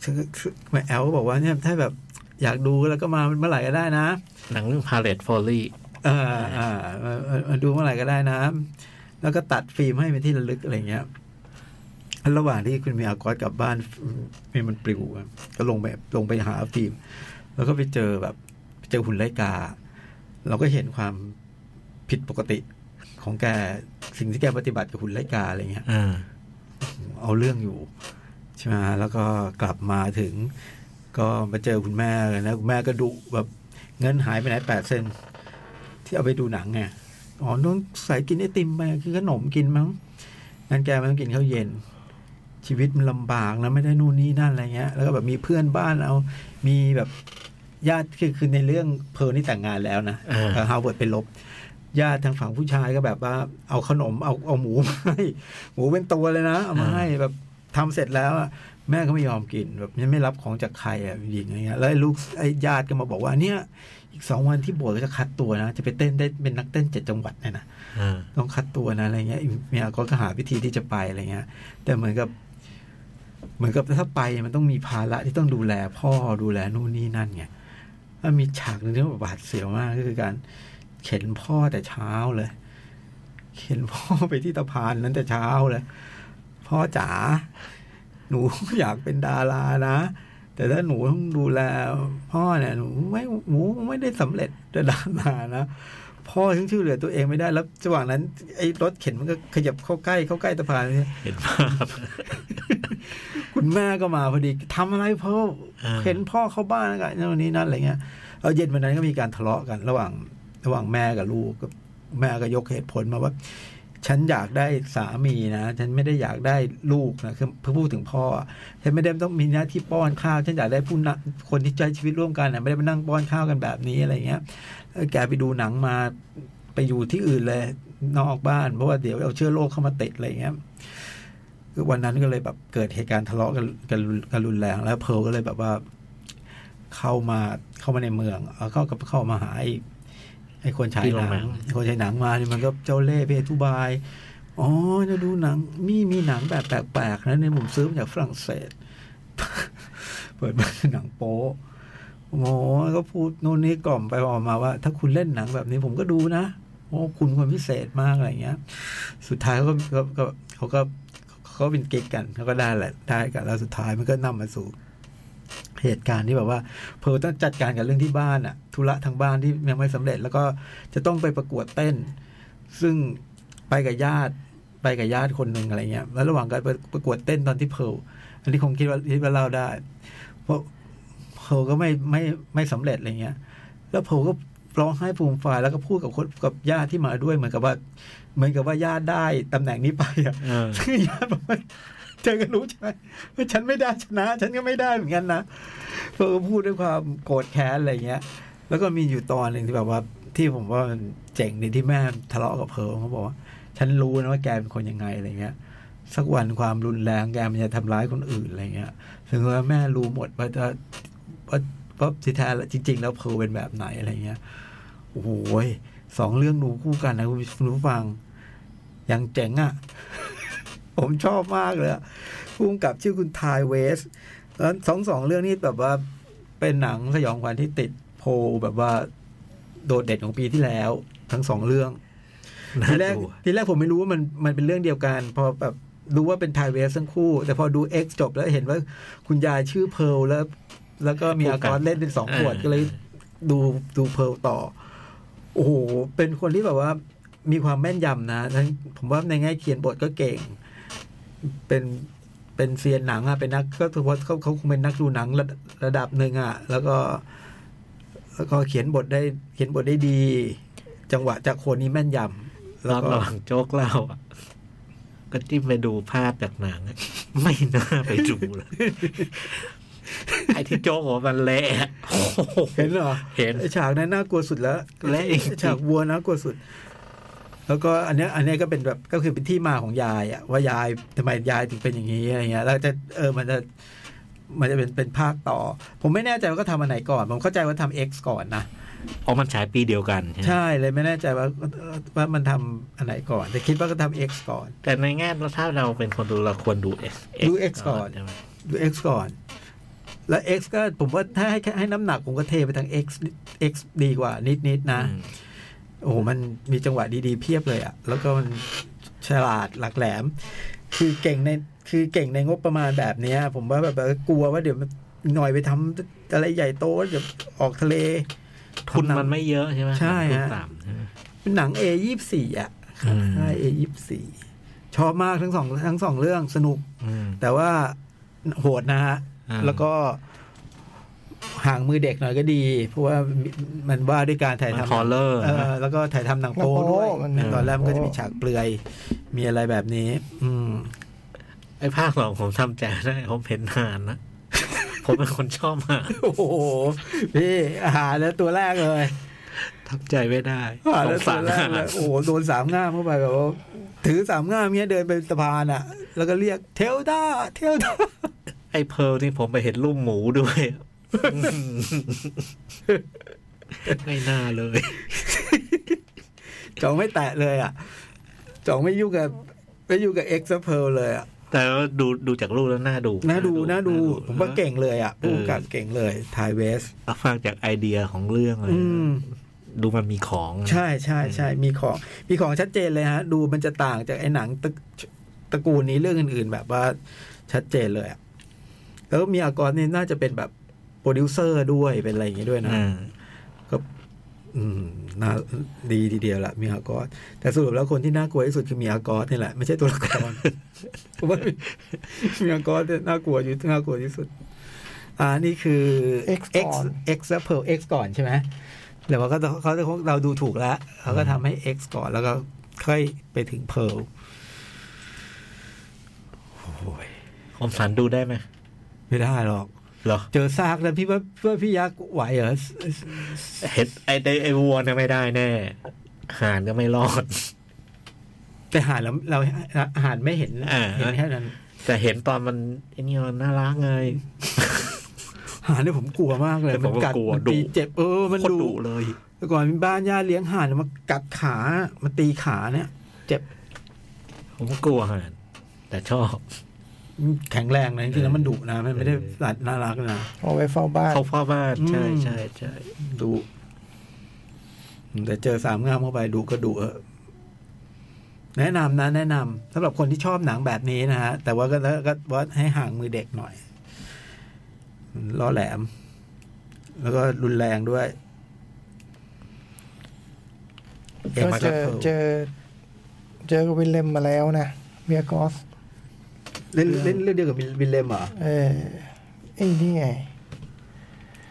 Speaker 1: ซึ่งซึ่งมาแอลก็บอกว่าเนี่ยถ้าแบบอยากดูแล้วก็มาเมื่อไหร่ก็ได้นะ
Speaker 3: หนังเรื่องพาเลตฟอลลี่
Speaker 1: เอ่าอ่ามามามาดูเมื่อไหร่ก็ได้นะ แล้วก็ตัดฟิล์มให้เป็นที่ระลึกอะไรเงี้ย ระหว่างที่คุณเมียอากอสกลับบ้านมีมันปลิวอะก็ลงแบบลงไปหาฟิล์ม แล้วก็ไปเจอแบบไปเจอหุ่นไลกา เราก็เห็นความผิดปกติของแกสิ่งที่แกปฏิบัติกับหุ่นไลกาอะไรเงี้ย
Speaker 3: อ่า
Speaker 1: เอาเรื่องอยู่ใช่ไหมแล้วก็กลับมาถึง ก็มาเจอคุณแม่เลยนะคุณแม่ก็ดุแบบเงินหายไปไหนแปดเซนที่เอาไปดูหนังไงอ๋อน้องใส่กินไอติมไปคือขนมกินมั้งงั้นแกไม่ต้องกินข้าวเย็น ชีวิตมันลำบากนะไม่ได้นู่นนี่นั่นอะไรเงี้ย แล้วก็แบบมีเพื่อนบ้านเอา มีแบบญาติคือคือในเรื่องเพร์ลนี่แต่งงานแล้วนะ
Speaker 3: อ่า
Speaker 1: ฮาวเวิร์ดไปลบ ญาติทางฝั่งผู้ชายก็แบบว่า เอาขนมเอาเอาหมูมาให้ หมูเป็นตัวเลยนะเอามาให้แบบทำเสร็จแล้วอะแม่ก็ไม่ยอมกินแบบยังไม่รับของจากใครอ่ะหญิงอะไรเงี้ยแล้วไอ้ลูกไอ้ญาติก็มาบอกว่าเนี่ย อีกสองวันที่บวชก็จะคัดตัวนะ จะไปเต้นได้เป็นนักเต้นเจ็ดจังหวัดเนี่ยนะ
Speaker 3: อ่า
Speaker 1: ต้องคัดตัวนะอะไรเงี้ยเมียก็หาวิธีที่จะไปอะไรเงี้ย แต่เหมือนกับ เหมือนกับถ้าไปมันต้องมีภาระที่ต้องดูแลพ่อดูแลนู่นนี่นั่นไงแล้วมีฉากหนึ่งที่แบบบาดเสียวมากก็คือการ เข็นพ่อแต่เช้าเลย เข็นพ่อไปที่ตะพานนั้นแต่เช้าเลย พ่อจ๋าหนู อยากเป็นดารานะ แต่ถ้าหนูต้องดูแลพ่อเนี่ยหนูไม่หนูไม่ได้สำเร็จจะดารานะ พ่อยังช่วยเหลือตัวเองไม่ได้แล้วระหว่างนั้นไอ้รถเข็นมันก็ขยับเข้าใกล้เข้าใกล้ตะพานเนี่ย
Speaker 3: เห็นภาพ
Speaker 1: คุณแม่ก็มาพอดีทำอะไรพ่อ
Speaker 3: อ่า
Speaker 1: เห็นพ่อเข้าบ้านแล้วกันนนนี้นั่นอะไรเงี้ยเอาเย็นวันนั้นก็มีการทะเลาะกัน ระหว่างระหว่างแม่กับลูกก็แม่ก็ยกเหตุผลมาว่า ฉันอยากได้สามีนะฉันไม่ได้อยากได้ลูกนะคือพูดถึงพ่อฉันไม่ได้ต้องมีหน้าที่ป้อนข้าวฉันอยากได้ผู้นำคนที่ใช้ชีวิตร่วมกันนะไม่ได้มานั่งป้อนข้าวกันแบบนี้อะไรเงี้ยแล้วแกไปดูหนังมาไปอยู่ที่อื่นเลย นอกบ้านเพราะว่าเดี๋ยวเอาเชื้อโรคเข้ามาติดอะไรเงี้ย คือวันนั้นก็เลยแบบเกิดเหตุการณ์ทะเลาะกันกันรุนกันรุนแรงแล้วเพร์ลก็เลยแบบว่าเข้ามาเข้ามาในเมืองเอาเข้ากับเข้ามาหาไอ้ไอ้คนฉาย
Speaker 3: ที่
Speaker 1: ห
Speaker 3: โร
Speaker 1: นั
Speaker 3: งหนั
Speaker 1: ง
Speaker 3: ง
Speaker 1: ไอ้คนฉายหนังมาเนี่ยมันก็เจ้าเล่ห์เพศทุบาย อ๋อจะดูหนัง มีมีหนังแบบแปลกๆนะเนี่ยผมซื้อมาจากฝรั่งเศส เปิดมาหนังโป๊ะโอ้โหก็พูดนู่นนี่กล่อมไปออกมาว่า ถ้าคุณเล่นหนังแบบนี้ผมก็ดูนะโอ้คุณคนพิเศษมากอะไรอย่างเงี้ย สุดท้ายเขาก็ก็ก็เขาก็เขาก็เป็นเก๊กกันเขาก็ได้แหละได้กันแล้วสุดท้ายมันก็นำมาสู่ เหตุการณ์ที่แบบว่าเพอต้องจัดการกับเรื่องที่บ้านอะธุระทางบ้านที่ยังไม่สำเร็จ แล้วก็จะต้องไปประกวดเต้น ซึ่งไปกับญาติไปกับญาติคนหนึ่งอะไรเงี้ยแล้วระหว่างการประกวดเต้นตอนที่เพลอันนี้คงคิดว่าคิดว่าเล่าได้ เพราะเพลก็ไม่ไม่ไม่สำเร็จอะไรเงี้ย แล้วเพลก็ร้องไห้ปูมฟายแล้วก็พูดกับคนกับญาติที่มาด้วยเหมือนกับว่า เหมือนกับว่าญาติได้ตำแหน่งนี้ไปอะ
Speaker 3: เออ
Speaker 1: ซึ่งญาติบอกว่าเธอก็รู้ใช่ไหมว่าฉันไม่ได้ชนะ ฉันก็ไม่ได้เหมือนกันนะเธอก็พูดด้วยความโกรธแค้นอะไรเงี้ย แล้วก็มีอยู่ตอนหนึ่งที่แบบว่า ที่ผมว่ามันเจ๋งดีที่แม่ทะเลาะกับเพอเขาบอกว่า ฉันรู้นะว่าแกเป็นคนยังไงอะไรเงี้ย สักวันความรุนแรงแกมันจะทำร้ายคนอื่นอะไรเงี้ยถึงว่าแม่รู้หมดว่าจะว่าว่าสิแท้แล้วจริง ๆ แล้วเพอเป็นแบบไหนอะไรเงี้ยโอ้โหยสองเรื่องดูคู่กันนะคุณผู้ฟังยังเจ๋งอ่ะ ผมชอบมากเลยอะภูมิกับชื่อคุณทายเวสแล้วสองสองเรื่องนี้แบบว่าเป็นหนังสยองขวัญที่ติดโพลแบบว่าโดดเด่นของปีที่แล้ว ทั้งสองเรื่อง
Speaker 3: น่า
Speaker 1: ทีแรก
Speaker 3: ดู
Speaker 1: ทีแรกผมไม่รู้ว่ามันมันเป็นเรื่องเดียวกัน พอแบบรู้ว่าเป็นทายเวสทั้งคู่ แต่พอดู X จบแล้วเห็นว่าคุณยายชื่อเพร์ลแล้ว แล้วก็มีอากรเล่นเป็นสองขวดก็เลย ดูดูเพร์ลต่อ โอ้โห เป็นคนที่แบบว่า มีความแม่นยำนะทั้งผมว่าในแง่เขียนบทก็เก่ง เป็นเป็นเซียนหนังอะเป็นนักก็ถือว่าเขาเขาคงเป็นนักดูหนังระระดับหนึ่งอะแล้วก็ แล้วก็เขียนบทได้เขียนบทได้ดี จังหวะจากคนนี้แม่นยำ
Speaker 3: ต
Speaker 1: แล้ว
Speaker 3: อน
Speaker 1: ก็
Speaker 3: ระหว่างโจ๊กเล่าอะก็จิ้มไปดูภาพจากหนังอะ ไม่น่าไปดูเลย ไอ้ที่โจ๊กบอกว่ามันเละ อะโอ้โห
Speaker 1: เห็นเหรอ
Speaker 3: เห็น
Speaker 1: ไอ้ฉากนั้นน่ากลัวสุดแล้ว
Speaker 3: และ
Speaker 1: ไอ้ฉากวัวน่ากลัวสุด แล้วก็อันเนี้ย อันเนี้ยก็เป็นแบบก็คือเป็นที่มาของยายอะว่ายายทำไมยายถึงเป็นอย่างนี้อะไรเงี้ยแล้วจะเออมันจะ มันจะเป็นเป็นภาคต่อ ผมไม่แน่ใจว่าก็ทำอันไหนก่อน ผมเข้าใจว่าทำ X ก่อนนะ
Speaker 3: อ๋อมันฉายปีเดียวกันใช่ไหม
Speaker 1: ใช่เลยไม่แน่ใจว่าว่ามันทำอันไหนก่อน แต่คิดว่าก็ทำ X ก่อน
Speaker 3: แต่ในแง่ถ้าเราเป็นคนดูเราควรดู X
Speaker 1: ดู X ก่อน
Speaker 3: ใช่ไหม
Speaker 1: ดู X ก่อน แล้ว X ก็ผมว่าถ้าให้ให้น้ำหนักผมก็เทไปทาง X X ดีกว่านิดนิดๆนะ
Speaker 3: อืม
Speaker 1: โอ้โหมันมีจังหวะดีๆเพียบเลยอะแล้วก็มันฉลาดหลักแหลม คือเก่งในคือเก่งในงบประมาณแบบเนี้ย ผมว่าแบบแบบกลัวว่าเดี๋ยวมันหน่อยไปทำอะไรใหญ่โตเดี๋ยวออกทะเล
Speaker 3: ทุน
Speaker 1: ทำหง
Speaker 3: มันไม่เยอะใช่ไหม
Speaker 1: ใช่
Speaker 3: ทุน
Speaker 1: ฮะ
Speaker 3: ต่ำใช่ไหม
Speaker 1: เป็นหนัง A ยี่สี่อ่ะ
Speaker 3: อืม
Speaker 1: ค่าย A ยี่สี่ชอบมากทั้งสองทั้งสองเรื่องสนุก
Speaker 3: อืม
Speaker 1: แต่ว่าโหดนะฮะ
Speaker 3: อ่า
Speaker 1: แล้วก็ห่างมือเด็กหน่อยก็ดี เพราะว่ามันว่าด้วยการถ่าย
Speaker 3: มัน
Speaker 1: ทำ
Speaker 3: คอลเลอร์
Speaker 1: เออแล้วก็ถ่ายทำหนังโป้
Speaker 2: หนังโป๊
Speaker 1: ด้วย
Speaker 2: มัน
Speaker 1: ในตอนแรกมันก็
Speaker 2: หนัง
Speaker 1: จะ
Speaker 2: โป๊
Speaker 1: มีฉากเปลือย มีอะไรแบบนี้ อืม
Speaker 3: ไอ้ภาคสองผมทำใจได้ผมเห็นนานนะ ผมเป็นคนชอบมาก
Speaker 1: โอ้โห พี่อาหารแล้วตัวแรกเลย
Speaker 3: ทำใจไม่ได้
Speaker 1: อาหาร
Speaker 3: สง
Speaker 1: แล้ว
Speaker 3: สา
Speaker 1: ตัว
Speaker 3: ร
Speaker 1: แรก
Speaker 3: หา
Speaker 1: เลย
Speaker 3: น
Speaker 1: โอ้โหโดนสามง่ามเข้าไปแบบว่าถือสามง่ามเนี้ยเดินไปสะพานอ่ะ แล้วก็เรียกเทลดาเทลดา
Speaker 3: ไอ้เพร์ลนี่ผมไปเห็นรูปหมูด้วย ไม่น่าเลย
Speaker 1: จองไม่แตะเลยอ่ะจองไม่ยุ่งกับไม่ยุ่งกับเอ็กซ์เพลเลยอ่ะ
Speaker 3: แต่ว่าดูดูจากรูปแล้วน่าดู
Speaker 1: น่าดูน่าดู ผมว่า
Speaker 3: นะ
Speaker 1: เก่งเลยอ่ะ
Speaker 3: เออ
Speaker 1: ผู้กำกับเก่งเลยทายเวส
Speaker 3: เอาฟังจากไอเดียของเรื่องเลย
Speaker 1: อืม
Speaker 3: ดูมันมีของนะ
Speaker 1: ใช่ใช่ใช่มีของ มีของชัดเจนเลยฮะ ดูมันจะต่างจากไอ้หนังตระตระกูลนี้เรื่องอื่นๆ แบบว่าชัดเจนเลยอ่ะแล้วมีอากรนี่น่าจะเป็นแบบโปรดิวเซอร์ด้วยเป็นอะไรอย่างงี้ด้วยนะ
Speaker 3: อ่า
Speaker 1: ก็ อืมน่าดีทีเดียวละมีอากอสแต่สรุปแล้วคนที่น่ากลัวที่สุดคือมีอากอสนี่แหละ ไม่ใช่ตัวละค ร ผมว่ามีมีอากอสเนี่ยน่ากลัวอยู่น่ากลัวที่สุด อ่านี่คือ
Speaker 2: X ก่
Speaker 1: X
Speaker 2: อน
Speaker 1: X และ Pearl X ก่อนใช่ไหมแต่ว่าก็เขาเขาเราดูถูกแล้วเขาก็ทำให้ X ก่อนแล้วก็ค่อยไปถึง Pearl โอ้ย
Speaker 3: คมสันดูได้ไหม
Speaker 1: ไม่ได้หรอก
Speaker 3: เหรอ
Speaker 1: เจอซากแล้วพี่ว่าพี่ว่าพี่ยักษ์ไหวเหรอ
Speaker 3: เห็ดไอไอ้ไอวัวเนี่ยไม่ได้แน่ห่านก็ไม่รอด
Speaker 1: แต่หาดเราเราหาดไม่เห็น
Speaker 3: อ่า
Speaker 1: เห็นแค่นั้น
Speaker 3: แต่เห็นตอนมันไอ้นี่มันน่ารักไง
Speaker 1: หาดเนี่ยผมกลัวมากเลย
Speaker 3: แต่ผม
Speaker 1: มันกัด
Speaker 3: ก็กลัว
Speaker 1: มันตี
Speaker 3: ดุ
Speaker 1: เจ็บเออมัน
Speaker 3: โคตร
Speaker 1: ดุ
Speaker 3: ดุเลย
Speaker 1: แต่ก่อนมีบ้านญาติเลี้ยงหาดเนี่ยมากัดขามาตีขาเนี่ย เจ็บ
Speaker 3: ผมก็กลัวห่านแต่ชอบ
Speaker 1: แข็งแรงนะจริงๆแล้วมันดุนะมันไม่ได้
Speaker 3: เออ
Speaker 1: สัตว์น่ารักนะ
Speaker 2: เอาไว้เฝ้าบ้าน
Speaker 3: เขาพ่อบ้านใช่ใช่ใช่
Speaker 1: ดุแต่เจอสามงามเข้าไปดุก็ดุเออแนะนำนะ แนะนำสำหรับคนที่ชอบหนังแบบนี้นะฮะ แต่ว่าก็แล้วก็ว่าให้ห่างมือเด็กหน่อยมันล่อแหลม แล้วก็รุนแรงด้วย เอ็ม
Speaker 2: ก็
Speaker 1: มา
Speaker 2: เจ
Speaker 1: จาก
Speaker 2: อ
Speaker 1: เพิร์ล
Speaker 2: เจอ เจอกับวิลเลมมาแล้วนะเบียกอส
Speaker 1: เล่นเล่นเรื่องเดียวกับวิลเลมเหรอ
Speaker 2: เออไอ้นี่ไง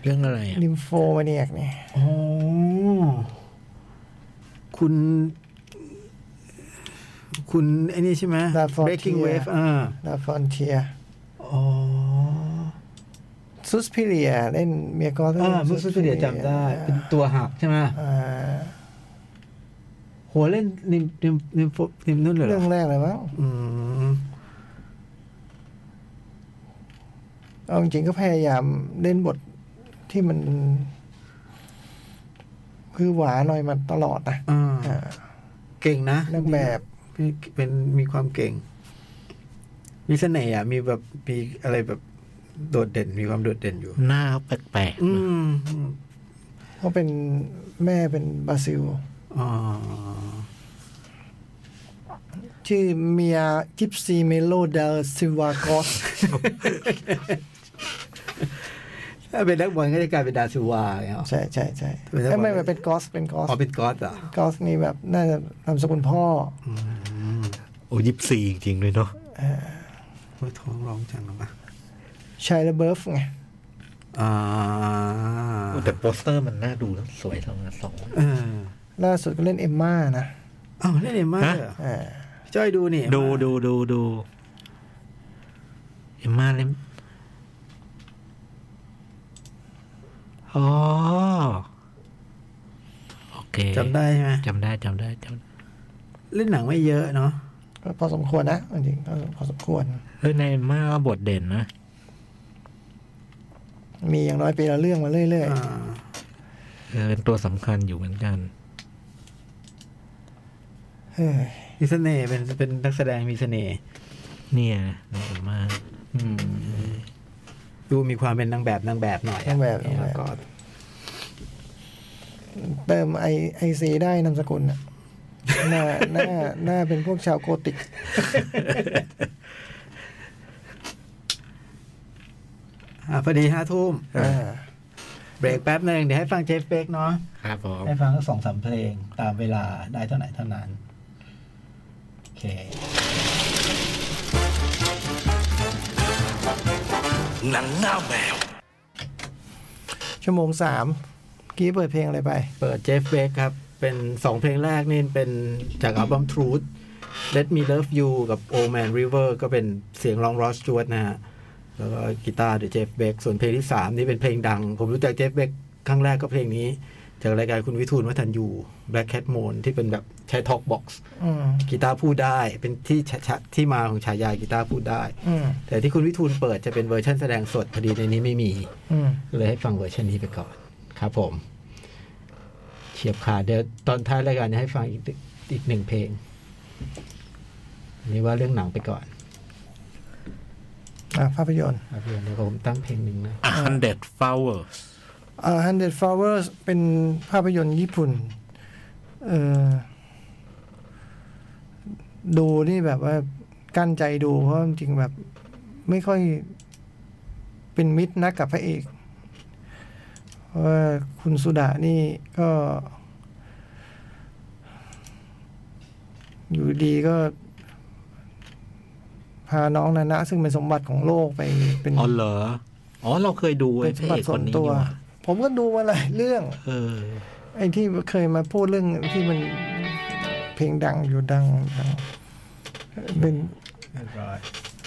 Speaker 3: เรื่องอะไรอ่ะ
Speaker 2: ลิมโฟมาเนียกเนี่ย
Speaker 1: อ๋อคุณ คุณไอ้นี่ใช่ไหม Breaking Wave อ่า
Speaker 2: ลาฟอนเทีย
Speaker 1: อ๋อ
Speaker 2: ซูสพิเลียเล่นเบียกอส
Speaker 1: อ่ามุสลิมเดียจำได้ เป็นตัวหักใช่ไหม
Speaker 2: อ่า
Speaker 1: โหัวเล่นนิมนิมนิมนิมนุ่นเลยเหร
Speaker 2: เรื่อง
Speaker 1: อ
Speaker 2: แรกเลยมั้ง
Speaker 1: อืม
Speaker 2: เอาจริงๆก็พยายามเล่นบทที่มัน คือหวาหน่อยมาตลอดนะ
Speaker 1: อ่า
Speaker 2: อ่า
Speaker 1: เก่งนะ
Speaker 2: นักแบบ
Speaker 1: เป็นมีความเก่ง มีเสน่ห์อ่ะ มีแบบมีอะไรแบบโดดเด่น มีความโดดเด่นอยู่
Speaker 3: หน้าแปลก
Speaker 1: อื
Speaker 3: ๆนะ
Speaker 1: ม
Speaker 2: เขาเป็นแม่เป็นบราซิล
Speaker 1: อ๋อ
Speaker 2: ชื่อเมียกิฟซีเมโลเดลซิวากอส
Speaker 1: ถ้าเป็นนักบอลก็จะกลายเป็นดาซิลวาอย่างเงี้ยเหรอ
Speaker 2: ใช่ใช่ใช่
Speaker 1: ไม่ใช่
Speaker 2: เอ้ยไม่
Speaker 1: บอล
Speaker 2: ไม่เป็นกอสเป็นกอส
Speaker 1: อ๋อเป็นก๊อตเหรอ่ะ
Speaker 2: กอสนี่แบบน่าจะนามสกุลพ่อ
Speaker 3: โอ้ยิบซีจริงๆเลยเนาะ
Speaker 1: โอ้ยท้องร้องจังหรอวะ
Speaker 2: ชายระเบิฟไง
Speaker 1: อ่า
Speaker 3: แต่โปสเตอร์มันน่าดูแล้วสวยสองอันสอง
Speaker 1: เออ
Speaker 2: ล่าสุดก็เล่นเอมม่านะ
Speaker 1: เอ้าเล่นเอมมา
Speaker 3: ฮะ
Speaker 1: เหรอ
Speaker 2: อ่า
Speaker 1: จ้อยดูนี่
Speaker 3: ดูดูดูดูเอ็มมาเล่มอ๋อโอเค
Speaker 1: จำได้ใช่ไหม
Speaker 3: จำได้จำได้จำได้
Speaker 1: เล่นหนังไม่เยอะเนาะ
Speaker 2: ก็พอสมควรนะจริงๆก็พอสมควร
Speaker 3: เฮ้ยในเอ็มมาก็บทเด่นนะ
Speaker 2: มีอย่างน้อยปีละเรื่องมาเรื่อย
Speaker 1: อ่า
Speaker 3: เออเป็นตัวสำคัญอยู่เหมือนกัน
Speaker 2: เฮ้ย
Speaker 1: มีเสน่ห์เป็นเป็นนักแสดงมีเสน่ห์
Speaker 3: เนี่ยนะผมว่า
Speaker 1: อืมดูมีความเป็นนางแบบนางแบบหน่อยอะ
Speaker 2: นางแบบนางแบบ
Speaker 1: แล้วก็
Speaker 2: เติมไอไอซีได้นามสกุลน่ะ หน้าหน้าหน้าเป็นพวกชาวโกติก
Speaker 1: อ่ะพอดีห้าทุ่ม
Speaker 2: อ่า
Speaker 1: เบรกแป๊บหนึ่งเดี๋ยวให้ฟังเจฟเบกเนาะ
Speaker 3: ครับผม
Speaker 1: ให้ฟังสักสองสามเพลงตามเวลาได้เท่าไหร่เท่านั้นโอเค
Speaker 4: หนังหน้าแมว
Speaker 2: ชั่วโมงสามเมื่อกี้เปิดเพลงอะไรไป
Speaker 1: เปิดเจฟเบกครับ เป็นสองเพลงแรกนี่เป็นจากอัลบั้ม Truth Let Me Love You กับ Old Man River ก็เป็นเสียงร้องรอสจวดนะฮะ แล้วก็กีตาร์เดยเจฟเบกส่วนเพลงที่ 3 นี่เป็นเพลงดัง ผมรู้จักเจฟเบกครั้งแรกก็เพลงนี้ จากรายการคุณวิทูลวัฒนยู Black Cat Moon ที่เป็นแบบใช้ทอกบ็อกซ์
Speaker 2: อืม
Speaker 1: กีตาร์พูดได้เป็นที่ชะชะที่มาของฉายากีตาร์พูดได้
Speaker 2: อืม
Speaker 1: แต่ที่คุณวิทูลเปิดจะเป็นเวอร์ชันแสดงสดพอดีในนี้ไม่มี
Speaker 2: อืม
Speaker 1: เลยให้ฟังเวอร์ชันนี้ไปก่อนครับผม เฉียบขาดเดี๋ยวตอนท้ายรายการจะให้ฟังอีกอีกหนึ่งเพลงอันนี่ว่าเรื่องหนังไปก่อน
Speaker 2: อ่ะภาพยนตร์
Speaker 1: ครับเพื่อนแล้วก็ผมตั้งเพลงหนึ่งนะ
Speaker 3: A Hundred Flowers
Speaker 2: อ่า Hundred Flowers เป็นภาพยนตร์ญี่ปุ่น เออดูนี่แบบว่ากั้นใจดูเพราะจริงๆแบบ ไม่ค่อยเป็นมิตรนักกับพระเอกเพราะว่าคุณสุดานี่ก็ อยู่ดีก็ พาน้องนานะ ซึ่งเป็นสมบัติของโลกไปเป็น
Speaker 3: อ๋อเหรอ อ๋อเราเคยดู
Speaker 2: เป็
Speaker 3: ไอ้
Speaker 2: น
Speaker 3: พระเอกค
Speaker 2: สมบัติส่วน น
Speaker 3: นี้
Speaker 2: ตั
Speaker 3: นี่
Speaker 2: ว
Speaker 3: หว่า
Speaker 2: ผมก็ดูมาหลายเรื่อง
Speaker 3: เออ
Speaker 2: ไอ้ที่เคยมาพูดเรื่องที่มันเพลงดังอยู่ดังดังเป็น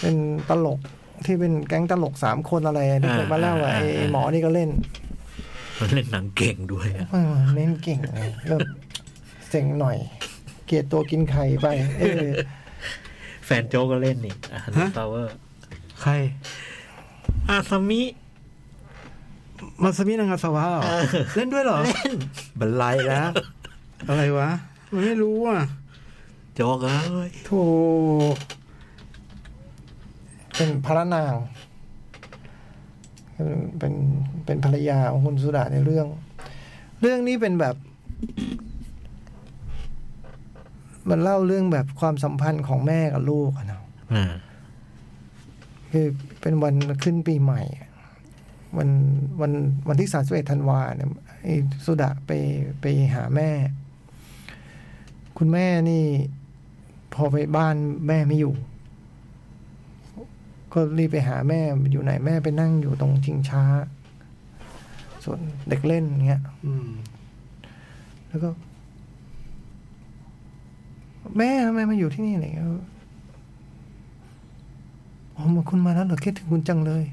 Speaker 2: เป็นตลกที่เป็นแก๊งตลกสามคนอะไรที่เคยมาเล่าอะ
Speaker 3: อ่าอ่า
Speaker 2: ไอ้
Speaker 3: อ่า
Speaker 2: ไอ้หมอนี่ก็เล่น
Speaker 3: มันเล่นหนังเก่งด้วยอะ
Speaker 2: เออเล่นเก่งไงก็เจ๋งหน่อย เกลียดตัวกินไข่ไป เออ
Speaker 3: แฟนโจกก็เล่นนี่ A Hundred
Speaker 1: ฮะ
Speaker 3: Flowers
Speaker 1: ใคร
Speaker 3: อาซามิ
Speaker 1: มาสมินางาสวะเหรอ
Speaker 3: เออ
Speaker 1: เล่นด้วยเหรอ บันไลแล้ว อะไรวะ มันไม่รู้อ่ะ
Speaker 3: โจกเอ้ย
Speaker 1: โธ่
Speaker 2: เป็นพระนางเป็นเป็นเป็นภรรยาของคุณสุดาในเรื่อง เรื่องนี้เป็นแบบ มันเล่าเรื่องแบบความสัมพันธ์ของแม่กับลูกอะเนาะ
Speaker 3: อ่า
Speaker 2: คือเป็นวันขึ้นปีใหม่อะวันวันวันที่สามสิบเอ็ดธันวาเนี่ยไอ้สุดาไปไปหาแม่ คุณแม่นี่ พอไปบ้านแม่ไม่อยู่ ก็รีบไปหาแม่อยู่ไหนแม่ไปนั่งอยู่ตรงชิงช้า ส่วนเด็กเล่นเงี้ย
Speaker 1: อืม
Speaker 2: แล้วก็ แม่ทำไมมาอยู่ที่นี่อะไรเงี้ยผมบอกคุณมาแล้วเหรอคิดถึงคุณจังเลย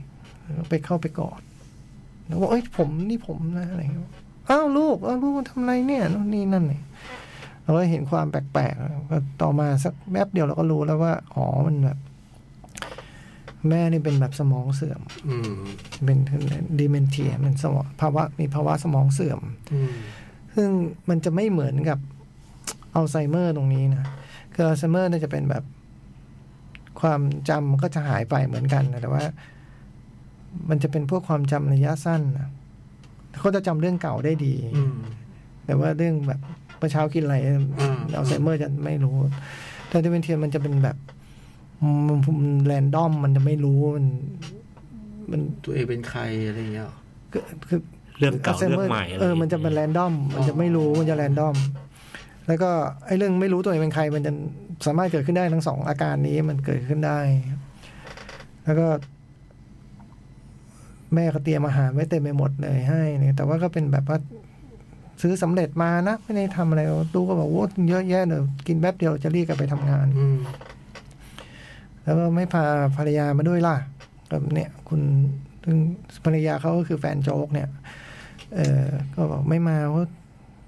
Speaker 2: แล้วไปเข้าไปกอดแล้วบอกเอ้ยผมนี่ผมนะอะไรเงี้ยอ้าวลูกอ้าวลูกทำไรเนี่ยนู่นนี่นั่นเลยเราก็เห็นความแปลกๆก็ต่อมาสักแป๊บเดียวเราก็รู้แล้วว่าอ๋อมันแบบ แม่นี่เป็นแบบสมองเสื่อม
Speaker 1: อืม
Speaker 2: เป็นดิเมนเทียเป็นสมองภาวะมีภาวะสมองเสื่อม
Speaker 1: อืม
Speaker 2: ซึ่งมันจะไม่เหมือนกับอัลไซเมอร์ตรงนี้นะคืออัลไซเมอร์เนี่ยจะเป็นแบบ ความจำก็จะหายไปเหมือนกันนะแต่ว่า มันจะเป็นพวกความจำระยะสั้นนะเขาจะจำเรื่องเก่าได้ดี
Speaker 1: อืม
Speaker 2: แต่ว่าเรื่องแบบเมื่อเช้ากินอะไร
Speaker 1: อืม
Speaker 2: อัลไซเมอร์จะไม่รู้ แต่ดิเมนเทียมันจะเป็นแบบมันแรนดอมมันจะไม่รู้มัน มัน
Speaker 1: ตัวเองเป็นใครอะไรอย่างเงี้ยเหรอ
Speaker 2: ก็คือ
Speaker 3: เรื่องเก่า
Speaker 2: Alzheimer
Speaker 3: เรื่องใหม่อะไร
Speaker 2: เออ มันจะเป็นแรนดอม มันจะไม่รู้ มันจะแรนดอม แล้วก็ไอ้เรื่องไม่รู้ตัวเองเป็นใคร มันจะสามารถเกิดขึ้นได้ทั้งสองอาการนี้มันเกิดขึ้นได้ แล้วก็ แม่ก็เตรียมอาหารไว้เต็มไปหมดเลยให้เนี่ยแต่ว่าก็เป็นแบบว่าซื้อสำเร็จมานะ ไม่ได้ทำอะไรตู้ก็บอกว่าโอ้เยอะแยะเลยกินแป๊บเดียวจะรีบกลับไปทำงาน
Speaker 1: อืม
Speaker 2: แล้วก็ไม่พาภรรยามาด้วยล่ะกับเนี่ยคุณซึ่งภรรยาเขาก็คือแฟนโจ๊กเนี่ย เออก็บอกไม่มาเพราะ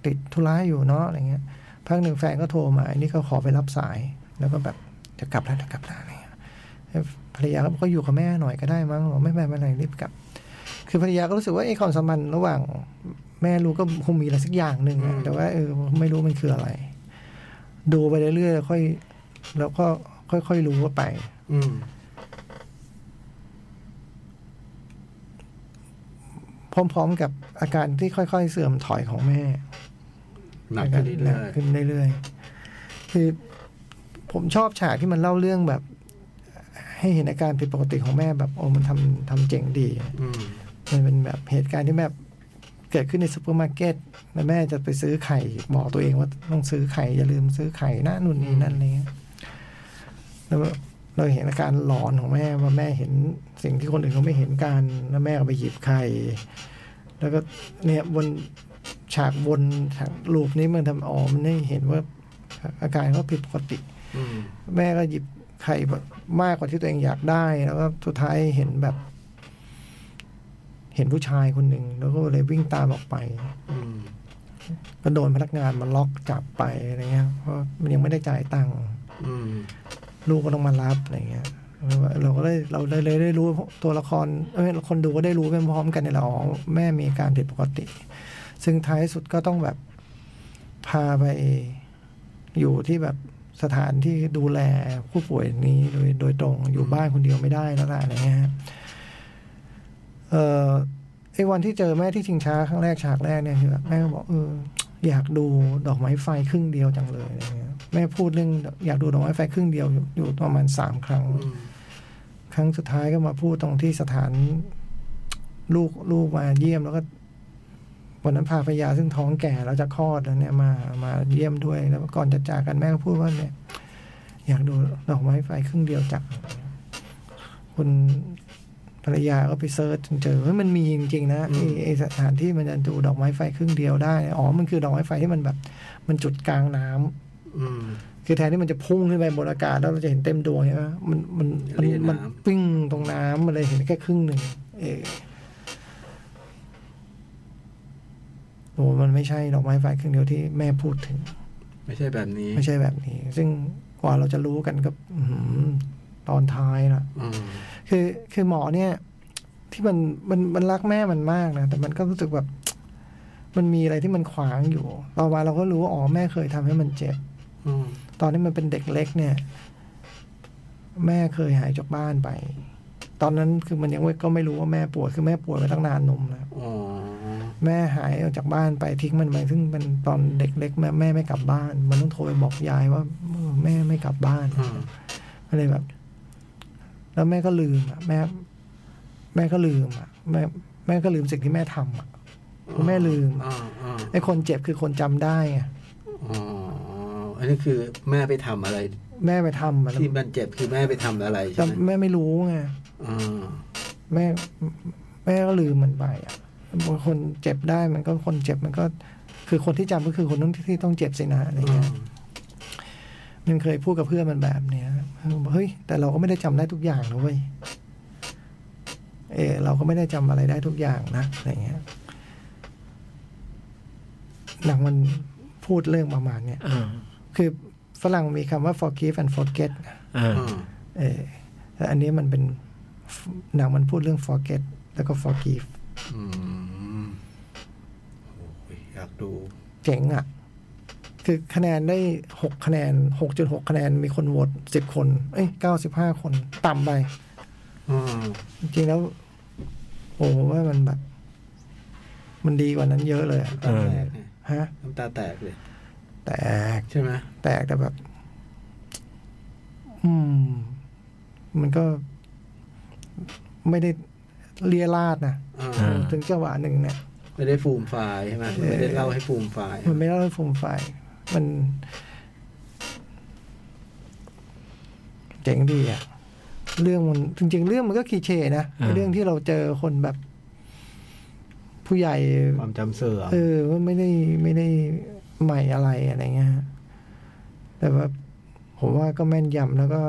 Speaker 2: ติดธุระอยู่เนาะอะไรเงี้ยพักหนึ่งแฟนก็โทรมาอันนี้ก็ขอไปรับสาย แล้วก็แบบจะกลับแล้วจะกลับแล้วอะไรเงี้ยภรรยาก็บอกก็อยู่กับแม่หน่อยก็ได้มั้งบอกไม่เป็นไรไม่เป็นไรรีบกลับ คือภรรยาก็รู้สึกว่าไอ้ความสัมพันธ์ระหว่าง แม่รู้ก็คงมีอะไรสักอย่างหนึ่ง
Speaker 1: อื
Speaker 2: อะ
Speaker 1: ม
Speaker 2: แต่ว่าเออไม่รู้มันคืออะไร ดูไปเรื่อยๆแล้วค่อย แล้วก็ค่อยๆรู้ว่าไป
Speaker 1: อืม
Speaker 2: พร้อม ๆ กับอาการที่ค่อย ๆ เสื่อมถอยของแม่
Speaker 1: หนักขึ้น
Speaker 2: ห
Speaker 1: เรื่
Speaker 2: นั
Speaker 1: อก ย
Speaker 2: ขึ้นเรื่อยๆคือผมชอบฉากที่มันเล่าเรื่องแบบ ให้เห็นอาการผิดปกติของแม่แบบโอ้มันทำทำเจ๋งดี
Speaker 1: ๆอืม
Speaker 2: มันเป็นแบบเหตุการณ์ที่แบบเกิดขึ้นในซูเปอร์มาร์เก็ตแล้วแม่จะไปซื้อไข่ บอกตัวเองว่าต้องซื้อไข่ อย่าลืมซื้อไข่นะนู่นนี่นั่นอะไรเงี้ยแล้วเราเห็นอาการหลอนของแม่ว่าแม่เห็นสิ่งที่คนอื่นเขาไม่เห็นกันแล้วแม่ก็ไปหยิบไข่ แล้วก็เนี่ยบนฉากบนฉากรูปนี้มันทำอ๋อมันให้เห็นว่าอาการเขาผิดปกติ
Speaker 1: อืม
Speaker 2: แม่ก็หยิบไข่แบบมากกว่าที่ตัวเองอยากได้ แล้วก็สุดท้ายเห็นแบบ เห็นผู้ชายคนหนึ่งแล้วก็เลยวิ่งตามออกไป
Speaker 1: อืม
Speaker 2: ก็โดนพนักงานมาล็อกจับไปอะไรเงี้ยเพราะมันยังไม่ได้จ่ายตังค์
Speaker 1: อืม
Speaker 2: ลูกก็ต้องมารับอะไรเงี้ยเราก็ได้เราได้เลยได้รู้ตัวละครเอ้ยคนดูก็ได้รู้ไปพร้อมกันในยแหละอ๋อแม่มีอาการผิดปกติ ซึ่งท้ายสุดก็ต้องแบบพาไปอยู่ที่แบบสถานที่ดูแลผู้ป่วยนี้โดยโดยตรงอยู่บ้านคนเดียวไม่ได้แล้วล่ะอะไรเงี้ยฮะเออไอ้วันที่เจอแม่ที่ชิงช้าครั้งแรกฉากแรกเนี่ยคือแบบแม่ก็บอกเอออยากดูดอกไม้ไฟครึ่งเดียวจังเลยอะไรเงี้ยแม่พูดเรื่องอยากดูดอกไม้ไฟครึ่งเดียวอยู่อยู่ประมาณสามครั้ง
Speaker 1: อืม
Speaker 2: ครั้งสุดท้ายก็มาพูดตรงที่สถานลูกลูกมาเยี่ยมแล้วก็วันนั้นพาภรรยาซึ่งท้องแก่แล้วจะคลอดแล้วเนี่ยมามาเยี่ยมด้วยแล้วก่อนจะจากกันแม่ก็พูดว่าเนี่ย อยากดูดอกไม้ไฟครึ่งเดียวจากคุณภรรยาก็ไปเซิร์ชจนเจอเฮ้ยมันมีจริงๆนะไอ้ไอสถานที่มันจะดูดอกไม้ไฟครึ่งเดียวได้อ๋อมันคือดอกไม้ไฟที่มันแบบ มันจุดกลางน้ำ
Speaker 1: อืม
Speaker 2: คือแทนที่มันจะพุ่งขึ้นไปบนอากาศแล้วเราจะเห็นเต็มดวงใช่ไหมมันมันมัน
Speaker 1: เรียนน้ำ
Speaker 2: มันปิ้งตรงน้ำมันเลยเห็นแค่ครึ่งหนึ่งเออโอ้มันไม่ใช่ดอกไม้ไฟครึ่งเดียวที่แม่พูดถึง
Speaker 1: ไม่ใช่แบบนี้
Speaker 2: ไม่ใช่แบบนี้ ซึ่งกว่าเราจะรู้กันก็อื้อหือตอนท้ายนะ
Speaker 1: อืม
Speaker 2: คือคือหมอเนี่ย ที่มันมันมันรักแม่มันมากนะ แต่มันก็รู้สึกแบบ มันมีอะไรที่มันขวางอยู่ต่อมาเราก็รู้ว่าอ๋อแม่เคยทำให้มันเจ็บ
Speaker 1: อืม
Speaker 2: ตอนที่มันเป็นเด็กเล็กเนี่ย แม่เคยหายจากบ้านไป ตอนนั้นคือมันยังไม่ก็ไม่รู้ว่าแม่ป่วยคือแม่ป่วยมาตั้งนานนมแล้ว
Speaker 1: อ๋อ
Speaker 2: แม่หายออกจากบ้านไปทิ้งมันไปซึ่งเป็นตอนเด็กเล็กแม่แม่ไม่กลับบ้าน มันต้องโทรไปบอกยายว่าเออแม่ไม่กลับบ้าน
Speaker 1: อืม
Speaker 2: ก็เลยแบบ แล้วแม่ก็ลืมอ่ะแม่ แม่ก็ลืมอ่ะแม่แม่ก็ลืมสิ่งที่แม่ทำอ่ะแม่ลืม
Speaker 1: อ่าอ่า
Speaker 2: ไอ้คนเจ็บคือคนจำได้ไง
Speaker 1: อ๋อ อันนี้คือแม่ไปทำอะไร
Speaker 2: แม่ไปทำอะ
Speaker 1: ที่มันเจ็บคือแม่ไปทำอะไร
Speaker 2: แต่
Speaker 1: ใช่ไหม
Speaker 2: แม่ไม่รู้ไง
Speaker 1: อ่า
Speaker 2: แม่แม่ก็ลืมมันไปอ่ะบางคนเจ็บได้มันก็คนเจ็บมันก็ คือคนที่จำก็คือคนนั้นที่ต้องเจ็บสินะอะไรเงี้ยมันเคยพูดกับเพื่อนมันแบบเนี้ยมันบอกเฮ้ยแต่เราก็ไม่ได้จำได้ทุกอย่างนะเว้ยเออเราก็ไม่ได้จำอะไรได้ทุกอย่างนะอะไรเงี้ยหนังมันพูดเรื่องประมาณเนี้ย
Speaker 3: อ่า
Speaker 2: คือฝรั่งมีคำว่า forgive and forget นะ
Speaker 3: อ่า
Speaker 2: เออแต่อันนี้มันเป็นหนังมันพูดเรื่อง forget แล้วก็ forgive
Speaker 1: อืมโอ้ยอยากดู
Speaker 2: เจ๋งอะ่ะ คือคะแนนได้หกคะแนนหกจุดหกคะแนนมีคนโหวตสิบคน เอ้ยเก้าสิบห้าคน ต่ำไป
Speaker 1: อืม
Speaker 2: จริงๆแล้ว โอ้ผมว่ามันแบบ มันดีกว่านั้นเยอะเลยอะ
Speaker 1: น้ำตาแตกเนี่ย
Speaker 2: ฮะ
Speaker 1: น้ำตาแตกเลย
Speaker 2: แตก
Speaker 1: ใช่ไหม
Speaker 2: แตกแต่แบบ อืม มันก็ไม่ได้เลียราดนะ
Speaker 1: อ่า
Speaker 3: อ่า
Speaker 2: ถึงจังหวะหนึ่งเนี่ย
Speaker 1: ไม่ได้ฟูมไฟล์ใช่ไหมไม่ได้เล่าให้ฟูมไฟล์
Speaker 2: มันไม่เล่าให้ผมฟังมันเจ๋งดีอะเรื่องมันจริง ๆ เรื่องมันก็คลีเช่นะ
Speaker 3: อ่า
Speaker 2: เรื่องที่เราเจอคนแบบ ผู้ใหญ่
Speaker 1: ความจำเสื่อม
Speaker 2: เออว่าไม่ได้ไม่ได้ใหม่อะไรอะไรเงี้ยฮะแต่ว่าผมว่าก็แม่นยำแล้วก็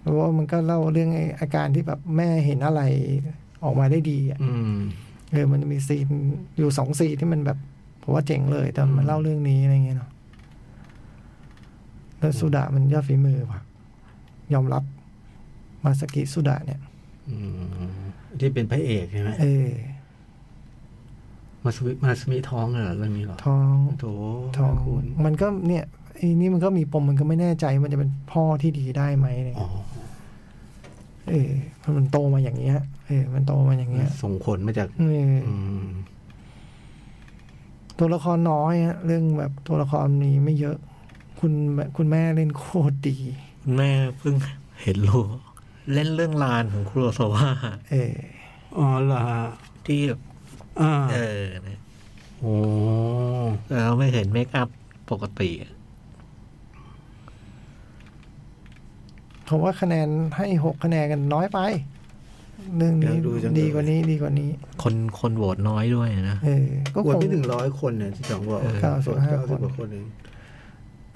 Speaker 2: เพราะว่ามันก็เล่าเรื่องไอ้อาการที่แบบแม่เห็นอะไรออกมาได้ดีอะ
Speaker 1: ม
Speaker 2: เออ มันมีซีนอยู่สองซีนที่มันแบบผมว่าเจ๋งเลยแต่มันเล่าเรื่องนี้อะไรเงี้ยเนาะแล้วสุดามันยอดฝีมือว่ะ ยอมรับมาสกิสุดาเนี่ย
Speaker 1: อืม ที่เป็นพระเอกใช่ไหม
Speaker 2: เออ
Speaker 1: มาสมิมาสมิท้องเหรอเรื่องนี้เหรอ
Speaker 2: ท้อง
Speaker 1: โถ
Speaker 2: ท้อง
Speaker 1: คุณ
Speaker 2: มันก็เนี่ยไอ้นี่มันก็มีปมมันก็ไม่แน่ใจมันจะเป็นพ่อที่ดีได้ไหมเนี่ย
Speaker 1: อ๋อ
Speaker 2: เออเพราะมันโตมาอย่างเงี้ยเออมันโตมาอย่างเงี้ย
Speaker 1: ส่งผลมาจาก
Speaker 2: เออ
Speaker 1: อืม
Speaker 2: ตัวละครน้อยฮะเรื่องแบบตัวละครนี้ไม่เยอะ คุณคุณแม่เล่นโคตรดี
Speaker 3: แม่เพิ่งเห็นรู้เล่นเรื่องลานของคุโรซาวะ
Speaker 2: เออ
Speaker 1: อ๋อเหรอ
Speaker 3: ที่
Speaker 1: อ่า
Speaker 3: เออนะ
Speaker 1: โอ้
Speaker 3: เราไม่เห็นเมคอัพปกติอะ
Speaker 2: ผมว่าคะแนนให้หกคะแนนกันน้อยไป เรื่องนี้ดีกว่านี้ดีกว่านี้
Speaker 3: คนคนโหวตน้อยด้วยนะ
Speaker 2: เออ ก็
Speaker 1: โหวั
Speaker 2: คน ง
Speaker 1: ที่หนึ่งร้อยคนเนี่ยที่สองบอก
Speaker 2: เก้าสิบห้า
Speaker 1: โวตเก้
Speaker 2: คน
Speaker 1: สิบกว่าคนเอง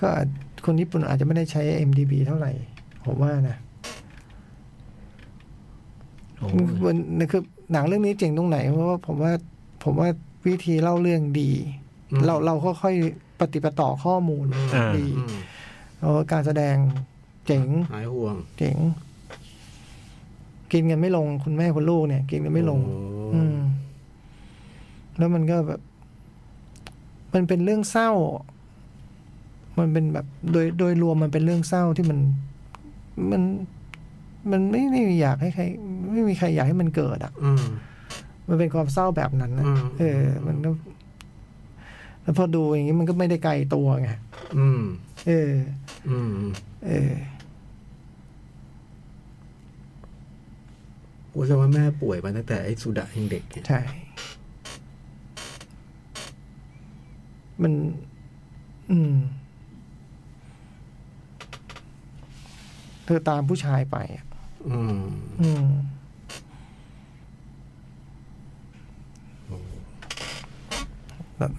Speaker 2: ก็อาจคนญี่ปุ่นอาจจะไม่ได้ใช้ MDB เท่าไหร่ ผมว่านะ
Speaker 3: โอ้
Speaker 2: มันคือหนังเรื่องนี้เจ๋งตรงไหน เพราะว่าผมว่าผมว่าวิธีเล่าเรื่องดี เราเราค่อยๆปฏิปต่อข้อมูล
Speaker 3: า
Speaker 2: ดี
Speaker 1: อืม
Speaker 2: แล้วก็การแสดงเจ๋ง
Speaker 1: หายห่วง
Speaker 2: เจ๋ง กินกันไม่ลงคุณแม่คุณลูกเนี่ย กินกันไม่ลง
Speaker 1: โอ้
Speaker 2: อืม แล้วมันก็แบบ มันเป็นเรื่องเศร้า มันเป็นแบบ โดยโดยรวมมันเป็นเรื่องเศร้าที่มัน มัน มันไม่ได้อยากให้ใคร ไม่มีใครอยากให้มันเกิดอ่ะ
Speaker 1: อืม
Speaker 2: มันเป็นความเศร้าแบบนั้นนะ
Speaker 1: อืม
Speaker 2: เออ มันก็แล้วพอดูอย่างนี้มันก็ไม่ได้ไกลตัวไง
Speaker 1: อืม
Speaker 2: เออ
Speaker 1: อืม
Speaker 2: เออ
Speaker 1: โอ้แสดงว่าแม่ป่วยมาตั้งแต่ไอ้สุดะยังเด็กเนี่ย
Speaker 2: ใช่ มัน อืม เธอตามผู้ชายไปอะ
Speaker 1: อืม
Speaker 2: อืม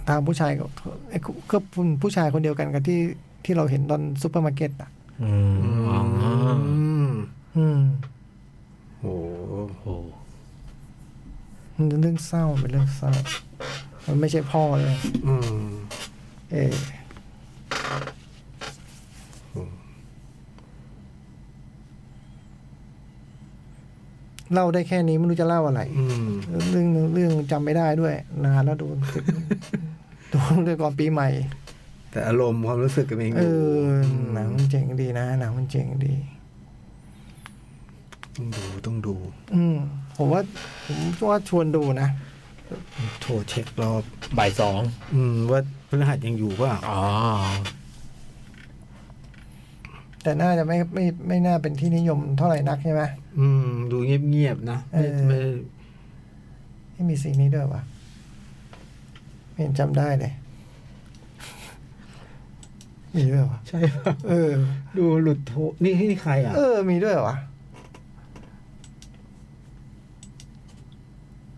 Speaker 2: ตามผู้ชายก็ไอ้ก็ผู้ชายคนเดียวกันกับที่ที่เราเห็นตอนซูเปอร์มาร์เก็ตอ่ะ
Speaker 3: อืมอ๋อ
Speaker 1: อืม
Speaker 2: อืม
Speaker 1: โอ้
Speaker 3: โอ้
Speaker 2: มันเป็นเรื่องเศร้าเป็นเรื่องเศร้า มันไม่ใช่พ่อเลย
Speaker 1: อืม
Speaker 2: เออ เล่าได้แค่นี้ไม่รู้จะเล่าอะไร
Speaker 1: อืม
Speaker 2: เรื่องเรื่องจำไม่ได้ด้วย นานแล้วโดน โดนด้วยก่อนปีใหม่
Speaker 1: แต่อารมณ์ความรู้สึกกันเอง
Speaker 2: เอ
Speaker 1: อยู่
Speaker 2: อหนังมันเจ๋งดีนะหนังมันเจ๋งดี
Speaker 1: ต้องดูต้องดู
Speaker 2: อืมผมว่า ผมว่าชวนดูนะ
Speaker 1: โทรเช็ครอบ
Speaker 3: บ่ายสอง
Speaker 1: อืม ว่าพฤหัสยังอยู่เปล่า
Speaker 3: อ๋อ
Speaker 2: แต่น่าจะไม่ไม่ไม่น่าเป็นที่นิยมเท่าไหร่นักใช่ไหม
Speaker 1: อืม ดูเงียบๆนะไม่
Speaker 2: เออ
Speaker 1: ไม่
Speaker 2: ไม่มีสิ่งนี้ด้วยวะไม่เห็นจำได้ เลยมีด้วยวะ
Speaker 1: ใช่เปล่า
Speaker 2: เออ
Speaker 1: ดูหลุดโทรนี่ให้ใครอ่ะ
Speaker 2: เออ มีด้วยวะ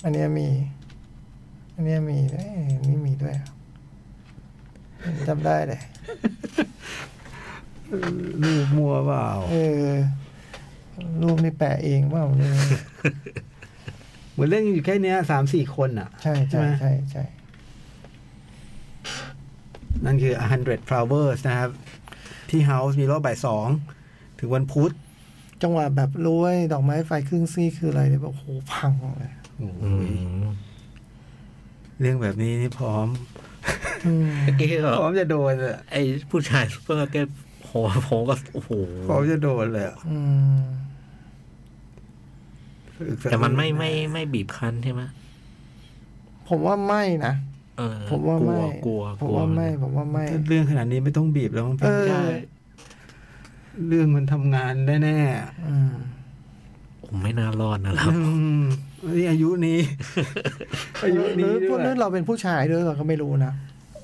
Speaker 2: อันเนี้ยมี อันเนี้ยมีเอ้ยอันนี่มีด้วยอะไม่เห็นจำได้เลย
Speaker 1: รูปมัวเปล่า
Speaker 2: เออ รูปนี่แปะเองเปล่าเนี่ย
Speaker 1: เหมือนเล่นอยู่แค่เนี้ยสามสี่คนอ่ะ
Speaker 2: ใช่ใช่ใช่ใช่
Speaker 1: นั่นคือ 100 flowers นะครับ ที่ House มีรอบบ่ายสอง ถึงวันพุธ
Speaker 2: จังหวะแบบรู้ว่าดอกไม้ไฟครึ่งซี่คืออะไรเนี่ยแบบโอ้โหพังเลย
Speaker 1: โอ้โห
Speaker 3: อืม
Speaker 1: เรื่องแบบนี้นี่พร้อม
Speaker 2: อืม
Speaker 3: เมื่อกี้ก็
Speaker 1: พร้อมจะโดนเลยอะ
Speaker 3: ไอ้ผู้ชายซูเปอร์มาร์เก็ตโหผมก็โอ้โห
Speaker 1: พร้อมจะโดนเลยอะ
Speaker 2: อืม
Speaker 1: อึกสะอื้
Speaker 3: แต่มันไม่ไม่ไม่บีบคั้นใช่ไหม
Speaker 2: ผมว่าไม่นะ
Speaker 3: เออ
Speaker 2: ผมว่าไม่
Speaker 3: กลัว
Speaker 2: ผ
Speaker 3: กลัวกลัว
Speaker 2: มว่าไม่ ผมว่าไม่
Speaker 1: ถ้าเรื่องขนาดนี้ไม่ต้องบีบแล้วมั้งพี่
Speaker 2: เออ
Speaker 3: ใช่
Speaker 1: เรื่องมันทำงานแน่
Speaker 2: อืม
Speaker 3: ผมไม่น่ารอดนะค
Speaker 1: ๆ
Speaker 3: รับ
Speaker 1: อืม นี่อายุนี้ อายุ
Speaker 2: ห
Speaker 1: นี้
Speaker 2: รือ
Speaker 1: ด้
Speaker 2: พว
Speaker 1: ว
Speaker 2: ก
Speaker 1: ย
Speaker 2: นั้นเราเป็นผู้ชายด้วยเราก็ไม่รู้นะ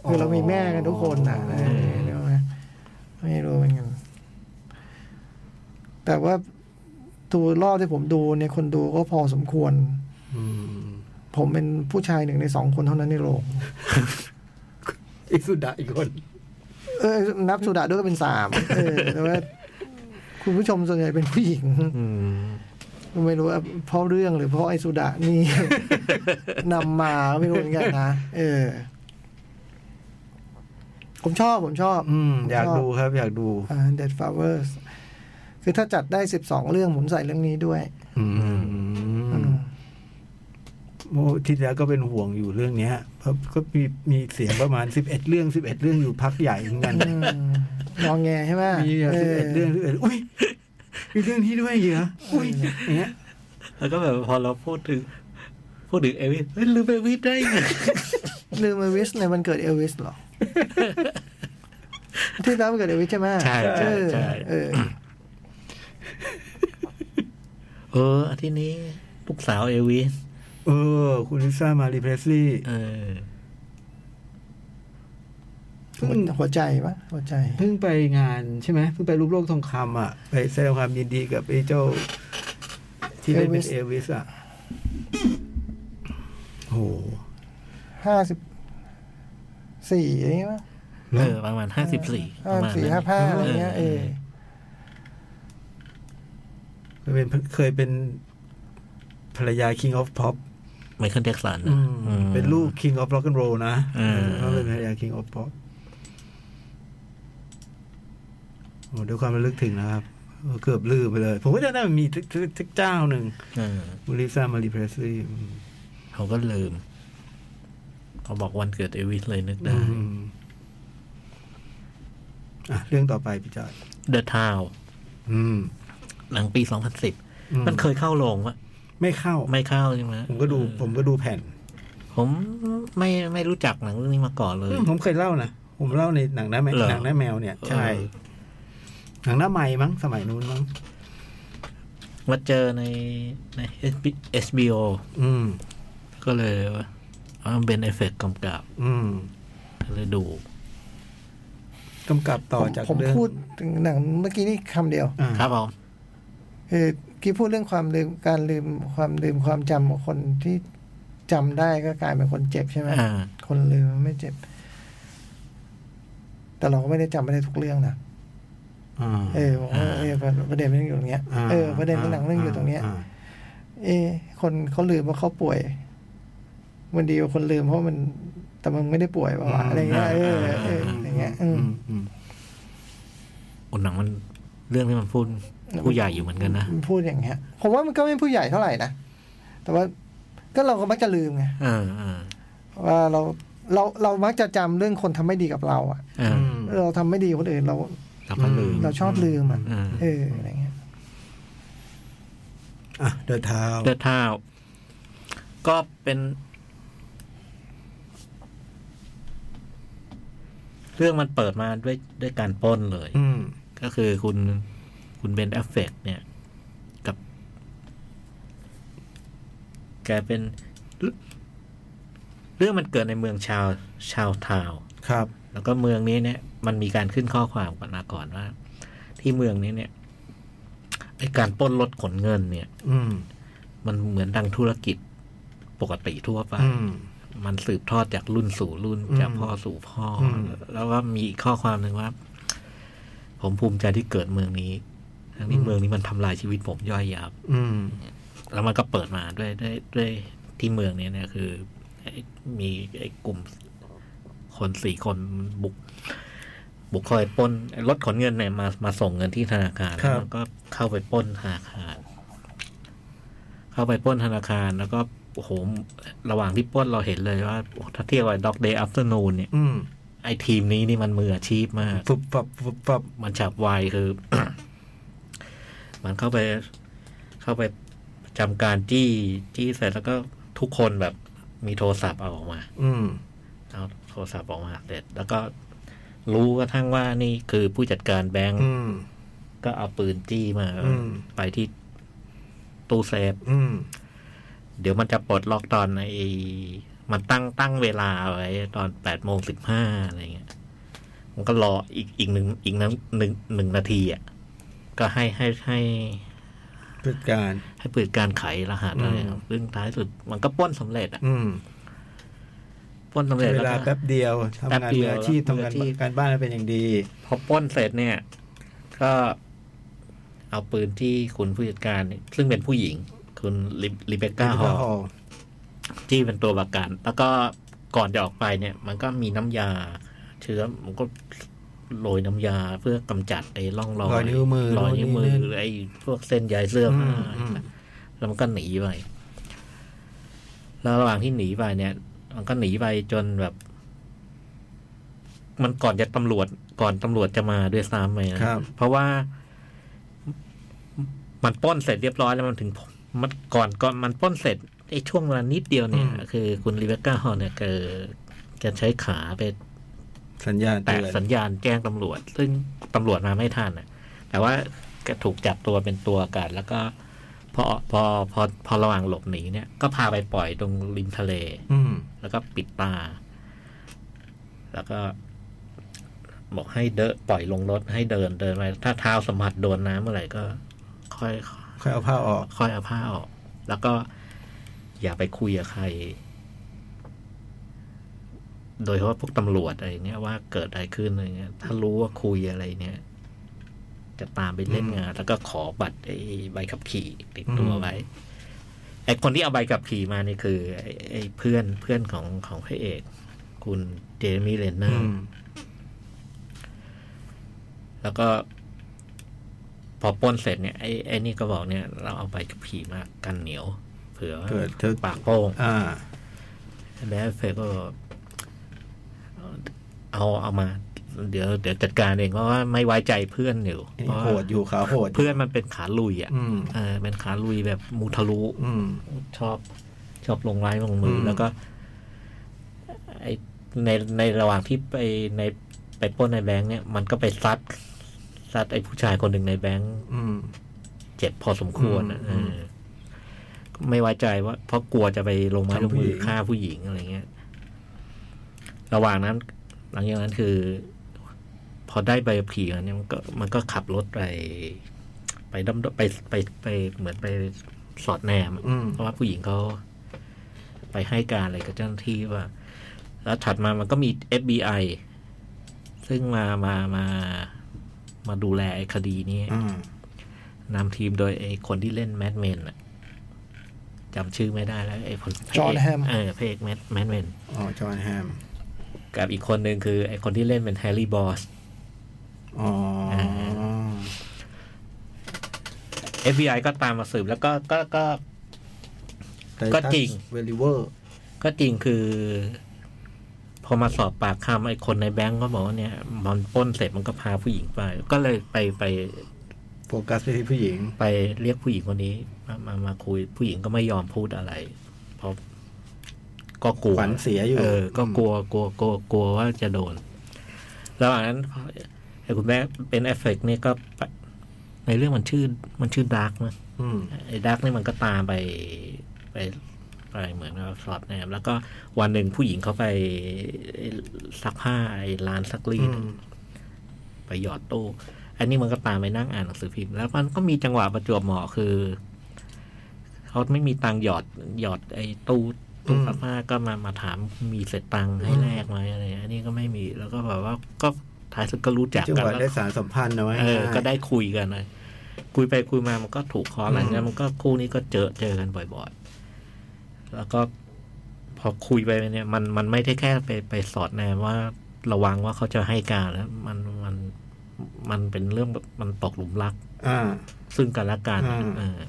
Speaker 2: คือเรามีแม่กันทุกคนนะ
Speaker 1: อ๋อ
Speaker 2: เออเดี๋ยวนะไม่รู้เหมือนกันแต่ว่าดูรอบที่ผมดูเนี่ยคนดูก็พอสมควร
Speaker 1: อืม
Speaker 2: ผมเป็นผู้ชายหนึ่งในสองคนเท่านั้นในโรง
Speaker 1: อีสุดาอีกคน
Speaker 2: เออ นับสุดาด้วยก็เป็นสามเออแต่ว่าคุณผู้ชมส่วนใหญ่เป็นผู้หญิง
Speaker 3: อืม
Speaker 2: ไม่รู้ว่าเพราะเรื่องหรือเพราะไอ้สุดานี่ นำมาไม่รู้เหมือนกันนะเออ ผมชอบผมชอบ
Speaker 1: อืม
Speaker 2: ผม
Speaker 1: อยาก
Speaker 2: ชบ
Speaker 1: ดูครับ อยากดู
Speaker 2: อ่า Dead Flowers คือถ้าจัดได้สิบสองเรื่องผมใส่เรื่องนี้ด้วย
Speaker 1: อืม
Speaker 2: อืม
Speaker 1: เมื่ออาที่แล้วก็เป็นห่วงอยู่เรื่องเนี้ยเพราะก็มีมีเสียงประมาณสิบเอ็ดเรื่องสิบเอ็ดเรื่องอยู่พักใหญ่เหมือนกัน
Speaker 2: งองแงใช่ไหม
Speaker 1: มีสิบเอ็ดเรื่องสิบเอ็ดอุ้ยมีเรื่องนี้ด้วยเหรออุ้ยอย่างเงี้ย
Speaker 3: แล้วก็แบบพอเราพูดถึง พูดถึงเอวิสเฮ้ยลืมเอวิสได้ ไง
Speaker 2: ลืมเอลวิสในวันเกิดเอลวิสเหรอ ที่แล้ววันเกิดเอลวิสใช่ไหม
Speaker 3: ใช่ใช่ใช่
Speaker 2: เออเออ
Speaker 3: เอออาทิตย์นี้ลูกสาวเอวิส
Speaker 1: เออ คุณลิซ่ามารีเพรสลี่
Speaker 3: เออ
Speaker 2: หัวหัวใจปะหัวใจ
Speaker 1: เพิ่งไปงานใช่ไหมเพิ่งไปรูปโลกทองคำอ่ะ ไปแสดงความยินดีกับไอ้เจ้า ที่เล่นเป็นเอลวิสอ่ะโอ้โห
Speaker 2: ห้าสิบสี่อะไรเงี้ยปะ
Speaker 3: เออ ประมาณห้าสิบสี่
Speaker 2: ห้าสี่ห้าห้าอะไรเงี้ยเออ
Speaker 1: เคยเป็นเคยเป็นภรรยา King of Pop
Speaker 3: ไมเคิลแจ็กสัน
Speaker 1: อืมเป็นลูก King of Rock and Roll นะ
Speaker 3: เออ
Speaker 1: เขาเป็นภรรยา King of Pop โอ้ด้วยความระลึกถึงนะครับ เกือบลืมไปเลย ผมก็จำได้มันมีทักเจ้าหนึ่ง
Speaker 3: เออ
Speaker 1: มูลิซ่ามารีเพรสซี่
Speaker 3: เขาก็ลืมเขาบอกวันเกิดเอวิสเลยนึกได้
Speaker 1: อ่ะ เรื่องต่อไปพี่จอย
Speaker 3: The Town
Speaker 1: อืม
Speaker 3: หนังปีสองพันสิบ
Speaker 1: อืม
Speaker 3: มันเคยเข้าโรงวะ
Speaker 1: ไม่เข้า
Speaker 3: ไม่เข้าใช่ไหม
Speaker 1: ผมก็ดู ผมก็ดูแผ่น
Speaker 3: ผมไม่ไม่รู้จักหนังเรื่องนี้มาก่อนเลย
Speaker 1: อืมผมเคยเล่านะ ผมเล่าในหนังหน้าแมว
Speaker 3: เหรอ
Speaker 1: หนังหน้าแมวเนี่ย ใช่
Speaker 3: เออ
Speaker 1: หนังหน้าไม้มั้ง สมัยนู้นมั้ง
Speaker 3: มาเจอในใน HBO
Speaker 1: อืม
Speaker 3: ก็เลยว่าอ๋อเป็นเอฟเฟกกำกับ
Speaker 1: อืม
Speaker 3: ก็เลยดู
Speaker 1: กำกับต่อ
Speaker 2: ผม
Speaker 1: จาก
Speaker 2: ผม
Speaker 1: เรื่อง
Speaker 2: พูดถึงหนังเมื่อกี้นี่คำเดียว
Speaker 1: อ่า
Speaker 3: ครับผม
Speaker 2: เออกี้พูดเรื่องความลืมการลืมความลืมความจำของคนที่จำได้ก็กลายเป็นคนเจ็บใช่ไหม
Speaker 3: อ่า
Speaker 2: คนลืมมันไม่เจ็บ แต่เราก็ไม่ได้จำไม่ได้ทุกเรื่องนะ
Speaker 1: อ่า
Speaker 2: เออผมว่าเออประเด็นมันอยู่ตรงเนี้ย
Speaker 1: า
Speaker 2: เออประเด็นในหนังเรื่องอยู่ตรงเนี้ย
Speaker 1: า
Speaker 2: เออคนเขาลืมว่าเขาป่วย มันดีกว่าคนลืมเพราะมันแต่มันไม่ได้ป่วยเปล่าวะอะไรเงี้ยเออเอออะไรเงี้ยอืม
Speaker 1: อืม
Speaker 3: อุนหนังมันเรื่องที่มันพูดผู้ใหญ่อยู่เหมือนกันนะ
Speaker 2: พูดอย่างเงี้ยผมว่ามันก็ไม่ผู้ใหญ่เท่าไหร่นะแต่ว่าก็เราก็มักจะลืมไง
Speaker 3: เออเออ
Speaker 2: ว่าเราเราเรามักจะจำเรื่องคนทำไม่ดีกับเราอะ
Speaker 3: เอ
Speaker 1: อื
Speaker 3: อ
Speaker 1: ม
Speaker 2: เราทำไม่ดีกับคนอื่นเรา
Speaker 3: แล้วก็ลืม
Speaker 2: เราชอบลืมอะ
Speaker 3: อืม
Speaker 2: เอออะไรเงี้ย
Speaker 1: อ่ะเดินเท้า
Speaker 3: เดือดเท้าก็เป็น เรื่องมันเปิดมาด้วยด้วยการปล้นเลย
Speaker 1: อืม
Speaker 3: ก็คือคุณคุณเบนแอฟเฟกเนี่ย กับ แกเป็น เรื่องมันเกิดในเมืองชาวชาวทาวน์
Speaker 1: ครับ
Speaker 3: แล้วก็เมืองนี้เนี่ยมันมีการขึ้นข้อความก่อนมาก่อนว่า ที่เมืองนี้เนี่ยไอการปล้นรถขนเงินเนี่ย
Speaker 1: อืม
Speaker 3: มันเหมือนดังธุรกิจปกติทั่วไป
Speaker 1: อืม
Speaker 3: มันสืบทอดจากรุ่นสู่รุ่น
Speaker 1: อืม
Speaker 3: จากพ่อสู่พ่ออ
Speaker 1: ม
Speaker 3: แล้วก็มีอีกข้อความหนึ่งว่า ผมภูมิใจที่เกิดเมืองนี้ทั้งที่เมืองนี้มันทำลายชีวิตผมย่อยยับ
Speaker 1: อืม
Speaker 3: แล้วมันก็เปิดมาด้วยด้วยด้วยที่เมืองเนี้ยเนี่ยคือไอ้มีไอ้กลุ่มคนสี่คนบุก บุกเข้าไปปล้นไอ้รถขนเงินเนี่ยมามาส่งเงินที่ธนาคาร
Speaker 1: ครั
Speaker 3: แล้ว
Speaker 1: บ
Speaker 3: มันก็เข้าไปปล้นธนาคาร เข้าไปปล้นธนาคารแล้วก็โอ้โหระหว่างที่ปล้นเราเห็นเลยว่าโอ้โหถ้าเทียบกับด็อกเดย์อัฟเตอร์นูนเนี่ย
Speaker 1: อืม
Speaker 3: ไอ้ทีมนี้นี่มันมืออาชีพมาก
Speaker 1: ปุบปับปุบปับ
Speaker 3: มันฉับไวคือ มันเข้าไป เข้าไปประจำการจี้จี้เสร็จแล้วก็ทุกคนแบบมีโทรศัพท์เอาออกมา
Speaker 1: อืม
Speaker 3: เอาโทรศัพท์ออกมาเสร็จ แล้วก็รู้กระทั่งว่านี่คือผู้จัดการแบงก์
Speaker 1: อืม
Speaker 3: ก็เอาปืนจี้มา
Speaker 1: อืม
Speaker 3: ไปที่ตู้เซฟ
Speaker 1: อืม
Speaker 3: เดี๋ยวมันจะปลดล็อกตอนไอ้มันตั้งตั้งเวลาไว้ตอนแปดโมงสิบห้าอะไรเงี้ย มันก็รออีกอีกหนึ่งอีกนั้นหนึ่งหนึ่งนาทีอ่ะ ก็ให้ให้ให้
Speaker 1: จัดการ
Speaker 3: ให้เปิดการไขรหัสอะไร
Speaker 1: อืม
Speaker 3: ซึ่งท้ายสุด มันก็ปล้นสำเร็จอ่ะ
Speaker 1: อืม
Speaker 3: ปล้นสำเร็จ
Speaker 1: เว
Speaker 3: แล้ว
Speaker 1: ลา
Speaker 3: ก็
Speaker 1: แป๊บเดียวทำ
Speaker 3: แป๊บ
Speaker 1: งาน
Speaker 3: เดี
Speaker 1: มื
Speaker 3: ย
Speaker 1: อ
Speaker 3: ว
Speaker 1: อาชีพ
Speaker 3: แล้ว
Speaker 1: ทำงาน
Speaker 3: มืออาชีพ
Speaker 1: การบ้านให้เป็นอย่างดี
Speaker 3: พอปล้นเสร็จเนี่ย ก็เอาปืนที่คุณผู้จัดการเนี่ยซึ่งเป็นผู้หญิง คุณลิลิเบคก้าฮอล ที่เป็นตัวประกัน แล้วก็ก่อนจะออกไปเนี่ย มันก็มีน้ำยา เชื้อมันก็โรยน้ำยาเพื่อกำจัดไอ้ร่องรอย
Speaker 1: รอยนิ้วมือ
Speaker 3: รอยนิ้วมือ
Speaker 1: นู่นนี่นั่น
Speaker 3: หรือไอ้พวกเส้นใยเสื้อผ้า
Speaker 1: อืมอืม
Speaker 3: แล้วมันก็หนีไป แล้วระหว่างที่หนีไปเนี่ย มันก็หนีไปจนแบบ มันก่อนจะตำรวจ ก่อนตำรวจจะมาด้วยซ้ำไปนะครับ เพราะว่า มันปล้นเสร็จเรียบร้อยแล้วมันถึงมันก่อนก่อนมันปล้นเสร็จไอ้ช่วงเวลานิดเดียวเนี่ย
Speaker 1: อืม
Speaker 3: คือคุณรีเบคก้าฮอลเนี่ยเกิดแกใช้ขาไป
Speaker 1: สัญญาณ
Speaker 3: แตะ
Speaker 1: เตือน
Speaker 3: สัญญาณแจ้งตำรวจ ซึ่งตำรวจมาไม่ทันน่ะ แต่ว่าก็ถูกจับตัวเป็นตัวกัน แล้วก็พอพอพอพอระหว่างหลบหนีเนี่ย ก็พาไปปล่อยตรงริมทะเล
Speaker 1: อืม
Speaker 3: แล้วก็ปิดตา แล้วก็บอกให้เดนปล่อยลงรถให้เดินเดินไปถ้าเท้าสัมผัสโดนน้ำเมื่อไหร่ก็ ค่อย
Speaker 1: ค่อยเอาผ้าออก
Speaker 3: ค่อยเอาผ้าออก แล้วก็อย่าไปคุยกับใคร โดยเฉพาะพวกตำรวจอะไรเงี้ยว่าเกิดอะไรขึ้นอะไรเงี้ย ถ้ารู้ว่าคุยอะไรเนี่ย จะตามไปเล่นงาน แล้วก็ขอบัตรไอ้ใบขับขี่ติดตัว
Speaker 1: อืม
Speaker 3: ไว้ ไอ้คนที่เอาใบขับขี่มานี่คือไอ้ไอ้เพื่อนเพื่อนของของพระเอก คุณเจมี่เลนเนอ
Speaker 1: อื
Speaker 3: ร์
Speaker 1: ม
Speaker 3: แล้วก็พอปล้นเสร็จเนี่ยไอ้ไอ้นี่ก็บอกเนี่ย เราเอาใบขับขี่มากันเหนียว เผื่อ
Speaker 1: เกิดเธอ
Speaker 3: ปากโป้ง
Speaker 1: อ่า
Speaker 3: แบฟเฟก็ เอาเอามา เดี๋ยวเดี๋ยวจัดการเองเพราะว่าไม่ไว้ใจเพื่อนอยู่เพราะว่า
Speaker 1: โหดอยู่ขาโหดยู่
Speaker 3: เพื่อนมันเป็นขาลุยอ่ะ
Speaker 1: อืม
Speaker 3: เออเป็นขาลุยแบบมูทะลุ
Speaker 1: อืม
Speaker 3: ชอบชอบลงไม้ลงมืออ
Speaker 1: ม
Speaker 3: แล้วก็ ไอในในระหว่างที่ไปในไปปล้นในแบงค์เนี่ย มันก็ไปซัดซัดไอผู้ชายคนหนึ่งในแบงค์
Speaker 1: อืม
Speaker 3: เจ็บพอสมควรนะ
Speaker 1: อืม
Speaker 3: เออไม่ไว้ใจว่า เพราะกลัวจะไปลงไม้ลง
Speaker 1: ทำผู้
Speaker 3: มื
Speaker 1: หญิ
Speaker 3: อง ฆ่าผู้หญิงอะไรเงี้ย ระหว่างนั้น หลังจากนั้นคือ พอได้ใบขับขี่มาเนี่ยมันก็ มันก็ขับรถไป ไปดำไปไปไปเหมือนไปสอดแนมอะ
Speaker 1: อืม
Speaker 3: เพราะว่าผู้หญิงเขาไปให้การอะไรกับเจ้าหน้าที่ว่า แล้วถัดมามันก็มี FBI ซึ่งมามามามาดูแลไอ้คดีนี้
Speaker 1: อืม
Speaker 3: นำทีมโดยไอ้คนที่เล่นแมดเมนอะจำชื่อไม่ได้แล้ว ไอ้คน
Speaker 2: จอห์นแฮม
Speaker 3: เออเพลงแมดแมดเมน
Speaker 1: อ๋อ จอห์นแฮม
Speaker 3: กับอีกคนหนึ่งคือ ไอ้คนที่เล่นเป็นแฮร์รี่บอส
Speaker 1: อ๋อ
Speaker 3: FBI ก็ตามมาสืบแล้วก็ก็ก็ ก็จริง
Speaker 1: เวลิเวอร์
Speaker 3: ก็จริงคือ พอมาสอบปากคำไอ้คนในแบงก์ก็บอกว่าเนี่ยมันปล้นเสร็จมันก็พาผู้หญิงไป ก็เลยไปไป
Speaker 1: โฟกัสไปที่ผู้หญิง
Speaker 3: ไปเรียกผู้หญิงคนนี้มามามาคุย ผู้หญิงก็ไม่ยอมพูดอะไร เพราะก็กลัว
Speaker 1: ขวัญเสียอยู่
Speaker 3: เออ ก็กลัวกลัวกลัวกลัวว่าจะโดนระหว่างนั้นไอ้คุณแม่เป็นเอฟเฟกนี่ก็ไปในเรื่องมันชื่อมันชื่อดาร์กนะ
Speaker 1: อืม
Speaker 3: ไอ้ดักนี่มันก็ตามไปไปไปเหมือนกับสอดแนมแล้วก็วันหนึ่งผู้หญิงเขาไปซักผ้าไอ้ร้านซักรี
Speaker 1: อื
Speaker 3: ด
Speaker 1: ม
Speaker 3: ไปหยอดตู้ อันนี้มันก็ตามไปนั่งอ่านหนังสือพิมพ์แล้วมันก็มีจังหวะประจวบเหมาะคือเขาไม่มีตังค์หยอดหยอดไอ้ตู้ตู้
Speaker 1: อืม
Speaker 3: ซักผ้าก็มามาถามมีเศษตังค์ให้แลกไหมอะไรอย่างเงี้ยอันนี้ก็ไม่มีแล้วก็แบบว่าก็ท้ายสุดก็รู้จัก
Speaker 1: จัง
Speaker 3: กัน
Speaker 1: หวะ
Speaker 3: แล้ว
Speaker 1: ได้สารสัมพันธ์นะไว้
Speaker 3: เออ
Speaker 1: ง่าย
Speaker 3: ก็ได้คุยกันนะคุยไปคุยมามันก็ถูกคอหลัง
Speaker 1: อืม
Speaker 3: นั้นมันก็คู่นี้ก็เจอเจอกันบ่อยๆ แล้วก็พอคุยไปเนี่ย มันมันไม่ได้แค่ไปไปสอดแนมว่าระวังว่าเขาจะให้การแล้วมันมันมันเป็นเรื่องแบบมันตกหลุมรัก
Speaker 1: อ่า
Speaker 3: ซึ่งกันและกัน
Speaker 1: อืม
Speaker 3: เออ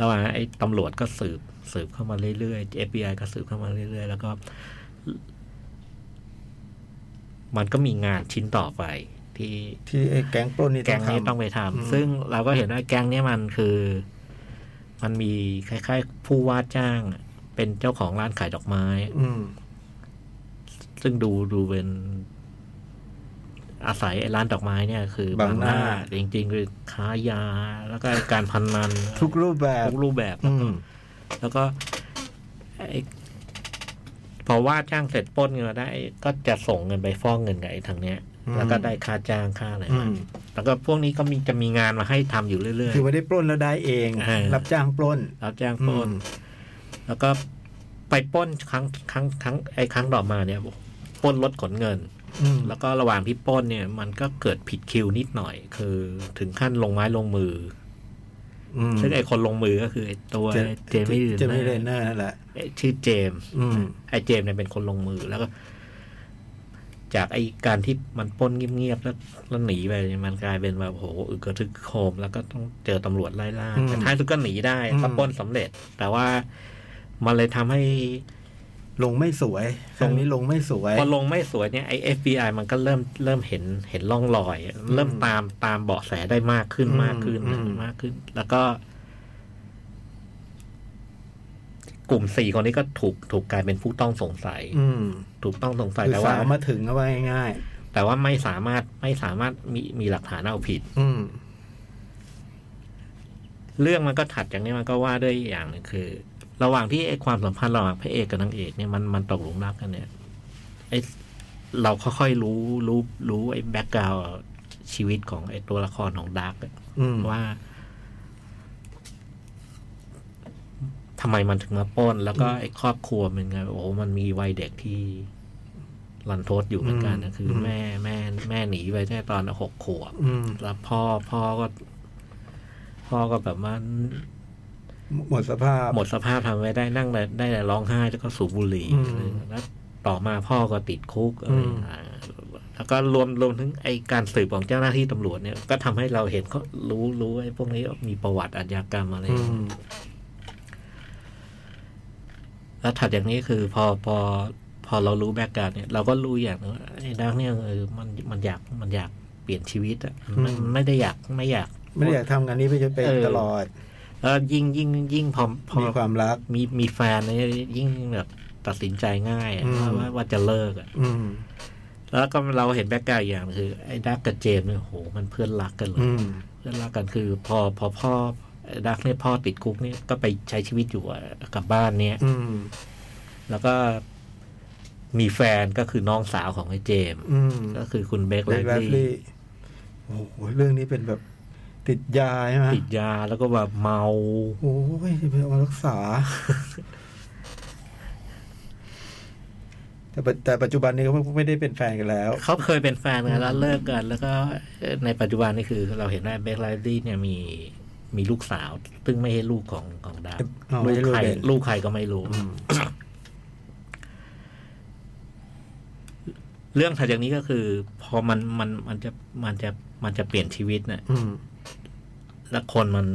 Speaker 3: ระหว่างนั้นไอ้ตำรวจก็สืบสืบเข้ามาเรื่อยๆ FBI ก็สืบเข้ามาเรื่อยๆ แล้วก็ มันก็มีงานชิ้นต่อไปที่
Speaker 1: ที่ไอ้แก๊งปล้นนี่
Speaker 3: แก๊งนี้ต้อง
Speaker 1: ทำ
Speaker 3: ไปทำ
Speaker 1: อืม
Speaker 3: ซึ่งเราก็เห็นว่าแก๊งเนี้ยมันคือ มันมีคล้ายๆ ผู้ว่าจ้างอะเป็นเจ้าของร้านขายดอกไม้
Speaker 1: อืม
Speaker 3: ซึ่งดูดูเป็นอาศัยไอ้ร้านดอกไม้เนี่ย คือบ
Speaker 1: างหน้า
Speaker 3: จริงๆ คือค้ายา แล้วก็การพันมัน
Speaker 1: ทุกรูปแบบ
Speaker 3: ทุกรูปแบบ
Speaker 1: อืม
Speaker 3: แล้วก็ไอ้พอว่าจ้างเสร็จปล้นเงินมาได้ ก็จะส่งเงินไปฟ้องเงินกับไอ้ทางเนี้ย
Speaker 1: อืม
Speaker 3: แล้วก็ได้ค่าจ้างค่าอะไร
Speaker 1: อื
Speaker 3: มา
Speaker 1: ม
Speaker 3: แล้วก็พวกนี้ก็มีจะมีงานมาให้ทำอยู่เรื่อย
Speaker 1: คือไม่ได้ปล้นแล้วได้เอง
Speaker 3: เออ
Speaker 1: รับจ้างปล้น
Speaker 3: ๆ รับจ้างปล้น
Speaker 1: อืม
Speaker 3: แล้วก็ไปปล้นครั้งครั้งครั้งไอ้ครั้งต่อมาเนี่ยปล้นรถขนเงิน
Speaker 1: อืม
Speaker 3: แล้วก็ระหว่างที่ปล้นเนี่ย มันก็เกิดผิดคิวนิดหน่อย คือถึงขั้นลงไม้ลงมือ
Speaker 1: อืม
Speaker 3: อซึ่งไอ้คนลงมือก็คือไอ้ตัว
Speaker 1: เจ
Speaker 3: เจมี่
Speaker 1: เจมี่เรนเนอร์นั่นแหละ
Speaker 3: ไอ้ชื่อเจมส์
Speaker 1: อืม
Speaker 3: ไอ้เจมส์เนี่ยเป็นคนลงมือแล้วก็ จากไอ้การที่มันปล้นเงียบๆแล้วแล้วหนีไปเนี่ยมันกลายเป็นแบบโอ้โหอึกกระทึกโครมแล้วก็ต้องเจอตำรวจไล่ล่า
Speaker 1: อืม
Speaker 3: แต่ท้ายสุดก็หนีได้
Speaker 1: อืม
Speaker 3: ก็ปล้นสำเร็จ แต่ว่า มันเลยทำให้
Speaker 1: ลงไม่สวยครั้งนี้ลงไม่สวย
Speaker 3: พอลงไม่สวยเนี่ยไอ้ FBI มันก็เริ่มเริ่มเห็นเห็นร่องรอย เริ่มตามตามเบาะแสได้มากขึ้น
Speaker 1: อืม
Speaker 3: มากขึ้น
Speaker 1: อืม
Speaker 3: มากขึ้น แล้วก็ กลุ่มสี่คนนี้ก็ถูกถูกกลายเป็นผู้ต้องสงสัย
Speaker 1: อืม
Speaker 3: ถูกต้องสงสัย
Speaker 1: คือ
Speaker 3: แต่ว่า
Speaker 1: สาวมาถึงก็ว่าง่าย
Speaker 3: แต่ว่าไม่สามารถไม่สามารถมีมีหลักฐานเอาผิด
Speaker 1: ๆอืม
Speaker 3: เรื่องมันก็ถัดจากนี้มันก็ว่าด้วยอย่างหนึงคือ ระหว่างที่ไอ้ความสัมพันธ์ระหว่างพระเอกกับนางเอกเนี่ยมันมันตกหลุมรักกันเนี่ยไอ้เราค่อยๆรู้รู้รู้ไอ้แบ็กกราวชีวิตของไอ้ตัวละครของดาร์ก
Speaker 1: อืม
Speaker 3: ว่าทำไมมันถึงมาปล้น แล้วก็ไอ้ครอบครัวมันไงโอ้โหมันมีวัยเด็กที่รันทดอยู่เหมือนกันนะคืออ
Speaker 1: ม
Speaker 3: แม่แม่แม่หนีไปตั้งแต่ตอนหกขวบ
Speaker 1: อืม
Speaker 3: แล้วพ่อพ่อก็ พ่อก็แบบว่า
Speaker 1: หมดสภาพ
Speaker 3: หมดสภาพทำไม่ได้นั่งแต่ได้แต่ร้องไห้แล้วก็สูบบุหรี่
Speaker 1: อืม
Speaker 3: แล้วต่อมาพ่อก็ติดคุกอะไร
Speaker 1: อืม
Speaker 3: อ่าแล้วก็รวมรวมถึงไอการสืบของเจ้าหน้าที่ตำรวจเนี่ยก็ทำให้เราเห็นเขารู้รู้ไอ้พวกนี้มีประวัติอาชญากรรมอะไร
Speaker 1: อืม
Speaker 3: แล้วถัดจากนี้คือพอพอพอเรารู้แบ็กกราวด์เนี่ย เราก็รู้อย่างหนึงว่าไอ้ดักเนี่ยเออมันมันอยากมันอยากเปลี่ยนชีวิตอ่ะมัน
Speaker 1: อืม
Speaker 3: ไม่ได้อยากไม่อยาก
Speaker 1: ไม่ได้อยากทำงานนี้ไปจนเป็น
Speaker 3: เออ
Speaker 1: ตลอด
Speaker 3: แล้วยิ่งยิ่งยิ่งพอพอ
Speaker 1: มีความรัก
Speaker 3: มีมีแฟนเนี่ยยิ่งแบบตัดสินใจง่ายอะ
Speaker 1: อืม
Speaker 3: ว่าว่าว่าจะเลิกอะ
Speaker 1: อืม
Speaker 3: แล้วก็เราเห็นแบ็กกราวด์อีกอย่างคือ ไอ้ดักกับเจมส์เนี่ยโหมันเพื่อนรักกันเลย
Speaker 1: อืม
Speaker 3: เพื่อนรักกันคือ พอพอพ่อไอ้ดักเนี่ยพ่อติดคุกเนี่ยก็ไปใช้ชีวิตอยู่กับบ้านเนี่ย
Speaker 1: อืม
Speaker 3: แล้วก็มีแฟนก็คือน้องสาวของไอ้เจมส์
Speaker 1: อืม
Speaker 3: ก็คือคุณเบคไล
Speaker 1: เล็กแรฟ
Speaker 3: ลี่
Speaker 1: ลี่โอ้โหเรื่องนี้เป็นแบบติดยาใช่ไหม
Speaker 3: ติดยาแล้วก็แบบเมา
Speaker 1: โอ้ยจะไปเอามารัก ษา แต่ปัจแต่ปัจจุบันนี้ก็ไม่ได้เป็นแฟนกันแล้ว
Speaker 3: เขาเคยเป็นแฟนกันแล้วเลิกกัน แล้วก็เอ่อในปัจจุบันนี่คือเราเห็นว่าเบคไลดี้เนี่ยมีมีลูกสาว ซึ่งไม่ใช่ลูกของของดาบ
Speaker 1: อ๋อ
Speaker 3: ลู
Speaker 1: ไม่
Speaker 3: ก
Speaker 1: ใช่ลูก
Speaker 3: ใคร
Speaker 1: เด่น
Speaker 3: ลูกใครก็ไม่รู้
Speaker 1: อืม
Speaker 3: เรื่องถัดจากนี้ก็คือ พอมันมันมันจะมันจะมันจะเปลี่ยนชีวิตเนี่ย
Speaker 1: อืม
Speaker 3: แล้วคนมัน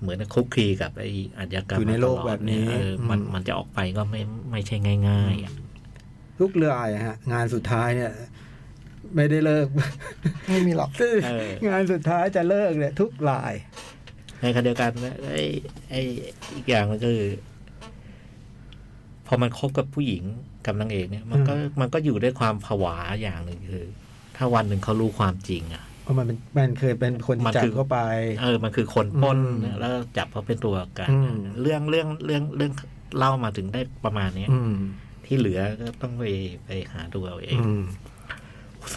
Speaker 3: เหมือนคุกคีกับไอ้อาชญากรรม
Speaker 1: อยู่ในโลกแบบนี้
Speaker 3: มาตลอดเยเออมัน
Speaker 1: อืม
Speaker 3: มันจะออกไปก็ไม่ไม่ใช่ง่ายๆอะ
Speaker 1: ลูกเรืออายอะฮะ งานสุดท้ายเนี่ย ไม่ได้เลิก
Speaker 2: ไม่มีหรอก
Speaker 1: งานสุดท้ายจะเลิกเนี่ยทุกลาย
Speaker 3: ในขณะเดียวกันนะไอ้ไอ้อีกอย่างก็คือ พอมันคบกับผู้หญิงกับนางเอกเนี่ย มันก็มันก็อยู่ด้วยความผวาอย่างหนึ่งคือ ถ้าวันหนึ่งเขารู้ความจริงอะ
Speaker 1: เพราะมันเป็นมันเคยเป็นคน
Speaker 3: มัน
Speaker 1: จับ
Speaker 3: คือ
Speaker 1: เข้าไป
Speaker 3: เออ มันคือคนปล้น
Speaker 1: อืม
Speaker 3: แล้วจับเขาเป็นตัวกัน
Speaker 1: อืม
Speaker 3: เรื่องเรื่องเรื่องเรื่องเล่ามาถึงได้ประมาณเนี้ย
Speaker 1: อืม
Speaker 3: ที่เหลือก็ต้องไปไปหาดูเอาเอง
Speaker 1: อืม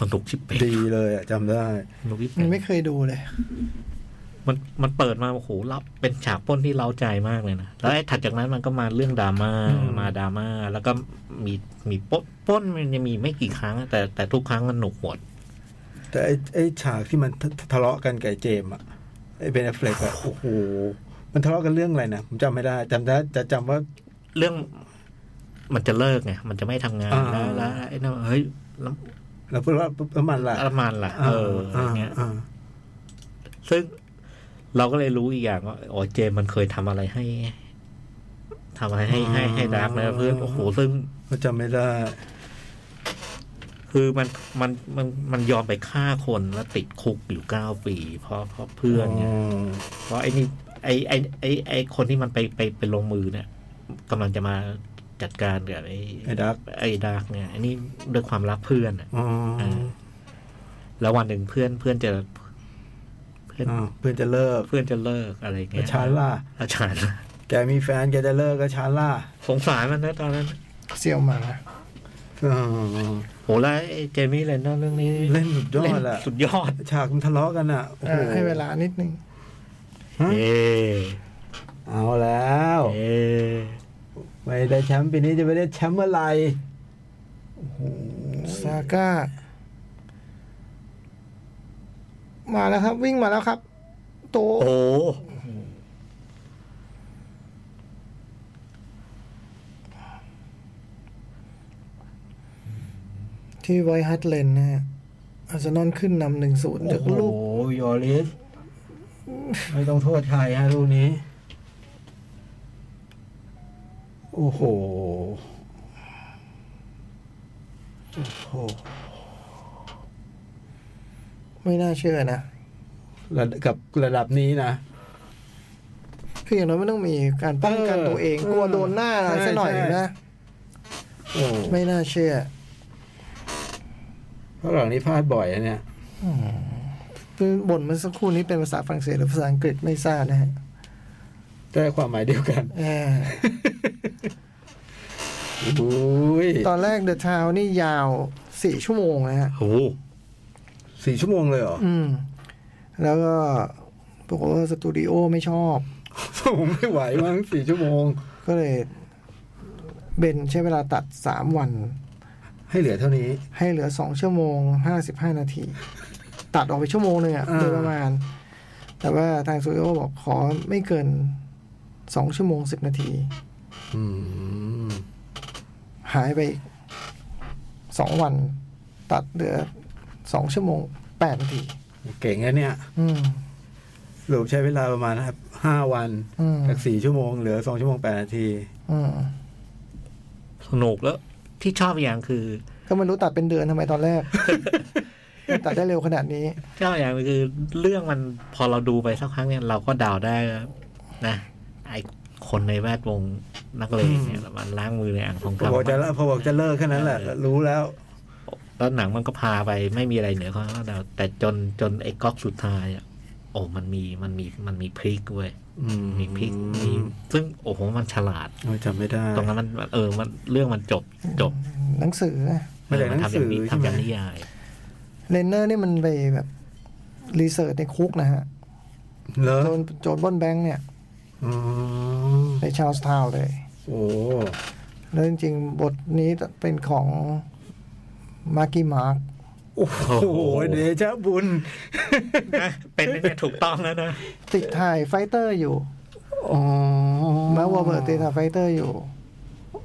Speaker 3: สนุกชิบเป็น
Speaker 1: ดีเลยอะจำได้
Speaker 3: สนุกชิบเป็
Speaker 2: มัน
Speaker 3: น
Speaker 2: ไม่เคยดูเลย
Speaker 3: มันมันเปิดมาโอ้โหเราเป็นฉากปล้นที่เล้าใจมากเลยนะแล้วไอ้ถัดจากนั้นมันก็มาเรื่องดราม่า
Speaker 1: อืม
Speaker 3: มาดราม่าแล้วก็มีมีปล้นปล้นมันจะมีไม่กี่ครั้ง แต่แต่ทุกครั้งมันหนุกหมด
Speaker 1: แต่ไอ้ไอ้ฉากที่มันทะทะเลาะกันกับไอ้เจมส์อะไอ้เบนแอฟเฟลกอะโอ้โห มันทะเลาะกันเรื่องอะไรนะ ผมจำไม่ได้จำได้จะจำว่า
Speaker 3: เรื่องมันจะเลิกไงมันจะไม่ทำงาน
Speaker 1: อ่า
Speaker 3: แล้วแล้วไอ้นั่นเฮ้ยแล้ว
Speaker 1: แล้วพูดว่าประมาณละ
Speaker 3: แล้วมันล่ะเอออะไรเงี้ย
Speaker 1: อ่า
Speaker 3: ซึ่งเราก็เลยรู้อีกอย่างว่าอ๋อเจมส์มันเคยทำอะไรให้ทำอะไรให้ให้ให้ดาร์กนะเพื่อนโอ้โหซึ่ง
Speaker 1: ผมจำไม่ได้
Speaker 3: คือมันมันมันมันยอมไปฆ่าคนแล้วติดคุกอยู่เก้าปี เพราะเพราะเพื่อนเนี่ยเพราะไอ้นี่ไอ้ไอ้ไอ้ไอ้คนที่มันไปไปไปลงมือเนี่ยกำลังจะมาจัดการกับไอ้
Speaker 1: ไอ้ดาร์ก
Speaker 3: ไอ้ดาร์กเนี่ยไอ้นี่ด้วยความรักเพื่อนอะ
Speaker 1: อ๋ออ๋อ
Speaker 3: แล้ววันหนึ่งเพื่อนเพื่อนจะเพื่อน
Speaker 1: อ่าเพื่อนจะเลิก
Speaker 3: เพื่อนจะเลิกอะไรอย่างเงี้ย
Speaker 1: ชาล่า
Speaker 3: อาจารย์
Speaker 1: แกมีแฟนแกจะเลิกก็ชาล่า
Speaker 3: สงสารมันนะตอนนั้น
Speaker 2: เซียวหมา
Speaker 1: อ๋อ
Speaker 3: โหแล้วไอ้เจมี่เลนนอนเรื่องนี้
Speaker 1: เล่นสุดยอดอะ
Speaker 3: สุดยอด
Speaker 1: ฉากมันทะเลาะกันอะโอ้โห
Speaker 2: อ่าให้เวลานิดนึง
Speaker 1: ฮะ
Speaker 3: เอ
Speaker 1: เอาแล้ว
Speaker 3: เอ
Speaker 1: ไม่ได้แชมป์ปีนี้จะไปได้แชมป์เมื่อไหร่
Speaker 2: ซาก้า มาแล้วครับ วิ่งมาแล้วครับ โต
Speaker 3: โอ้โห
Speaker 2: ที่ไวท์ฮัตเลนนะฮะอาร์เซนอลขึ้นนำหนึ่งศูนย์จากลูก
Speaker 1: ยอริส ไม่ต้องโทษใครฮะลูกนี้ โอ้โห โอ้โห
Speaker 2: ไม่น่าเชื่อนะ
Speaker 1: ระดับกับระดับนี้นะ
Speaker 2: คืออย่างน้อยไม่ต้องมีการป้องกัน
Speaker 1: เออ
Speaker 2: ตัวเองกลัวโดนหน้าอะไร
Speaker 1: ใช่
Speaker 2: ซะหน่อย
Speaker 1: ใช่
Speaker 2: นะ
Speaker 1: โอ้
Speaker 2: ไม่น่าเชื่อ
Speaker 1: ฝรั่งนี่พลาดบ่อยนะเนี่ย
Speaker 2: คือบทเมื่อสักครู่นี้เป็นภาษาฝรั่งเศสหรือภาษาอังกฤษไม่ทราบนะฮะ
Speaker 1: แต่ความหมายเดียวกัน
Speaker 2: อ่า
Speaker 1: อุ้ย
Speaker 2: ตอนแรกเดอะทาวนี่ยาวสี่ชั่วโมงนะฮะ
Speaker 3: โอ้โห
Speaker 1: สี่ชั่วโมงเลยเหรอ
Speaker 2: อืม แล้วก็ปรากฏว่าสตูดิโอไม่ชอบ
Speaker 1: ผมไม่ไหวมั้งสี่ชั่วโมง
Speaker 2: ก็เลย เบนใช้เวลาตัดสามวัน
Speaker 1: ให้เหลือเท่านี้
Speaker 2: ให้เหลือสองชั่วโมงห้าสิบห้านาที ตัดออกไปชั่วโมงหนึ่งอ่ะ
Speaker 1: อ่า
Speaker 2: โดยประมาณ แต่ว่าทางสตูดิโอบอกขอไม่เกินสองชั่วโมงสิบนาที
Speaker 1: อืม
Speaker 2: หายไปสองวัน ตัดเหลือสองชั่วโมงแปดนาที
Speaker 1: เก่งนะเนี่ย
Speaker 2: อืม
Speaker 1: หลบใช้เวลาประมาณห้าวัน
Speaker 2: อืม
Speaker 1: จากสี่ชั่วโมงเหลือสองชั่วโมงแปดนาที
Speaker 2: อืม
Speaker 3: สนุกแล้วที่ชอบอย่างคือ
Speaker 2: ก็ไม่รู้ตัดเป็นเดือนทำไมตอนแรก ตัดได้เร็วขนาดนี้
Speaker 3: ชอบอย่างคือเรื่องมันพอเราดูไปสักครั้งเนี่ยเราก็เดาได้ว่านะ ไอคนในแวดวงนักเลงเนี่ยมันล้างมือในอ่างทอง
Speaker 1: พอ
Speaker 3: คำ
Speaker 1: บอกจะเลิกพอบอกจะเลิกแค่นั้นแหละ รู้แล้ว
Speaker 3: แล้วหนังมันก็พาไปไม่มีอะไรเหนือความคาดเดาแต่จนจนไอ้ก๊อกสุดท้ายอะโอ้มันมีมันมีมันมีพริกเว้ย
Speaker 1: อืม
Speaker 3: มีพริกมีซึ่งโอ้โหมันฉลาด
Speaker 1: โอ้ยจำไม่ได้
Speaker 3: ตรงนั้นมันมันเออมันเรื่องมันจบจบ
Speaker 2: หนังสือนะ
Speaker 1: มาจากหนังสือ
Speaker 3: เมัน
Speaker 1: ใช่ไหม
Speaker 3: ทำอย่างนี้ทำอย่างนิยาย
Speaker 2: เลนเนอร์นี่มันไปแบบรีเสิร์ชในคุกนะฮะ
Speaker 1: เลอ
Speaker 2: โจนโจนบนแบงค์เนี่ย
Speaker 1: อ๋อ
Speaker 2: ในชาร์ลส์ทาวน์เลย
Speaker 1: โอ้
Speaker 2: แล้วจริงๆ บทนี้เป็นของมาร์กี้มาร์ก
Speaker 1: โอ้โห
Speaker 3: โอ้โห
Speaker 1: เดชะบุญ
Speaker 3: นะเป็นเนี่ยถูกต้องแล้วนะ
Speaker 2: ติดถ่ายไฟเตอร์อยู่
Speaker 1: อ๋อ
Speaker 2: มาร์ควอเบิร์ตติดถ่ายไฟเตอร์อยู่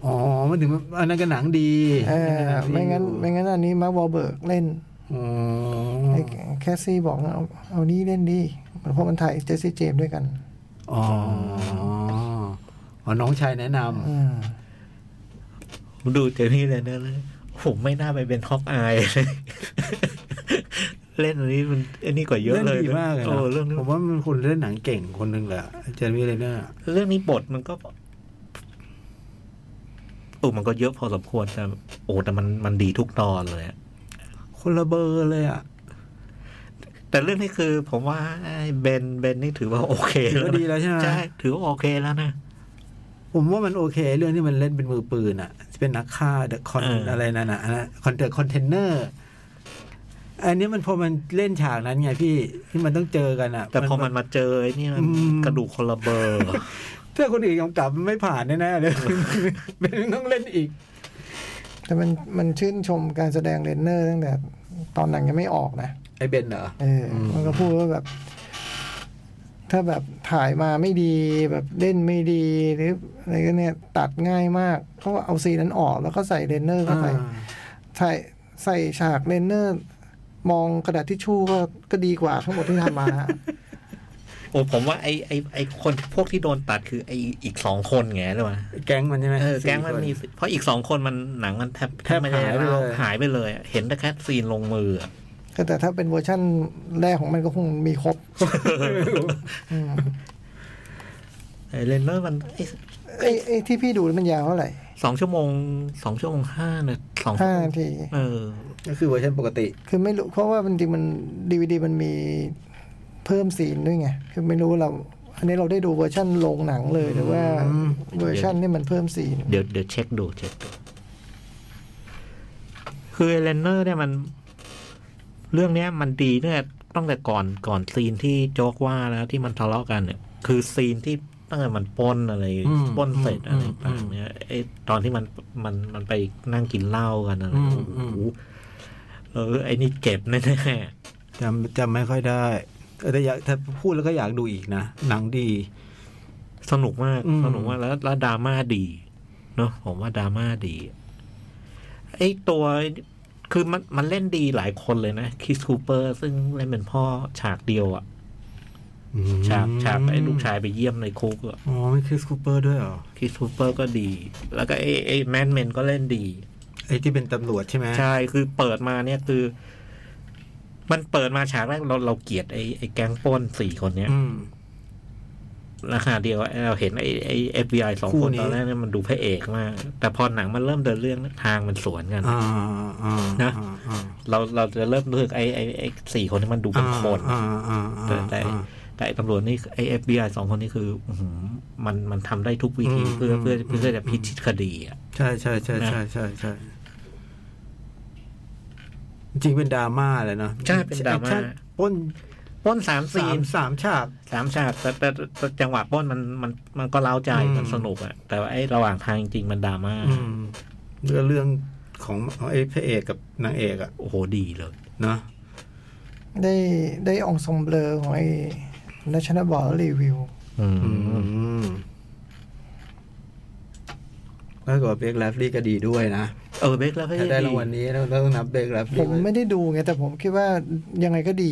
Speaker 1: อ๋อมันถึงอันนั้นก็หนังดี
Speaker 2: เออไม่งั้น
Speaker 1: อยู่
Speaker 2: ไม่งั้นอันนี้มาร์ควอเบิร์กเล่น
Speaker 1: อ๋อ
Speaker 2: ไอ้แคสซี่บอกเอาเอานี่เล่นดีเพราะมันถ่ายเจสซี่เจมส์ด้วยกัน
Speaker 1: อ๋ออ๋อน้องชายแนะน
Speaker 2: อืม
Speaker 3: ผมดูเจมี่เลยนะเลยผมไม่น่าไปเป็นฮอกอายเลย เล่นอันนี้มันอันนี้กว่า
Speaker 1: ำ
Speaker 3: เยอะเลย
Speaker 1: นดีมากเลย
Speaker 3: โอ้เรื่องนี้
Speaker 1: นะผมว่ามันคนเล่นหนังเก่งคนหนึ่งแหละเจนนี่เลยเนี่ย
Speaker 3: เรื่องนี้บทมันก็โอ้มันก็เยอะพอสมควรแต่โอ้แต่มันมันดีทุกตอนเลยอะ
Speaker 1: คนละเบอร์เลยอ่ะ
Speaker 3: แต่เรื่องนี้คือ ผมว่าไอ้เบนเบนนี่ถือว่าโอเค
Speaker 1: ถือ
Speaker 3: แล้วนะ
Speaker 1: ว่าดีแล้วใช่ไหม
Speaker 3: ใช่ถือว่าโอเคแล้วนะ
Speaker 1: ผมว่ามันโอเค เรื่องที่มันเล่นเป็นมือปืนอ่ะ เป็นนักฆ่าเดอะคอน
Speaker 3: เอออ
Speaker 1: อะไรนั่นน่ะคอนเดอะคอนเทนเนอร์อันนี้มันพอมันเล่นฉากนั้นไงพี่ที่มันต้องเจอกันอ่ะ
Speaker 3: แต่พอมันมาเจอไอ้นี่มัน
Speaker 1: อืม
Speaker 3: กระดูกคนละเบอร์
Speaker 1: ถ้าคนอื่นกำกับไม่ผ่านแน่ๆเลย เป็นต้องเล่นอีก
Speaker 2: แต่มันมันชื่นชมการแสดงเลนเนอร์ตั้งแต่ตอนหนังยังไม่ออกนะ
Speaker 1: ไอเบนเหรอ
Speaker 2: เอออ
Speaker 1: ม
Speaker 2: มันก็พูดว่าแบบ ถ้าแบบถ่ายมาไม่ดีแบบเล่นไม่ดีหรืออะไรก็เนี่ย ตัดง่ายมากเขาก็เอาซีนนั้นออกแล้วก็ใส่เรนเนอร์เข้าไป
Speaker 1: อ่า
Speaker 2: ถ่ายใส่ฉากเรนเนอร์ มองกระดาษทิชชู่ก็ก็ดีกว่าทั้งหมดที่ทำมา
Speaker 3: โอ้ผมว่าไอ้ไอ้ไอ้คนพวกที่โดนตัดคือไอ้อีกสองคนไงหรือวะ
Speaker 1: แก๊งมันใช่ไหม
Speaker 3: เออ
Speaker 1: สี่
Speaker 3: แก๊งมัน
Speaker 1: ค
Speaker 3: มีเพราะอีกสองคนมันหนังมันแทบ
Speaker 1: แทบ
Speaker 3: ม่ด้
Speaker 1: หายไปเลย
Speaker 3: หายไปเลยอะเห็นแต่แค่ซีนลงมืออะ
Speaker 2: ก็แต่ถ้าเป็นเวอร์ชั่นแรกของมันก็คงมีครบ อืม
Speaker 3: ไอ้เลนเนอร์มันไอ้
Speaker 2: ไอ้ไอ้ที่พี่ดูมันยาวเท่าไหร่
Speaker 3: สองชั่วโมงสองชั่วโมงห้าเนี่ยสอง
Speaker 2: ห้านาที
Speaker 3: เออ
Speaker 1: ก็คือเวอร์ชันปกติ
Speaker 2: คือไม่รู้เพราะว่ามันจริงมันดีวดีมันมีเพิ่มซีนด้วยไงคือไม่รู้ว่าเรา อันนี้เราได้ดูเวอร์ชั่นโรงหนังเลยหรือว่า
Speaker 1: อืม
Speaker 2: เวอร์ชันนี่มันเพิ่มซีน
Speaker 3: เดี๋ยวเดี๋ยวเช็คดูเช็คดู คือเลนเนอร์เนี่ยมัน เรื่องเนี้ยมันดีเนี่ยตั้งแต่ก่อนก่อนซีนที่โจ๊กว่าแล้วที่มันทะเลาะกันเนี่ย คือซีนที่ตั้งแต่มันปล้นอะไร
Speaker 1: อืม
Speaker 3: ปล้นเสร็จ
Speaker 1: อื
Speaker 3: อะไร
Speaker 1: ม
Speaker 3: ต่างๆเนี่ยไอตอนที่มันมันมันไปนั่งกินเหล้ากันอะไร
Speaker 1: อืม
Speaker 3: โอ้โหเออไอนี่เจ็บแน่
Speaker 1: จำจำไม่ค่อยได้เออแต่อยากถ้าพูดแล้วก็อยากดูอีกนะ หนังดี
Speaker 3: ๆสนุกมาก
Speaker 1: อืม
Speaker 3: สนุกมากแล้วแล้วดราม่าดีเนาะผมว่าดราม่าดีไอตัวคือมันมันเล่นดีหลายคนเลยนะคิสคูเปอร์ ซึ่งเล่นเป็นพ่อฉากเดียวอะ
Speaker 1: อืม
Speaker 3: ฉากฉากไอ้ลูกชายไปเยี่ยมในคุกอะ
Speaker 1: อ๋อมีคริสคูเปอร์ด้วยเหรอ
Speaker 3: คริสคูเปอร์ก็ดี แล้วก็ไอ้ไอ้แมนเมนก็เล่นดี
Speaker 1: ไอ้ที่เป็นตำรวจใช่ไหม
Speaker 3: ใช่คือเปิดมาเนี่ยคือ มันเปิดมาฉากแรกเราเราเกลียดไอ้ไอ้แก๊งปล้นสี่คนเนี้ย
Speaker 1: อืม
Speaker 3: ราคาเดียวเราเห็นไอ้ไอ้เอฟบีไอสอง
Speaker 1: คู่
Speaker 3: คน
Speaker 1: นี้
Speaker 3: ตอนแรกเนี่ยมันดูพระเอกมาก แต่พอหนังมันเริ่มเดินเรื่องทางมันสวนกัน
Speaker 1: อ่าอ่า
Speaker 3: นะ
Speaker 1: อ่า
Speaker 3: เราเราจะเริ่มรู้สึกไอ้ไอ้ไอ้สี่คนนี้มันดูเป็นคน
Speaker 1: อ่าอ่า
Speaker 3: แต่
Speaker 1: อ่า
Speaker 3: แต่
Speaker 1: อ่า
Speaker 3: แต่ไอ้ตำรวจนี่ไอ้เอฟบีไอสองคนนี้คืออื้อหือมันมันทำได้ทุกวิธี
Speaker 1: อืม
Speaker 3: เพื่อเพื่อ
Speaker 1: อืม
Speaker 3: เพื่อจะพิชิตคดีอ่ะ
Speaker 1: ใช่ใช่ใช่
Speaker 3: นะ
Speaker 1: ใช่ใช่ใช่จริงเป็นดราม่าเลยเนาะ
Speaker 3: ใช่เป็นดราม่า
Speaker 1: ใช่ปล้น
Speaker 3: ปล้นสามซี
Speaker 1: สาม
Speaker 3: น
Speaker 1: สามฉาก
Speaker 3: สามฉากแต่แต่แต่แต่จังหวะปล้นมันมันมันก็เล้าใจ
Speaker 1: อืม
Speaker 3: มันสนุกอ่ะ แต่ว่าไอ้ระหว่างทางจริงๆมันดราม่า
Speaker 1: อืมเรื่องเรื่องของไอ้พระเอกกับนางเอกอะ
Speaker 3: โอ้โหดีเลย
Speaker 1: เนาะ
Speaker 2: ได้ได้องซอมเบลอของไอ้ National b o r d Review
Speaker 3: อืม
Speaker 1: อืมแล้วก็เบรกแลฟลี่ก็ดีด้วยนะ
Speaker 3: เออเบคแล้วพี่
Speaker 1: ถ้าได้รางวัลนี้เราต้องนับเบรกแลฟ
Speaker 2: ผ
Speaker 1: ลี่
Speaker 2: มไม่ได้ดูไง แต่ผมคิดว่ายังไงก็ ดี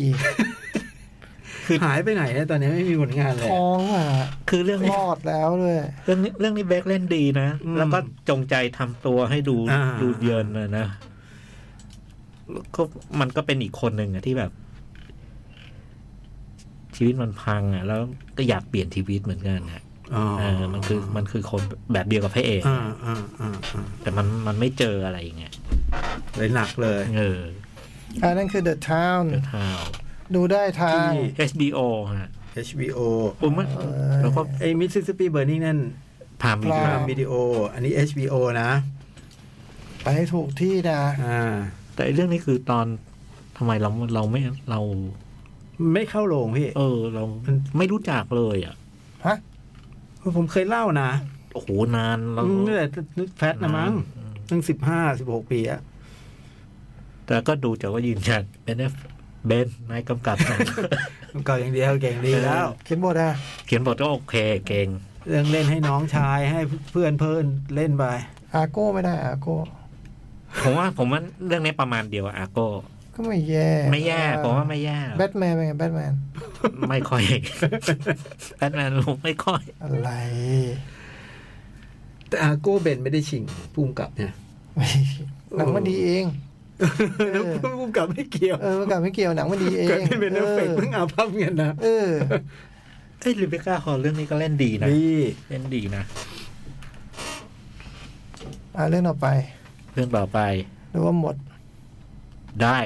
Speaker 1: หายไปไหนเนี่ยตอนนี้ไม่มีผลงานเลย
Speaker 2: ท้องอ่ะ
Speaker 3: คือเรื่อง
Speaker 2: ร
Speaker 3: นี้
Speaker 2: อดแล้วด้วย
Speaker 3: เรื่องนี้เรื่องนี้เบคเล่นดีนะ
Speaker 1: อืม
Speaker 3: แล้วก็จงใจทำตัวให้ดู
Speaker 1: อ่า
Speaker 3: ดูเยินเลยนะแล้วก็มันก็เป็นอีกคนหนึ่งอะที่แบบ ชีวิตมันพังอะแล้วก็อยากเปลี่ยนชีวิตเหมือนกันอะ
Speaker 1: อ๋อ
Speaker 3: เออมันคือมันคือคนแบบเดียวกับพระเอก
Speaker 1: อ่าอ่าอ่าอ่า
Speaker 3: แต่มันมันไม่เจออะไรอย่างเงี้ย
Speaker 1: เลยหนักเลย
Speaker 3: เออ
Speaker 2: อันนั้นคือ The Town
Speaker 3: เดอะทาวน์
Speaker 2: ดูได้ทาง
Speaker 3: HBO ฮะ
Speaker 1: HBO
Speaker 3: โอ้มันแล้วก็
Speaker 1: ไอ้มิสซิสซิปปีเบอร์นิงนั่น
Speaker 3: พามวิดี
Speaker 2: ค
Speaker 3: โอ
Speaker 2: รับ
Speaker 1: วิดีโอ อันนี้ HBO นะ
Speaker 2: ไปให้ถูกที่นะ
Speaker 1: อ่า
Speaker 3: แต่ไอ้เรื่องนี้คือตอนทำไมเราเราไม่เรา
Speaker 1: ไม่เข้าโรงพี่
Speaker 3: เออ เราไม่รู้จักเลยอ่ะ
Speaker 2: ฮะ
Speaker 1: ผมเคยเล่านะ
Speaker 3: โอ้โหนานเรา
Speaker 1: อืมนี่แหละนึกแฟตนะมั้ง
Speaker 3: อืม
Speaker 1: ตั้งสิบห้าสิบหกปีอะ
Speaker 3: แต่ก็ดูจากว่ายืนยันเบนเอฟเบนนายกำกับหนัง
Speaker 1: เก่าอย่างเดียวเก่งดีแล้ว
Speaker 2: เขียนบทอ่ะ
Speaker 3: เขียนบทก็โอเคเก่ง
Speaker 1: เรื่องเล่นให้น้องชายให้เพื่อนเพื่อนเล่นไป
Speaker 2: อาโก้ไม่ได้อาโก้
Speaker 3: ผมว่าผมว่าเรื่องนี้ประมาณเดียวอาโก้
Speaker 2: ก็ไม่แย่
Speaker 3: ไม่แย่ ผมว่าไม่แย่หรอก
Speaker 2: แบทแมนเป็นไงแบทแมน
Speaker 3: ไม่ค่อยแบทแมนผมไม่ค่อย
Speaker 2: อะไร
Speaker 1: แต่อาโก้เบนไม่ได้ชิงพุ่มกับเนี่ย
Speaker 2: หนังมันดีเอง อ
Speaker 1: พุ่มกับไม่เกี่ยว
Speaker 2: เออประกาศไม่เกี่ยวหนังมันดีเอง
Speaker 1: เกิดขึ้นเป็นเอฟเฟกต์เพิ่งอาภาพเงินนะ
Speaker 2: เออ
Speaker 3: เอ้ยลิเบก้าฮอลเรื่องนี้ก็เล่นดีนะ
Speaker 1: ดี
Speaker 3: เล่นดีนะ
Speaker 2: อ่าเรื่องต่อไป
Speaker 3: เรื่องต่อไป
Speaker 2: หรือว่าหมด
Speaker 3: ได้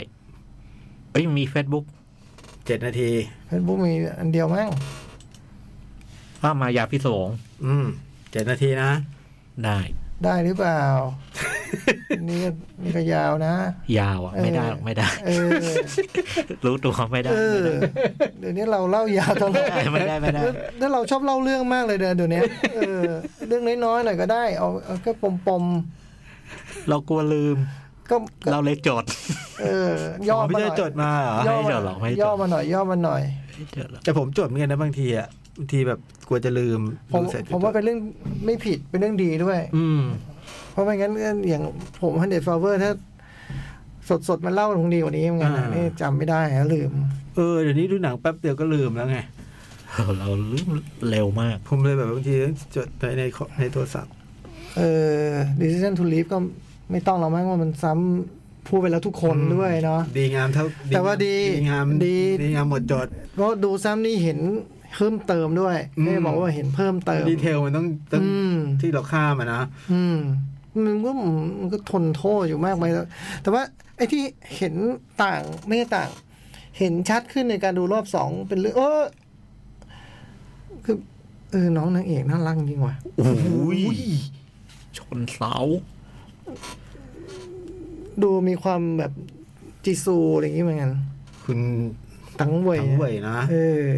Speaker 3: เอ้ยมี Facebook
Speaker 1: เจ็ดนาที
Speaker 2: เฟซบุ๊กมีอันเดียวมั้ง
Speaker 3: ว่ามายาพิสง
Speaker 1: อืมเจ็ดนาทีนะ
Speaker 3: ได้
Speaker 2: ได้หรือเปล่า นี่ก็นี่ก็ยาวนะ
Speaker 3: ยาวอ่ะ ไม่ได้หรอกไม่ได้
Speaker 2: เออ
Speaker 3: รู้ตัวไม่ได้
Speaker 2: เออ เดี๋ยวนี้เราเล่ายาวตลอด
Speaker 3: ไม่ได้ไม่ได้ไม่ได้
Speaker 2: แล้วเราชอบเล่าเรื่องมากเลยเดี๋ยวเดี๋ยวนี้เออ เรื่องน้อยๆหน่อยก็ได้เอาเอาแค่ปมๆ
Speaker 3: เรากลัวลืม
Speaker 2: ก็ก็
Speaker 3: เราเลยจด
Speaker 2: เออ ย่อ
Speaker 1: พี่
Speaker 2: มาหน่อย
Speaker 1: เตอร์จดมาเหรอ
Speaker 2: ย่อ
Speaker 3: ไม่
Speaker 2: มา
Speaker 3: จดหรอกไม่จด
Speaker 2: ย่อมาหน่อยย่อมาหน่อย
Speaker 3: จดเหรอ
Speaker 1: แต่ผมจดเหมือนกันนะบางทีอ่ะบางทีแบบกลัวจะลืม
Speaker 2: ผม
Speaker 1: ดูสร็จ
Speaker 2: ผมว่าเป็นเรื่องไม่ผิดเป็นเรื่องดีด้วย
Speaker 1: อืม
Speaker 2: เพราะไม่งั้นอย่างผมฮันเดดฟลาเวอร์ถ้า สดๆ มันเล่าคงดีกว่านี้เหมือนกันนะ
Speaker 1: อ่า
Speaker 2: นี่จำไม่ได้ฮะลืม
Speaker 1: เออเดี๋ยวนี้ดูหนังแป๊บเดียวก็ลืมแล้วไง
Speaker 3: เราลืมเร็วมาก
Speaker 1: ผมเลยแบบบางทีต้องจดในในในโทรศัพท์
Speaker 2: เออ decision to leave ก็ไม่ต้องเรามั้งว่ามันซ้ำพูดไปแล้วทุกคนด้วยเนาะ
Speaker 1: ดีงามเท่า
Speaker 2: แต่ว่าดี
Speaker 1: ดีงาม
Speaker 2: ดี
Speaker 1: ดีงามหมดจด
Speaker 2: เพราะดูซ้ำนี่เห็นเพิ่มเติมด้วย
Speaker 1: อืม
Speaker 2: ไม่ได้บอกว่าเห็นเพิ่มเติม
Speaker 1: ดีเทลมันต้องต้อง
Speaker 2: อืม
Speaker 1: ที่เราข้ามอะนะ
Speaker 2: อืมมันก็มันก็ทนโทษอยู่มากไปแล้วแต่ว่าไอ้ที่เห็นต่างไม่ใช่ต่าง เห็นชัดขึ้นในการดูรอบสองเป็นเรื่องเออคือเออน้องนางเอกน่ารักจริงว่ะ
Speaker 3: โอ้ยชนเสา
Speaker 2: ดูมีความแบบจีซูอะไรอย่างงี้เหมือนกัน
Speaker 1: คุณ
Speaker 2: ตังเว่ย
Speaker 1: ทั้งเว่ยนะ
Speaker 2: เออ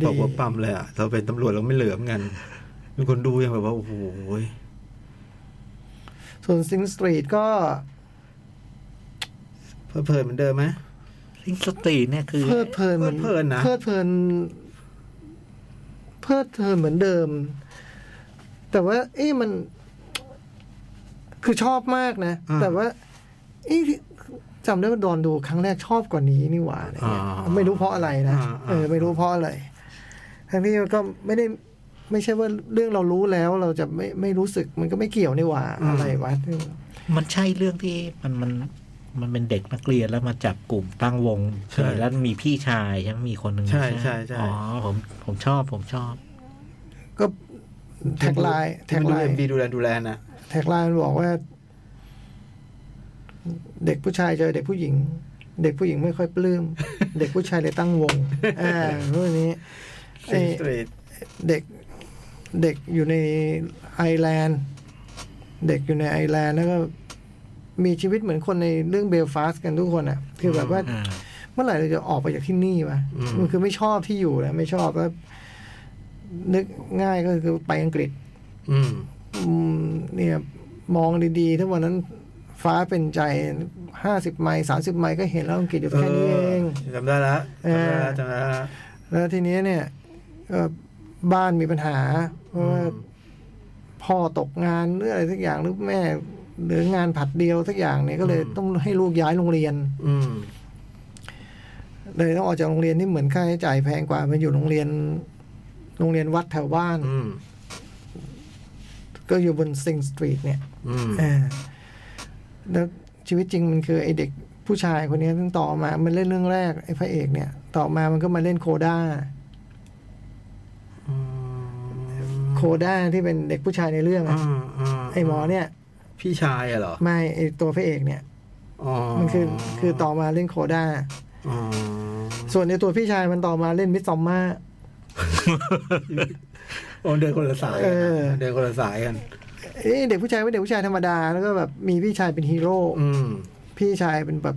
Speaker 2: ดี
Speaker 1: บอกว่าปั๊มเลยอ่ะ เราเป็นตำรวจเราไม่เหลือมกันมีคนดูยังแบบว่า โอ้โห
Speaker 2: ส่วนซิงสตรีทก็
Speaker 1: เพลิดเพลินเหมือนเดิมไหม
Speaker 3: ซิงสตรีเนี่ยคือ
Speaker 2: เพลิดเพลินหมือ
Speaker 1: เพลิดเพลินนะ
Speaker 2: เพลิดเพลินเพลิดเพลินเหมือนเดิม แต่ว่า เอ๊ะมัน คือชอบมากนะ
Speaker 1: อ่า
Speaker 2: แต่ว่า เอ๊ะ จำได้ว่าโดนดูครั้งแรกชอบกว่านี้นี่หว่าอะไรเงี้ย
Speaker 1: อ่า
Speaker 2: ไม่รู้เพราะอะไรนะ
Speaker 1: อ่า
Speaker 2: เออไม่รู้เพราะอะไรทั้งที่ก็ไม่ได้ไม่ใช่ว่าเรื่องเรารู้แล้วเราจะไม่ไม่รู้สึกมันก็ไม่เกี่ยวนี่หว่า
Speaker 1: อืม
Speaker 2: อะไรวะ
Speaker 3: มันใช่เรื่องที่มันมันมันเป็นเด็กนักเรียนแล้วมาจับกลุ่มตั้งวง
Speaker 1: ใช่
Speaker 3: แล้วมีพี่ชายใช่ไหมมีคนหนึ่ง
Speaker 1: ใช่
Speaker 3: ไหม
Speaker 1: ใช่ใช่
Speaker 3: อ๋อผมผมชอบผมชอบ
Speaker 2: ก็แท็กไลน์แท็กไลน์
Speaker 1: ที่มันดู MV ดูแลดูแลน่ะ
Speaker 2: แท็กไลน์มันบอกว่า เด็กผู้ชายเจอเด็กผู้หญิง เด็กผู้หญิงไม่ค่อยปลื้ม เด็กผู้ชายเลยตั้งวง อ่าพวกนี้
Speaker 1: King
Speaker 2: เอ่อ
Speaker 1: Street
Speaker 2: เด็กเด็กอยู่ในไอร์แลนด์เด็กอยู่ในไอร์แลนด์แล้วก็มีชีวิตเหมือนคนในเรื่องเบลฟาสต์กันทุกคนอ่ะ คือแบบว่า
Speaker 3: อ่า
Speaker 2: เมื่อไหร่เราจะออกไปจากที่นี่วะ
Speaker 1: อืม
Speaker 2: มันคือไม่ชอบที่อยู่แล้วไม่ชอบแล้วนึกง่ายก็คือไปอังกฤษ
Speaker 1: อืม
Speaker 2: อืมเนี่ยมองดีๆ ถ้าวันนั้นฟ้าเป็นใจห้าสิบไมล์สาสิบไมล์ก็เห็นแล้วอังกฤษอยู่แค่นี้เอง
Speaker 1: เออจำได้ละ
Speaker 2: เออ
Speaker 1: จำได้ละ
Speaker 2: แล้วทีนี้เนี่ยก็บ้านมีปัญหา เพราะว่าพ่อตกงานหรืออะไรสักอย่างหรือแม่ หรืองานผัดเดียวสักอย่างเนี่ยก็เลยต้องให้ลูกย้ายโรงเรียน
Speaker 1: อืม
Speaker 2: เลยต้องออกจากโรงเรียนที่เหมือนค่าใช้จ่ายแพงกว่าไปอยู่โรงเรียน โรงเรียนวัดแถวบ้าน
Speaker 1: อืม
Speaker 2: ก็อยู่บนซิงสตรีทเนี่ย
Speaker 1: อืม
Speaker 2: อ่าแล้วชีวิตจริงมันคือไอเด็กผู้ชายคนนี้ซึ่งต่อมา มันเล่นเรื่องแรกไอพระเอกเนี่ย ต่อมามันก็มาเล่นโคด้า โคด้าที่เป็นเด็กผู้ชายในเรื่องอะไอหมอเนี่ย
Speaker 1: พี่ชายอะเหรอ
Speaker 2: ไม่ไอตัวพระเอกเนี่ย
Speaker 1: อ๋อ
Speaker 2: มันคือคือต่อมาเล่นโคด้า
Speaker 1: อ๋อ
Speaker 2: ส่วนในตัวพี่ชายมันต่อมาเล่นมิสซอมมา
Speaker 1: โอ้เดินคนละสาย
Speaker 2: เออ
Speaker 1: เดินคนละสายกัน
Speaker 2: เอ้ยเด็กผู้ชายเป็นเด็กผู้ชายธรรมดา แล้วก็แบบมีพี่ชายเป็นฮีโร่
Speaker 1: อืม
Speaker 2: พี่ชายเป็นแบบ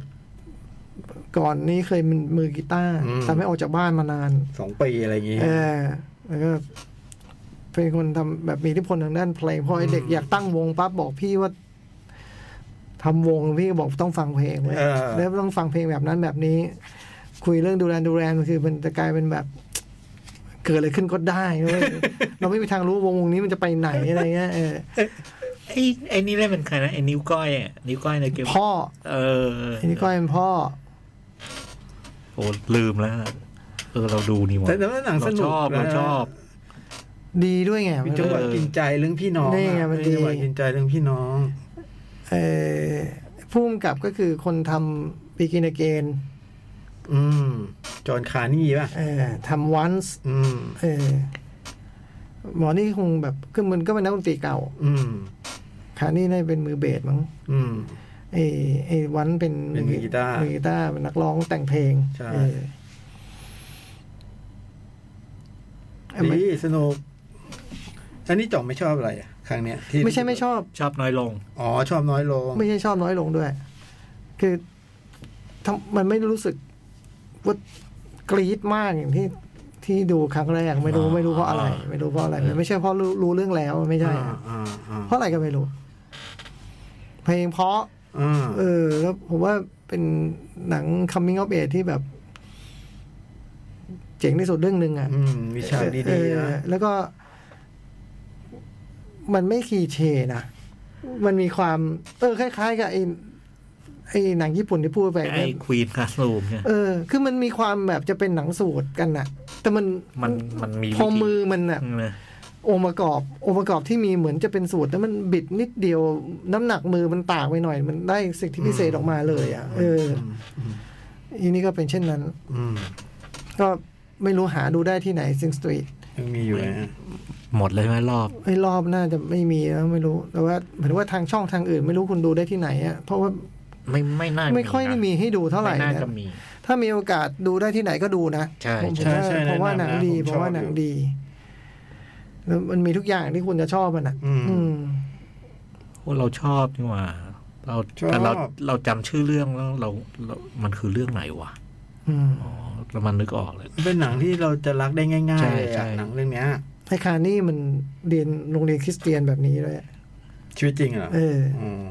Speaker 2: ก่อนนี้เคยเป็นมือกีตาร์
Speaker 1: อืม
Speaker 2: แต่ไม่ออกจากบ้านมานาน
Speaker 1: สองปีอะไรอย่างงี้
Speaker 2: เออแล้วก็เป็นคนทำแบบมีอิทธิพลทางด้านเพลงพอไอ้เด็กอยากตั้งวงปั๊บบอกพี่ว่าทำวงพี่ก็บอกต้องฟังเพลงเลย
Speaker 1: เออ
Speaker 2: แล้วต้องฟังเพลงแบบนั้นแบบนี้ คุยเรื่องดูแลดูแลมันคือมันจะกลายเป็นแบบ เกิดอะไรขึ้นก็ได้เว้ย เราไม่มีทางรู้วงวงนี้มันจะไปไหนอะไรเงี้ยเออ
Speaker 3: ไอ้ไอ้นี่เล่นเป็นใครนะไอ้นิ้วก้อยอะนิ้วก้อยในเกม
Speaker 2: พ่อ
Speaker 3: เออ
Speaker 2: อันนี้ก็เป็นพ่อ
Speaker 3: โอ้ลืมแล้วอะเออเราดูนี่หว่า
Speaker 1: แต่แต่ว่าหนังสนุก
Speaker 3: เราชอบเรา
Speaker 1: นะ
Speaker 3: ชอบ
Speaker 2: ดีด้วยไง
Speaker 1: มีจังหวะกินใจเรื่องพี่น้องอะ
Speaker 2: นี่ไงมันดี
Speaker 1: จังหวะกินใจเรื่องพี่น้อง
Speaker 2: เออผู้กำกับก็คือคนทำ Begin Again
Speaker 1: อืมจอห์นคาร์นี่ป่ะ
Speaker 2: เออทำ Once
Speaker 1: อืม
Speaker 2: เออหมอนี่คงแบบคือมันก็เป็นนักดนตรีเก่า
Speaker 1: อืม
Speaker 2: ขานี่น่าจะเป็นมือเบสมั้ง
Speaker 1: อืม
Speaker 2: ไอ้ไอ้วันเป็น
Speaker 1: เป็นมือกีตาร์
Speaker 2: มือกีตาร์เป็นนักร้องแต่งเพลง
Speaker 1: ใช่
Speaker 2: เออไอ้มัน
Speaker 1: ดีสนุกอันนี้จ่องไม่ชอบอะไรอะครั้งเนี้ยที่
Speaker 2: ไม่ใช่ไม่ชอบ
Speaker 3: ชอบน้อยลง
Speaker 1: อ๋อชอบน้อยลง
Speaker 2: ไม่ใช่ชอบน้อยลงด้วย คือทำมันไม่รู้สึกว่ากรี๊ดมากอย่างที่ที่ดูครั้งแรกไม่รู้
Speaker 3: อ่า
Speaker 2: ไม่รู้เพราะอะไร
Speaker 3: อ่า
Speaker 2: ไม่รู้เพราะอะไรมันไม่ใช่เพราะรู้รู้เรื่องแล้วไม่ใช่
Speaker 1: อ่าอ่าอ่า
Speaker 2: เพราะอะไรก็ไม่รู้ เพลงเพราะ
Speaker 1: อ่า
Speaker 2: เออแล้วผมว่าเป็นหนัง coming of age ที่แบบ เจ๋งที่สุดเรื่องหนึ่งอ่ะ
Speaker 1: อืมมีฉาก
Speaker 2: เอ
Speaker 1: ดี
Speaker 2: อ
Speaker 1: ๆนะ
Speaker 2: แล้วก็ มันไม่คลีเช่นะ มันมีความ เออ คล้าย ๆ กับไอ้ไอ้หนังญี่ปุ่นที่พูดไป
Speaker 3: ไอ้ควีนคาสรูมเนี่ย
Speaker 2: เออ คือมันมีความแบบจะเป็นหนังสูตรกันน่ะ แต่มัน
Speaker 3: มันมันมี
Speaker 2: พอมือมันอ่ะ
Speaker 3: นะ
Speaker 2: องค์ประกอบองค์ประกอบที่มีเหมือนจะเป็นสูตรแล้วมันบิดนิดเดียวน้ำหนักมือมันต่างไปหน่อย มันได้สิ่งที่พิเศษออกมาเลยอ่ะเออออีนี่ก็เป็นเช่นนั้น
Speaker 1: อืม
Speaker 2: ก็ไม่รู้หาดูได้ที่ไหนซิงสตรีท
Speaker 1: ยังมีอยู่นะ
Speaker 3: หมดเลยไหมรอบ
Speaker 2: ไอ้ยรอบน่าจะไม่มีแล้วไม่รู้ แต่ว่าเหมือนว่าทางช่องทางอื่น ไม่รู้คุณดูได้ที่ไหนอ่ะเพราะว่า
Speaker 3: ไม่ไม่น่า
Speaker 2: ไม่ค่อย
Speaker 3: นะ
Speaker 2: ได้มีให้ดูเท่าไหร่
Speaker 3: ม่น่า
Speaker 2: นะ
Speaker 3: จะมี
Speaker 2: ถ้ามีโอกาสดูได้ที่ไหนก็ดูนะ
Speaker 3: ใช่
Speaker 2: ผม
Speaker 1: ใช่
Speaker 2: ว่า
Speaker 1: ใช่
Speaker 2: เพราะว่าห
Speaker 1: แนะนำนะ
Speaker 2: นังดี
Speaker 1: ผ
Speaker 2: เพ
Speaker 1: มชอบ
Speaker 2: ราะว่าหนัง
Speaker 1: อยู่
Speaker 2: ดีแล้วมันมีทุกอย่างที่คุณจะชอบมันอ่ะ
Speaker 1: อืม
Speaker 2: อืม
Speaker 3: โอ้เราชอบนี่หว่า เรา
Speaker 1: ชอบ
Speaker 3: แต่เราเราจำชื่อเรื่องแล้วเราเรามันคือเรื่องไหนวะ
Speaker 2: อืม
Speaker 3: อ๋อแล้วมันนึกออกเลย
Speaker 1: เป็นหนังที่เราจะรักได้ง่าย
Speaker 3: ใช่
Speaker 1: ๆเลย
Speaker 3: ใช่
Speaker 1: อะหนังเรื่องเนี้ย
Speaker 2: ไอคานี่มันเรียนโรงเรียนคริสเตียนแบบนี้เลย
Speaker 1: ชีวิตจริงเหรอ
Speaker 2: เออ
Speaker 1: อืม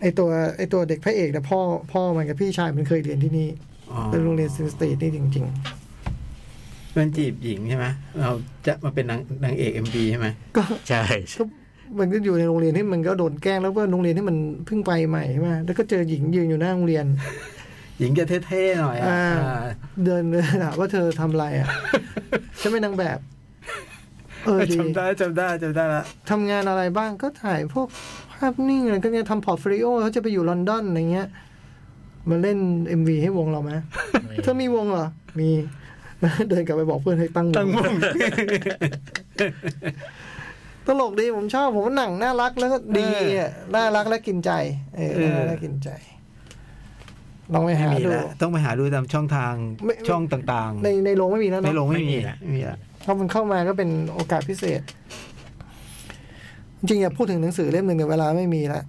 Speaker 2: ไอตัวไอตัวเด็กพระเอกนะพ่อพ่อมันกับพี่ชายมันเคยเรียนที่นี่
Speaker 1: อ๋อ
Speaker 2: เป็นโรงเรียนซินสตีทนี่จริง
Speaker 1: เป็นจีบหญิงใช่ไหมเราจะมาเป็นนางนางเอกเอ็มบีใช่ไหม
Speaker 2: ๆ ก็
Speaker 3: ใช่
Speaker 2: ก็ มันก็อยู่ในโรงเรียนที่มันก็โดนแกล้งแล้วก็โรงเรียนที่มันเพิ่งไปใหม่ใช่ไหมแล้วก็เจอหญิงยืนอยู่หน้าโรงเรียน
Speaker 1: หญิงจะเท่ๆหน่อยอะ
Speaker 2: อ่า
Speaker 1: อ่า
Speaker 2: เดินเลยถามว่าเธอทำอะไรอ่ะ ฉันเป็นนางแบบ เออดี
Speaker 1: จำได้จำได้จำได้ละ
Speaker 2: ทำงานอะไรบ้างก็ถ่ายพวกภาพนิ่งอะไรก็เนี่ยทำพอร์ตโฟลิโอเขาจะไปอยู่ลอนดอนอะไรเงี้ยมาเล่นเอ็มวีให้วงเราไหมเธอมีวงเหรอ มี เดินกลับไปบอกเพื่อนให้ตั้งว
Speaker 1: ตั้ง
Speaker 2: ง
Speaker 1: วง
Speaker 2: ตลกดีผมชอบผมว่าหนังน่ารักแล้วก็ดีอ่ะน่ารักและกินใจ เออ
Speaker 1: เออ
Speaker 2: น่ารักและกินใจ ลองไปหา
Speaker 1: มี
Speaker 2: ดู
Speaker 1: ละต้องไปหาดูตามช่องทาง
Speaker 2: ไม่
Speaker 1: ช่องต่างๆ
Speaker 2: ในในโรงไม่มีแล้วเน
Speaker 1: ใน
Speaker 2: อะ
Speaker 1: โรงไม่มีละไม่มีละ
Speaker 2: พอมันเข้ามาก็เป็นโอกาสพิเศษ จริงๆอย่าพูดถึงหนังสือเล่มหนึ่งแต่เวลาไม่มีละ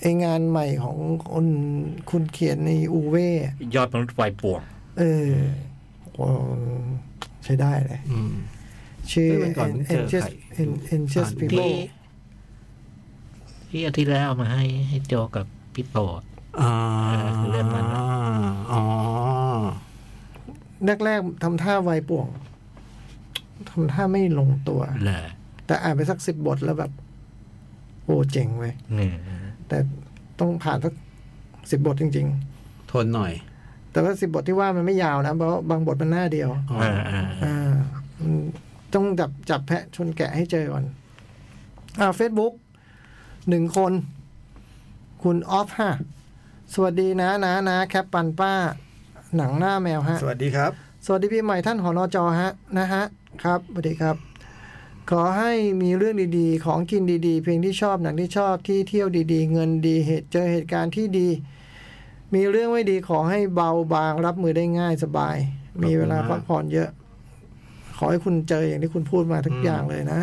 Speaker 2: ไองานใหม่ของคนคุณเขียนในอูเว่
Speaker 3: ยอดมนุษย์วัยป่วง
Speaker 2: เออโอ้ใช้ได้เลย ชื่อ
Speaker 1: เฮ้ยวันก่อนเจอ
Speaker 2: Anxious
Speaker 1: ใคร
Speaker 2: An- Anxious
Speaker 1: อ่าน
Speaker 2: People
Speaker 3: ที่ที่อาทิตย์แล้วเอามาให้ให้โจกับพี่โต
Speaker 1: อ่า
Speaker 3: เลื่อนมันละ
Speaker 1: อ๋อ
Speaker 2: แรกๆทำท่าไวายป่วงทำท่าไม่ลงตัว
Speaker 3: แหละ
Speaker 2: แต่อ่านไปสักสิบบทแล้วแบบ โอ้เจ๋งเว้ย
Speaker 3: เนี่ย
Speaker 2: แต่ต้องผ่านสักสิบบทจริง ๆ
Speaker 1: ทนหน่อย
Speaker 2: แต่ว่าสิบบทที่ว่ามันไม่ยาวนะเพราะบางบทมันหน้าเดียว
Speaker 1: อ๋อ
Speaker 3: อ่าอ่าอ่า
Speaker 2: อ่ามันต้องจับจับแพะชนแกะให้เจอก่อน อ่าเฟซบุ๊กหนึ่งคน คุณออฟฮะสวัสดีนะนะนะแคปปันป้า หนังหน้าแมวฮะ
Speaker 1: สวัสดีครับ
Speaker 2: สวัสดีปีใหม่ท่านหอนอจอฮะนะฮะครับสวัสดีครับ ขอให้มีเรื่องดีๆ ของกินดีๆ เพลงที่ชอบหนังที่ชอบที่เที่ยวดีๆ เงินดีเหตุเจอเหตุการณ์ที่ดี มีเรื่องไม่ดีขอให้เบาบางรับมือได้ง่ายสบาย มีเวลา
Speaker 1: ขอบคุณมาก
Speaker 2: พักผ่อนเยอะ ขอให้คุณเจออย่างที่คุณพูดมาทุกอย่างเลยนะ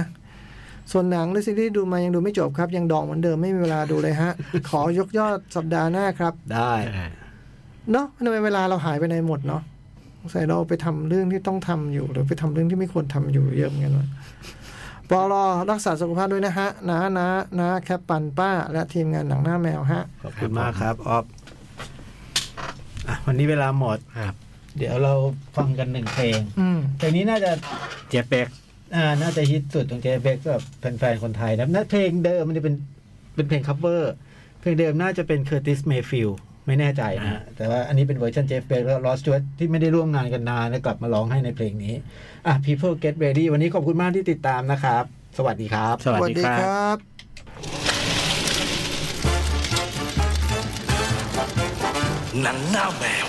Speaker 2: ส่วนหนังและซีรีส์ดูมายังดูไม่จบครับ ยังดองเหมือนเดิมไม่มีเวลาดูเลยฮะ ขอยกยอดสัปดาห์หน้าครับ
Speaker 1: ได้
Speaker 3: อ่า
Speaker 2: เนาะทำไมเวลาเราหายไปในหมดเนาะสงสัยเราไปทำเรื่องที่ต้องทำอยู่ หรือไปทำเรื่องที่ไม่ควรทำอยู่เยอะเหมือนกันวะปอรอรักษาสุขภาพด้วยนะฮะนะนะนะแคปปันป้า และทีมงานหนังหน้าแมวฮะ
Speaker 1: ขอบคุณมากครับออฟอ่ะวันนี้เวลาหมด
Speaker 3: ครับ
Speaker 1: เดี๋ยวเราฟังกันหนึ่งเพลง
Speaker 2: อืม
Speaker 1: เพลงนี้น่าจะ
Speaker 3: เจ๊เป็ก
Speaker 1: อ่าน่าจะฮิตสุดของเจเบกสำหรับแฟนๆคนไทยนะนะเพลงเดิมมันจะเป็นเป็นเพลงคัฟเวอร์เพลงเดิมน่าจะเป็นเคอร์ติสเมฟิลไม่แน่ใจนะฮะแต่ว่าอันนี้เป็นเวอร์ชันเจฟเบกแล้วลอสจวตที่ไม่ได้ร่วมงานกันนานแล้วกลับมาร้องให้ในเพลงนี้อ่ะ People Get Ready วันนี้ขอบคุณมากที่ติดตามนะครับ สวัสดีครับ
Speaker 3: สวัสดีครับ
Speaker 2: บ
Speaker 4: หนังหน้าแมว